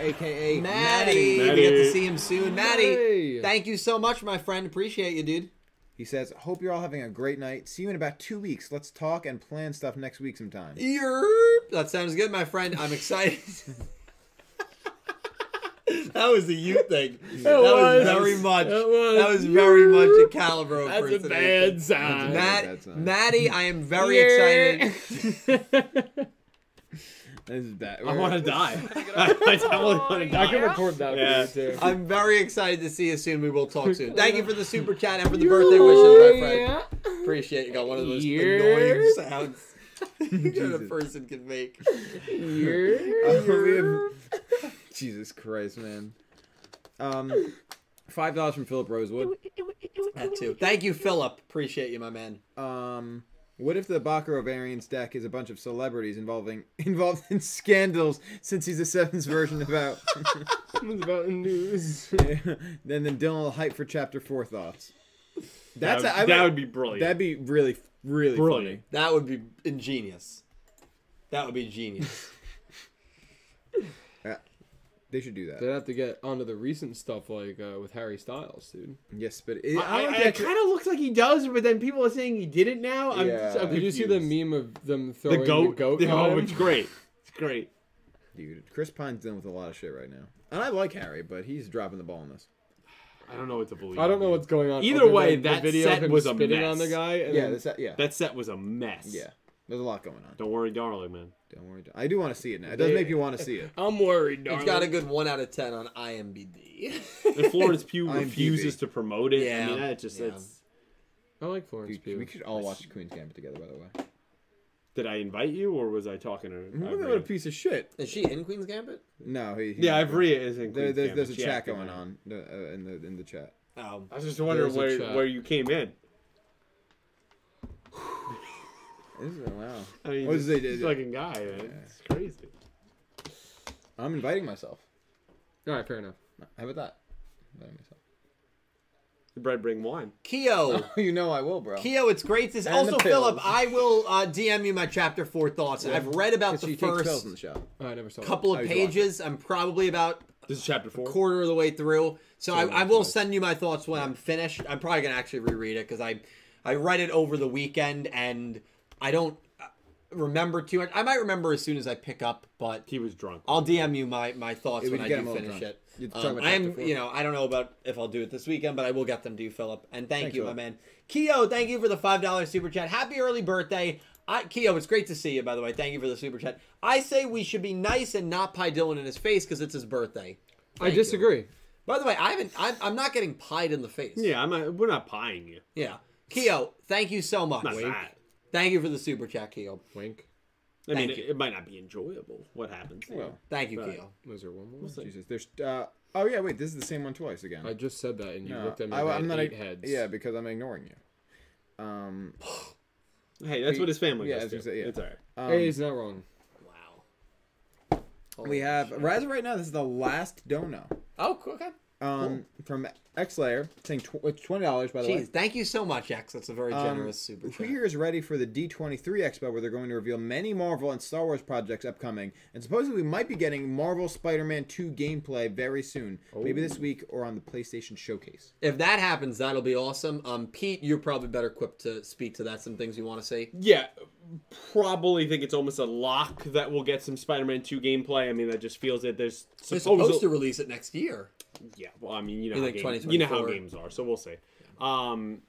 Maddie, aka Maddie. we get to see him soon. Maddie, Maddie. thank you so much, my friend. Appreciate you, dude. He says, "Hope you're all having a great night. See you in about two weeks. Let's talk and plan stuff next week sometime." Yerp. That sounds good, my friend. I'm excited. that was a you thing. that was, was. very much. That was. that was very much a caliber of That's a impersonation. bad Matt- sign. That's a bad sign. Maddie, I am very excited. This is bad. I want to die. I, totally want to I can die. record that Yeah. for you too. I'm very excited to see you soon. We will talk soon. Thank you for the super chat and for the birthday wishes, Oh, my friend. Appreciate you. Got one of those annoying Yerp. sounds that a Jesus. person can make. You're- Uh, we have- Jesus Christ, man. Um, five dollars from Philip Rosewood. That too. Thank you, Philip. Appreciate you, my man. Um, what if the Baccarat variants deck is a bunch of celebrities involving involved in scandals since he's the seventh version about? It's about the news. then then Dylan will hype for chapter four thoughts. That's that, I would, that would be brilliant. that'd be really really brilliant. That would be ingenious. That would be genius. funny. Uh, they should do that. They'd have to get onto the recent stuff like uh, with Harry Styles, dude. Yes, but it, I, don't I, think actually- kind of looks like he does, but then people are saying he did it now. I'm, Yeah. just, I'm Uh, Did you see the confused. meme of them The throwing goat. The goat oh, at it's him? great. It's great. dude, Chris Pine's dealing with a lot of shit right now, and I like Harry, but he's dropping the ball in this. I don't know what to believe. I don't know what's going on. Either other than way, the that video set of him was a spitting mess. on the guy. And Yeah, then- this, yeah, That set was a mess. yeah. There's a lot going on. Don't worry, darling, man. Don't worry. I do want to see it now. It does They- make you want to see it. I'm worried, darling. it's got a good one out of ten on IMBD. And Florence Pugh IMDb. refuses to promote it. I Yeah. mean, that just Yeah. that's I like Florence Dude, Pugh. we should all watch Queen's Gambit together, by the way. Did I invite you, or was I talking to? Women Ivrea? are a piece of shit. Is she in Queen's Gambit? No, he. he yeah, Ivrea is in. There, there's, Queen's there's a Gambit. She chat acted going it. on uh, in the in the chat. Oh, I was just wondering There's a where chat. where you came in. This is, wow. I mean, What this, does they this do? fucking guy, man. it's crazy. I'm inviting myself. All right, fair enough. How about that? Inviting myself. The bread bring wine. Keo. You know I will, bro. Oh. Keo, it's great. This And also the Philip. pills. I will uh, DM you my chapter four thoughts. I've read about 'Cause the she takes pills first in the shop. Oh, I never saw. couple Oh, of he's pages. I'm probably about This is chapter four. quarter of the way through. So I, I that's will nice. send you my thoughts when I'm finished. I'm probably gonna actually reread it because I I read it over the weekend and I don't uh, remember too much. I might remember as soon as I pick up, but He was drunk. I'll DM you my my thoughts Yeah, we when can I get them do all finish drunk. it. You're talking Um, about I chapter am, four. you know, I don't know about if I'll do it this weekend, but I will get them to you, Philip. And thank Thanks, you, Philip. my man. Keo, thank you for the five dollar super chat. Happy early birthday. I, Keo, it's great to see you, by the way. Thank you for the super chat. I say we should be nice and not pie Dylan in his face because it's his birthday. I Thank you. disagree. By the way, I haven't. I'm, I'm not getting pied in the face. yeah, I'm. Not, we're not pieing you. Yeah. Keo, thank you so much. Not that. Thank you for the super chat, Keo. Wink. I mean, Thank it, you. it might not be enjoyable. What happens? Well, Thank you, Right. Keo. Was there one more? Jesus. There's. Uh, oh yeah, wait. This is the same one twice again. I just said that, and you Uh, looked at me. I, I, am not. eight ig- heads. Yeah, because I'm ignoring you. Um. hey, that's what his family Yeah, does. I was too. gonna say, yeah. It's all right. um, hey, he's not wrong. Wow. we have as of right now. This is the last dono. Oh, cool, okay. Um, from X Layer saying tw- it's twenty dollars by the way. Jeez, thank you so much, X. That's a very Um, generous super chat. Here is ready for the D23 Expo, where they're going to reveal many Marvel and Star Wars projects upcoming, and supposedly we might be getting Marvel Spider-Man 2 gameplay very soon, maybe Oh. this week or on the PlayStation Showcase. If that happens, that'll be awesome. Um, Pete, you're probably better equipped to speak to that. Some things you want to say. Yeah, probably think it's almost a lock that we'll get some Spider-Man Two gameplay. I mean, that just feels that there's They're supposed- supposed to release it next year. Yeah, well, I mean, you know, You how think games, you know how 2024? games are, so we'll see. Um,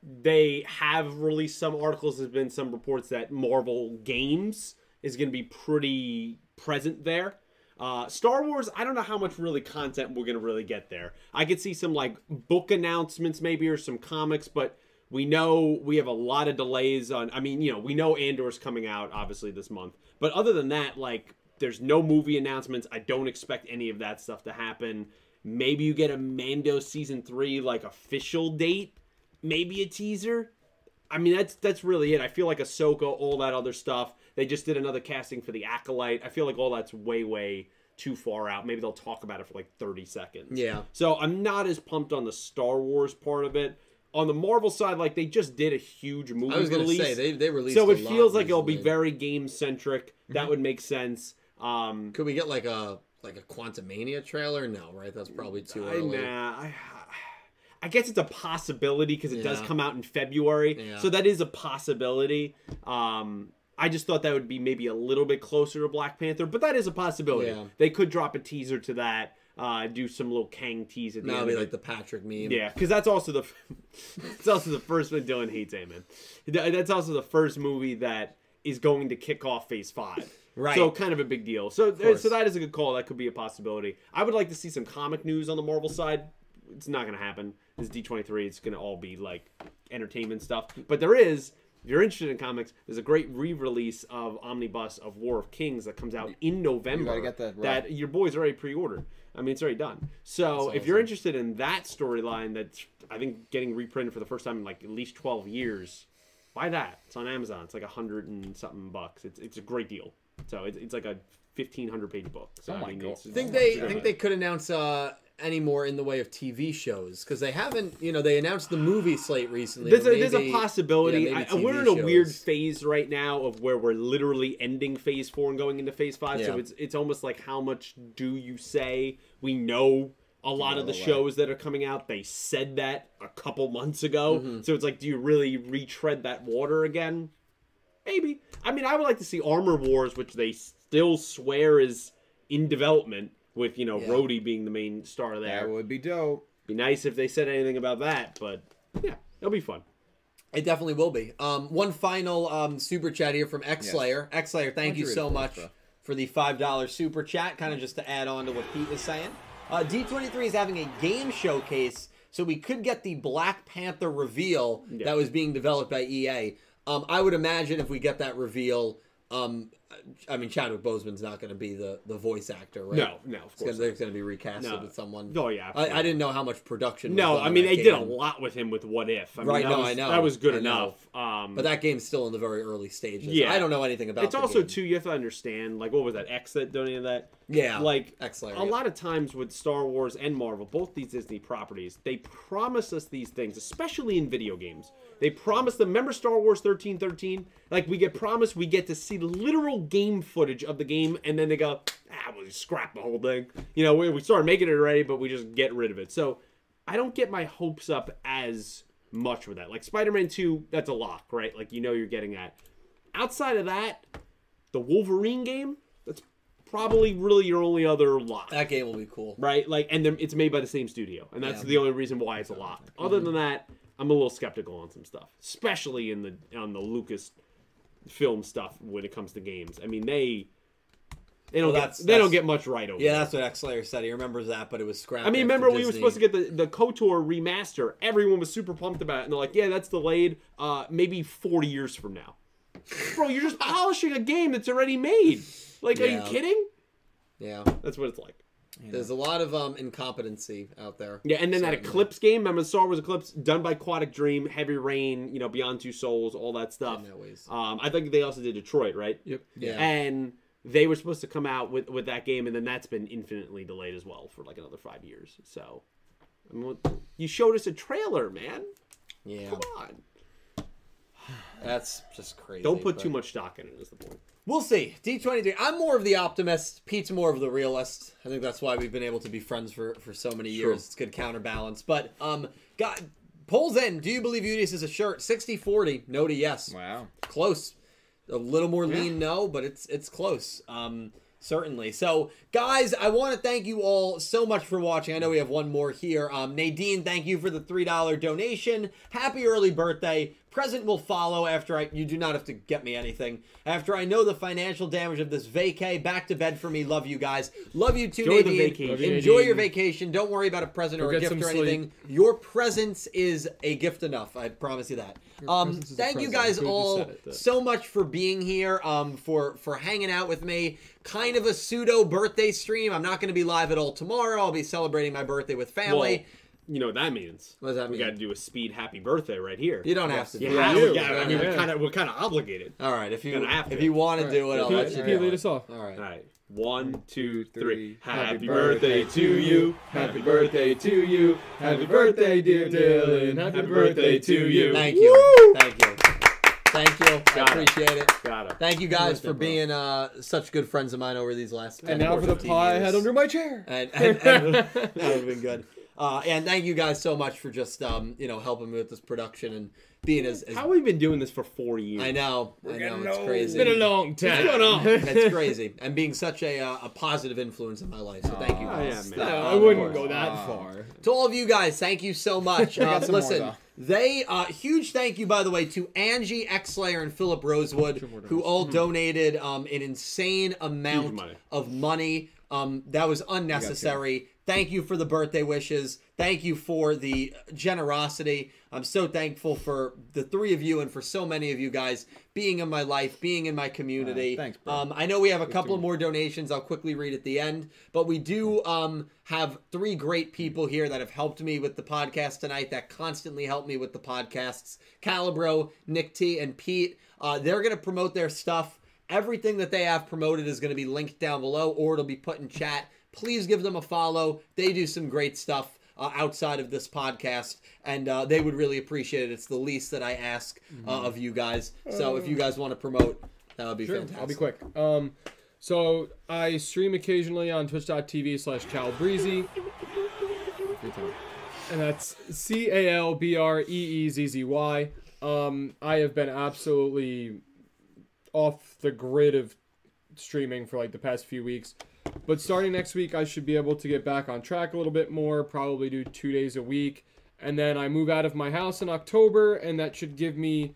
they have released some articles. There's been some reports that Marvel Games is going to be pretty present there. Uh, Star Wars, I don't know how much really content we're going to really get there. I could see some like book announcements maybe or some comics, but we know we have a lot of delays on. I mean, you know, we know Andor's coming out obviously this month, but other than that, like there's no movie announcements. I don't expect any of that stuff to happen. Maybe you get a Mando season three like official date. Maybe a teaser. I mean, that's that's really it. I feel like Ahsoka, all that other stuff. They just did another casting for the acolyte. I feel like all that's way way too far out. Maybe they'll talk about it for like thirty seconds. Yeah. So I'm not as pumped on the Star Wars part of it. On the Marvel side, like they just did a huge movie I was gonna release say they they released. a so it lot Mm-hmm. feels like it'll be recently. very game centric. That would make sense. Um, Could we get like a like a Quantum Mania trailer? No, right? That's probably too I, early. nah, I, I guess it's a possibility because it does Yeah. come out in February, Yeah. so that is a possibility. Um, I just thought that would be maybe a little bit closer to Black Panther, but that is a possibility. Yeah. They could drop a teaser to that, uh, do some little Kang tease at the Now it'll end. be of it. like the Patrick meme. Yeah, because that's also the it's also the first one Dylan hates Amen. That's also the first movie that is going to kick off Phase Five. Right. So kind of a big deal. So course. so that is a good call. That could be a possibility. I would like to see some comic news on the Marvel side. It's not going to happen. This D twenty three. It's going to all be like entertainment stuff. But there is. If you're interested in comics, there's a great re-release of Omnibus of War of Kings that comes out in November. gotta get that, right. that your boy's already pre-ordered. I mean, it's already done. So if you're interested in that storyline, that's I think getting reprinted for the first time in like at least twelve years, buy that. It's on Amazon. It's like a hundred and something bucks. It's it's a great deal. So it's, it's like a fifteen hundred page book. So I Oh my mean, God. it's- I think they I think they could announce uh, any more in the way of TV shows because they haven't. You know, they announced the movie slate recently. There's a, but there's a maybe- possibility. yeah, maybe I, we're in a TV weird shows. phase right now of where we're literally ending phase four and going into phase five. So Yeah. it's it's almost like how much do you say? We know a lot of the shows that are coming out. They said that a couple months ago. Mm-hmm. So it's like, do you really retread that water again? Maybe. I mean, I would like to see Armor Wars, which they still swear is in development. With you know Yeah. Rhodey being the main star there, That would be dope. be nice if they said anything about that. But yeah, it'll be fun. It definitely will be. Um, one final um, super chat here from X Slayer. X Slayer, thank you you read so it for us, much bro? for the five dollar super chat. Kind of just to add on to what Pete was saying. Uh, D23 is having a game showcase, so we could get the Black Panther reveal that was being developed by EA. Um, I would imagine if we get that reveal, um, I mean Chadwick Boseman's not going to be the, the voice actor, right? No, no, of It's gonna, course. they're going to be recasted No. with someone. Oh, yeah, I, I absolutely. didn't know how much production. was No, done I on mean that they game. did a lot with him with What If. I mean, Right, that no, was, I know. that was good I know. enough. Um, but that game's still in the very early stages. Yeah. I don't know anything about. it's the also game. too you have to understand like what was that X that donated that Yeah, like X layer, a yeah. lot of times with Star Wars and Marvel both these Disney properties they promise us these things especially in video games they promise them remember Star Wars 1313 like we get promised we get to see literal game footage of the game and then they go ah we scrap the whole thing you know we, we started making it already but we just get rid of it so I don't get my hopes up as much with that like Spider-Man 2 that's a lock right like you know you're getting that outside of that the Wolverine game, that's probably really your only other lock, that game will be cool. right? Like, and then it's made by the same studio, and that's Yeah. Mm-hmm. the only reason why it's a lock. Other than that, I'm a little skeptical on some stuff, especially in the on the Lucas film stuff when it comes to games. I mean, they they don't Well, get, that's- they that's- don't get much right over. Yeah, there. that's what X layer said. He remembers that, but it was scrapped. I mean, after remember we were Disney. supposed to get the the Kotor remaster. Everyone was super pumped about it, and they're like, "Yeah, that's delayed. Uh, maybe forty years from now." Bro, you're just polishing a game that's already made. Like, are you Yeah. kidding? Yeah, That's what it's like. there's a lot of um incompetency out there. Yeah, and then that Certainly. Eclipse game. Remember Star Wars Eclipse, done by Aquatic Dream, Heavy Rain, you know, Beyond Two Souls, all that stuff. In that ways. Um, I think they also did Detroit, right? Yep. Yeah. And they were supposed to come out with with that game, and then that's been infinitely delayed as well for like another five years. So, I mean, what- you showed us a trailer, man. yeah, Come on. that's just crazy. Don't put too but- much stock in it. Is the point? We'll see. D23. I'm more of the optimist. Pete's more of the realist. I think that's why we've been able to be friends for, for so many years. It's good counterbalance. But, um, got polls in. Do you believe Udis is a shirt? 60 40. No to yes. Wow. Close. A little more lean no, but it's it's close. Um, certainly. So, guys, I want to thank you all so much for watching. I know we have one more here. Um, Nadine, thank you for the three dollar donation. Happy early birthday. Present will follow after I. You do not have to get me anything after I know the financial damage of this vacay. Back to bed for me. Love you guys. Love you too, Enjoy the Nadine. vacation. Love you, Enjoy Nadine. your vacation. Don't worry about a present or a get gift some or sleep. anything. Your presence is a gift enough. I promise you that. Um, presence is a thank you present. guys Who just all said it, that- so much for being here. Um, for for hanging out with me. Kind of a pseudo birthday stream. I'm not going to be live at all tomorrow. I'll be celebrating my birthday with family. Well, you know what that means. What does that we mean? got to do a speed happy birthday right here. you don't have to. Yeah, Do Yeah, that. you we do. got- I mean, we're Yeah. kind of we're kind of obligated. All right, if you Gonna have to. if you want to do it, I'll Pete, let you Pete, do lead it. us off. All right. All right. One, two, three. three. Happy Happy birthday to you. Happy birthday to you. Happy birthday, dear Dylan. Happy birthday to you. Thank you. Thank you. Thank you. I Got it. appreciate it. Got it. Thank you guys for bro. being uh, such good friends of mine over these last. 10 And now or for the 15 pie I years. had under my chair. and, and, and that would have been good. Uh, and thank you guys so much for just um, you know helping me with this production and being as, as How have we been doing this for four years? I know I know getting it's old. crazy. It's been a long time. That's crazy. And being such a uh, a positive influence in my life. So thank you Aw, guys. Ah, Oh, yeah, No, man. I wouldn't go that far. to all of you guys, thank you so much. Um, got some more, listen, though. they uh, huge thank you by the way to Angie Xlayer and Philip Rosewood, more who all Hmm. donated um, an insane amount Huge money. of money. Um, that was unnecessary. Thank you for the birthday wishes. Thank you for the generosity. I'm so thankful for the three of you and for so many of you guys being in my life, being in my community. thanks, bro. Um, I know we have a couple more donations. I'll quickly read at the end, but we do um, have three great people here that have helped me with the podcast tonight. That constantly help me with the podcasts: Calibro, Nick T, and Pete. Uh, they're going to promote their stuff. Everything that they have promoted is going to be linked down below, or it'll be put in chat. Please give them a follow. They do some great stuff uh, outside of this podcast, and uh, they would really appreciate it. It's the least that I ask uh, of you guys. So if you guys want to promote, that would be fantastic. I'll be quick. Um, so I stream occasionally on twitch.tv slash calbreezy. And that's C A L B R E E Z Z Y. Um, I have been absolutely off the grid of streaming for like the past few weeks. But starting next week, I should be able to get back on track a little bit more, probably do two days a week. And then I move out of my house in October, and that should give me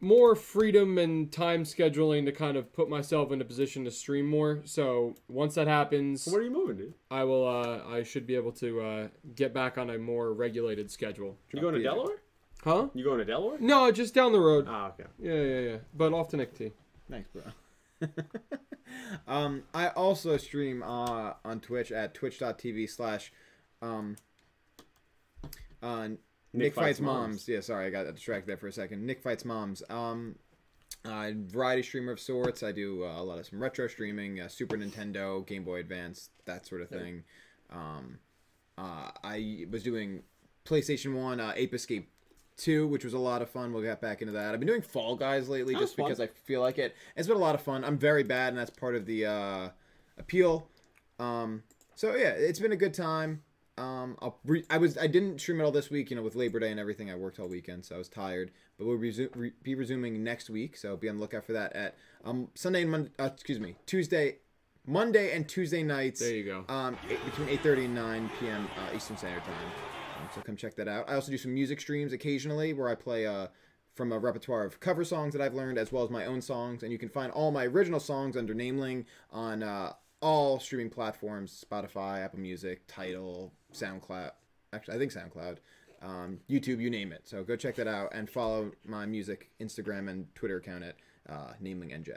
more freedom and time scheduling to kind of put myself in a position to stream more. So once that happens, Where are you moving, dude? I will. Uh, I should be able to uh, get back on a more regulated schedule. You going to Delaware? Huh? You going to Delaware? No, just down the road. Oh, okay. Yeah, yeah, yeah. But off to Nick T. Thanks, bro. um, I also stream uh, on Twitch at twitch.tv slash um, uh, Nick, Fights, Fights moms. Moms. Yeah, sorry, I got distracted there for a second. Nick Fights Moms. Um, uh, variety streamer of sorts. I do uh, a lot of some retro streaming, uh, Super Nintendo, Game Boy Advance, that sort of thing. Um, uh, I was doing PlayStation 1 uh, Ape Escape 2, which was a lot of fun. We'll get back into that. I've been doing Fall Guys lately That just was fun. because I feel like it. It's been a lot of fun. I'm very bad, and that's part of the uh, appeal. Um, so yeah, it's been a good time. Um, I'll re- I was I didn't stream it all this week, you know, with Labor Day and everything. I worked all weekend, so I was tired. But we'll resu- re- be resuming next week, so be on the lookout for that at um Sunday and Monday. Uh, excuse me, Tuesday, Monday and Tuesday nights. There you go. Um, eight, between 8:30 and 9 p.m. Uh, Eastern Standard Time. Um, so come check that out. I also do some music streams occasionally where I play uh, from a repertoire of cover songs that I've learned as well as my own songs. And you can find all my original songs under Nameling on uh, all streaming platforms: Spotify, Apple Music, Title, SoundCloud. Actually, I think SoundCloud. Um, YouTube, you name it. So go check that out and follow my music Instagram and Twitter account at uh, NamelingNJ.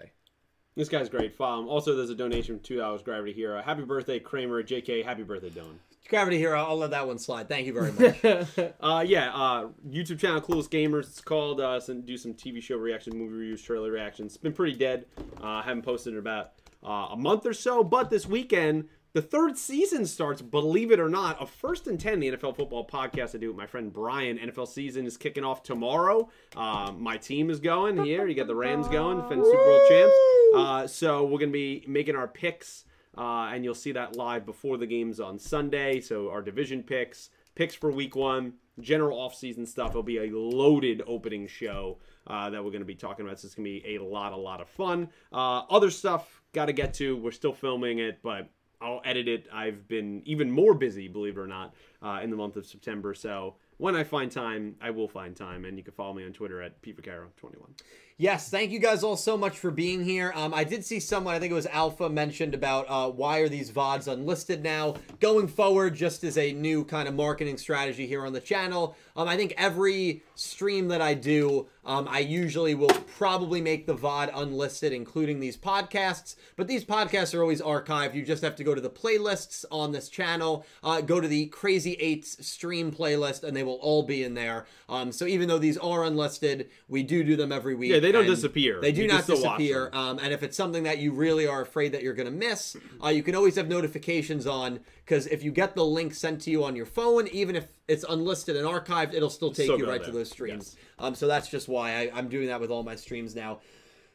This guy's great. Um, also, there's a donation of two dollars. Gravity Hero. Happy birthday, Kramer. J.K. Happy birthday, Don. Gravity Hero, I'll let that one slide. Thank you very much. Uh, yeah. Uh, YouTube channel Clueless Gamers. It's called. Uh, some, do some TV show reaction, movie reviews, trailer reactions. It's been pretty dead. Uh, haven't posted in about uh, a month or so. But this weekend, the third season starts. Believe it or not, of First and Ten, the NFL football podcast I do with my friend Brian. NFL season is kicking off tomorrow. Uh, my team is going here. You got the Rams going, defending Super Bowl champs. Uh, so we're gonna be making our picks. Uh, and you'll see that live before the games on Sunday. So our division picks, picks for week one, general offseason stuff. It'll be a loaded opening show uh, that we're going to be talking about. So it's going to be a lot, a lot of fun. Uh, other stuff got to get to. We're still filming it, but I'll edit it. I've been even more busy, believe it or not, uh, in the month of September. So when I find time, I will find time. And you can follow me on Twitter at PeteVacaro21. Yes, thank you guys all so much for being here. Um, I did see someone, I think it was Alpha, mentioned about uh, why are these VODs unlisted now? Going forward, just as a new kind of marketing strategy here on the channel, um, I think every stream that I do, um, I usually will probably make the VOD unlisted, including these podcasts. But these podcasts are always archived. You just have to go to the playlists on this channel, uh, go to the Crazy Eights stream playlist, and they will all be in there. Um, so even though these are unlisted, we do do them every week. Yeah, they don't and disappear. They do You can not still watch disappear. them. Um, and if it's something that you really are afraid that you're going to miss, uh, you can always have notifications on because if you get the link sent to you on your phone, even if it's unlisted and archived, it'll still take Still you go right there. to those streams. Um, so that's just why I, I'm doing that with all my streams now.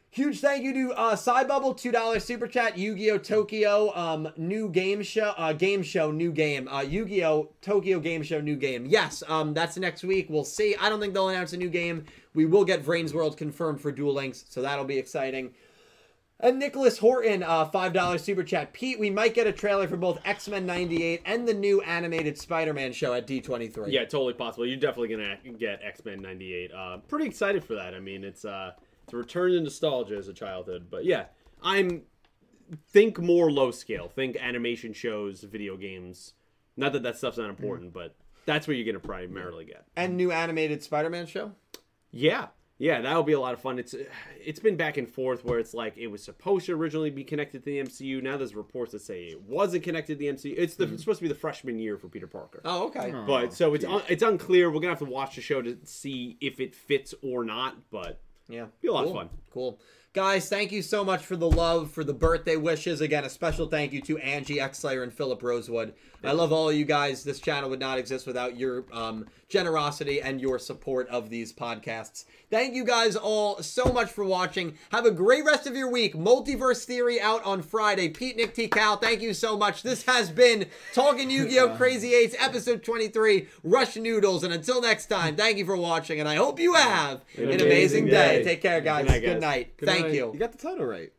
Huge thank you to uh, Cybubble, two dollars super chat. Yu-Gi-Oh Tokyo, um, new game show, uh, game show, new game. Uh, Yu-Gi-Oh Tokyo game show, new game. Yes, um, that's next week. We'll see. I don't think they'll announce a new game. We will get Vrain's World confirmed for Duel Links, so that'll be exciting. And Nicholas Horton, uh, $5 super chat. Pete, we might get a trailer for both X Men 98 and the new animated Spider Man show at D23. Yeah, totally possible. You're definitely gonna get X Men '98. Uh, pretty excited for that. I mean, it's uh, it's a return to nostalgia as a childhood. But yeah, I'm think more low scale. Think animation shows, video games. Not that that stuff's not important, but that's what you're gonna primarily get. And new animated Spider Man show? Yeah, yeah, that'll be a lot of fun. It's it's been back and forth where it's like it was supposed to originally be connected to the MCU. Now there's reports that say it wasn't connected to the MCU. It's the it's supposed to be the freshman year for Peter Parker. Oh, okay. But so it's un- it's unclear. We're gonna have to watch the show to see if it fits or not. But Yeah. Be a lot of Cool. fun. Cool. Guys, thank you so much for the love, for the birthday wishes. Again, a special thank you to Angie Exlayer and Philip Rosewood. I love all of you guys. This channel would not exist without your um, generosity and your support of these podcasts. Thank you guys all so much for watching. Have a great rest of your week. Multiverse Theory out on Friday. Pete, Nick, T. Cal, thank you so much. This has been Talking Yu Gi Oh! Crazy Eights, episode 23, Rush Noodles. And until next time, thank you for watching, and I hope you have an amazing, amazing day. day. Take care, guys. night, guys. Good night. Good Thank night. you. You got the title right.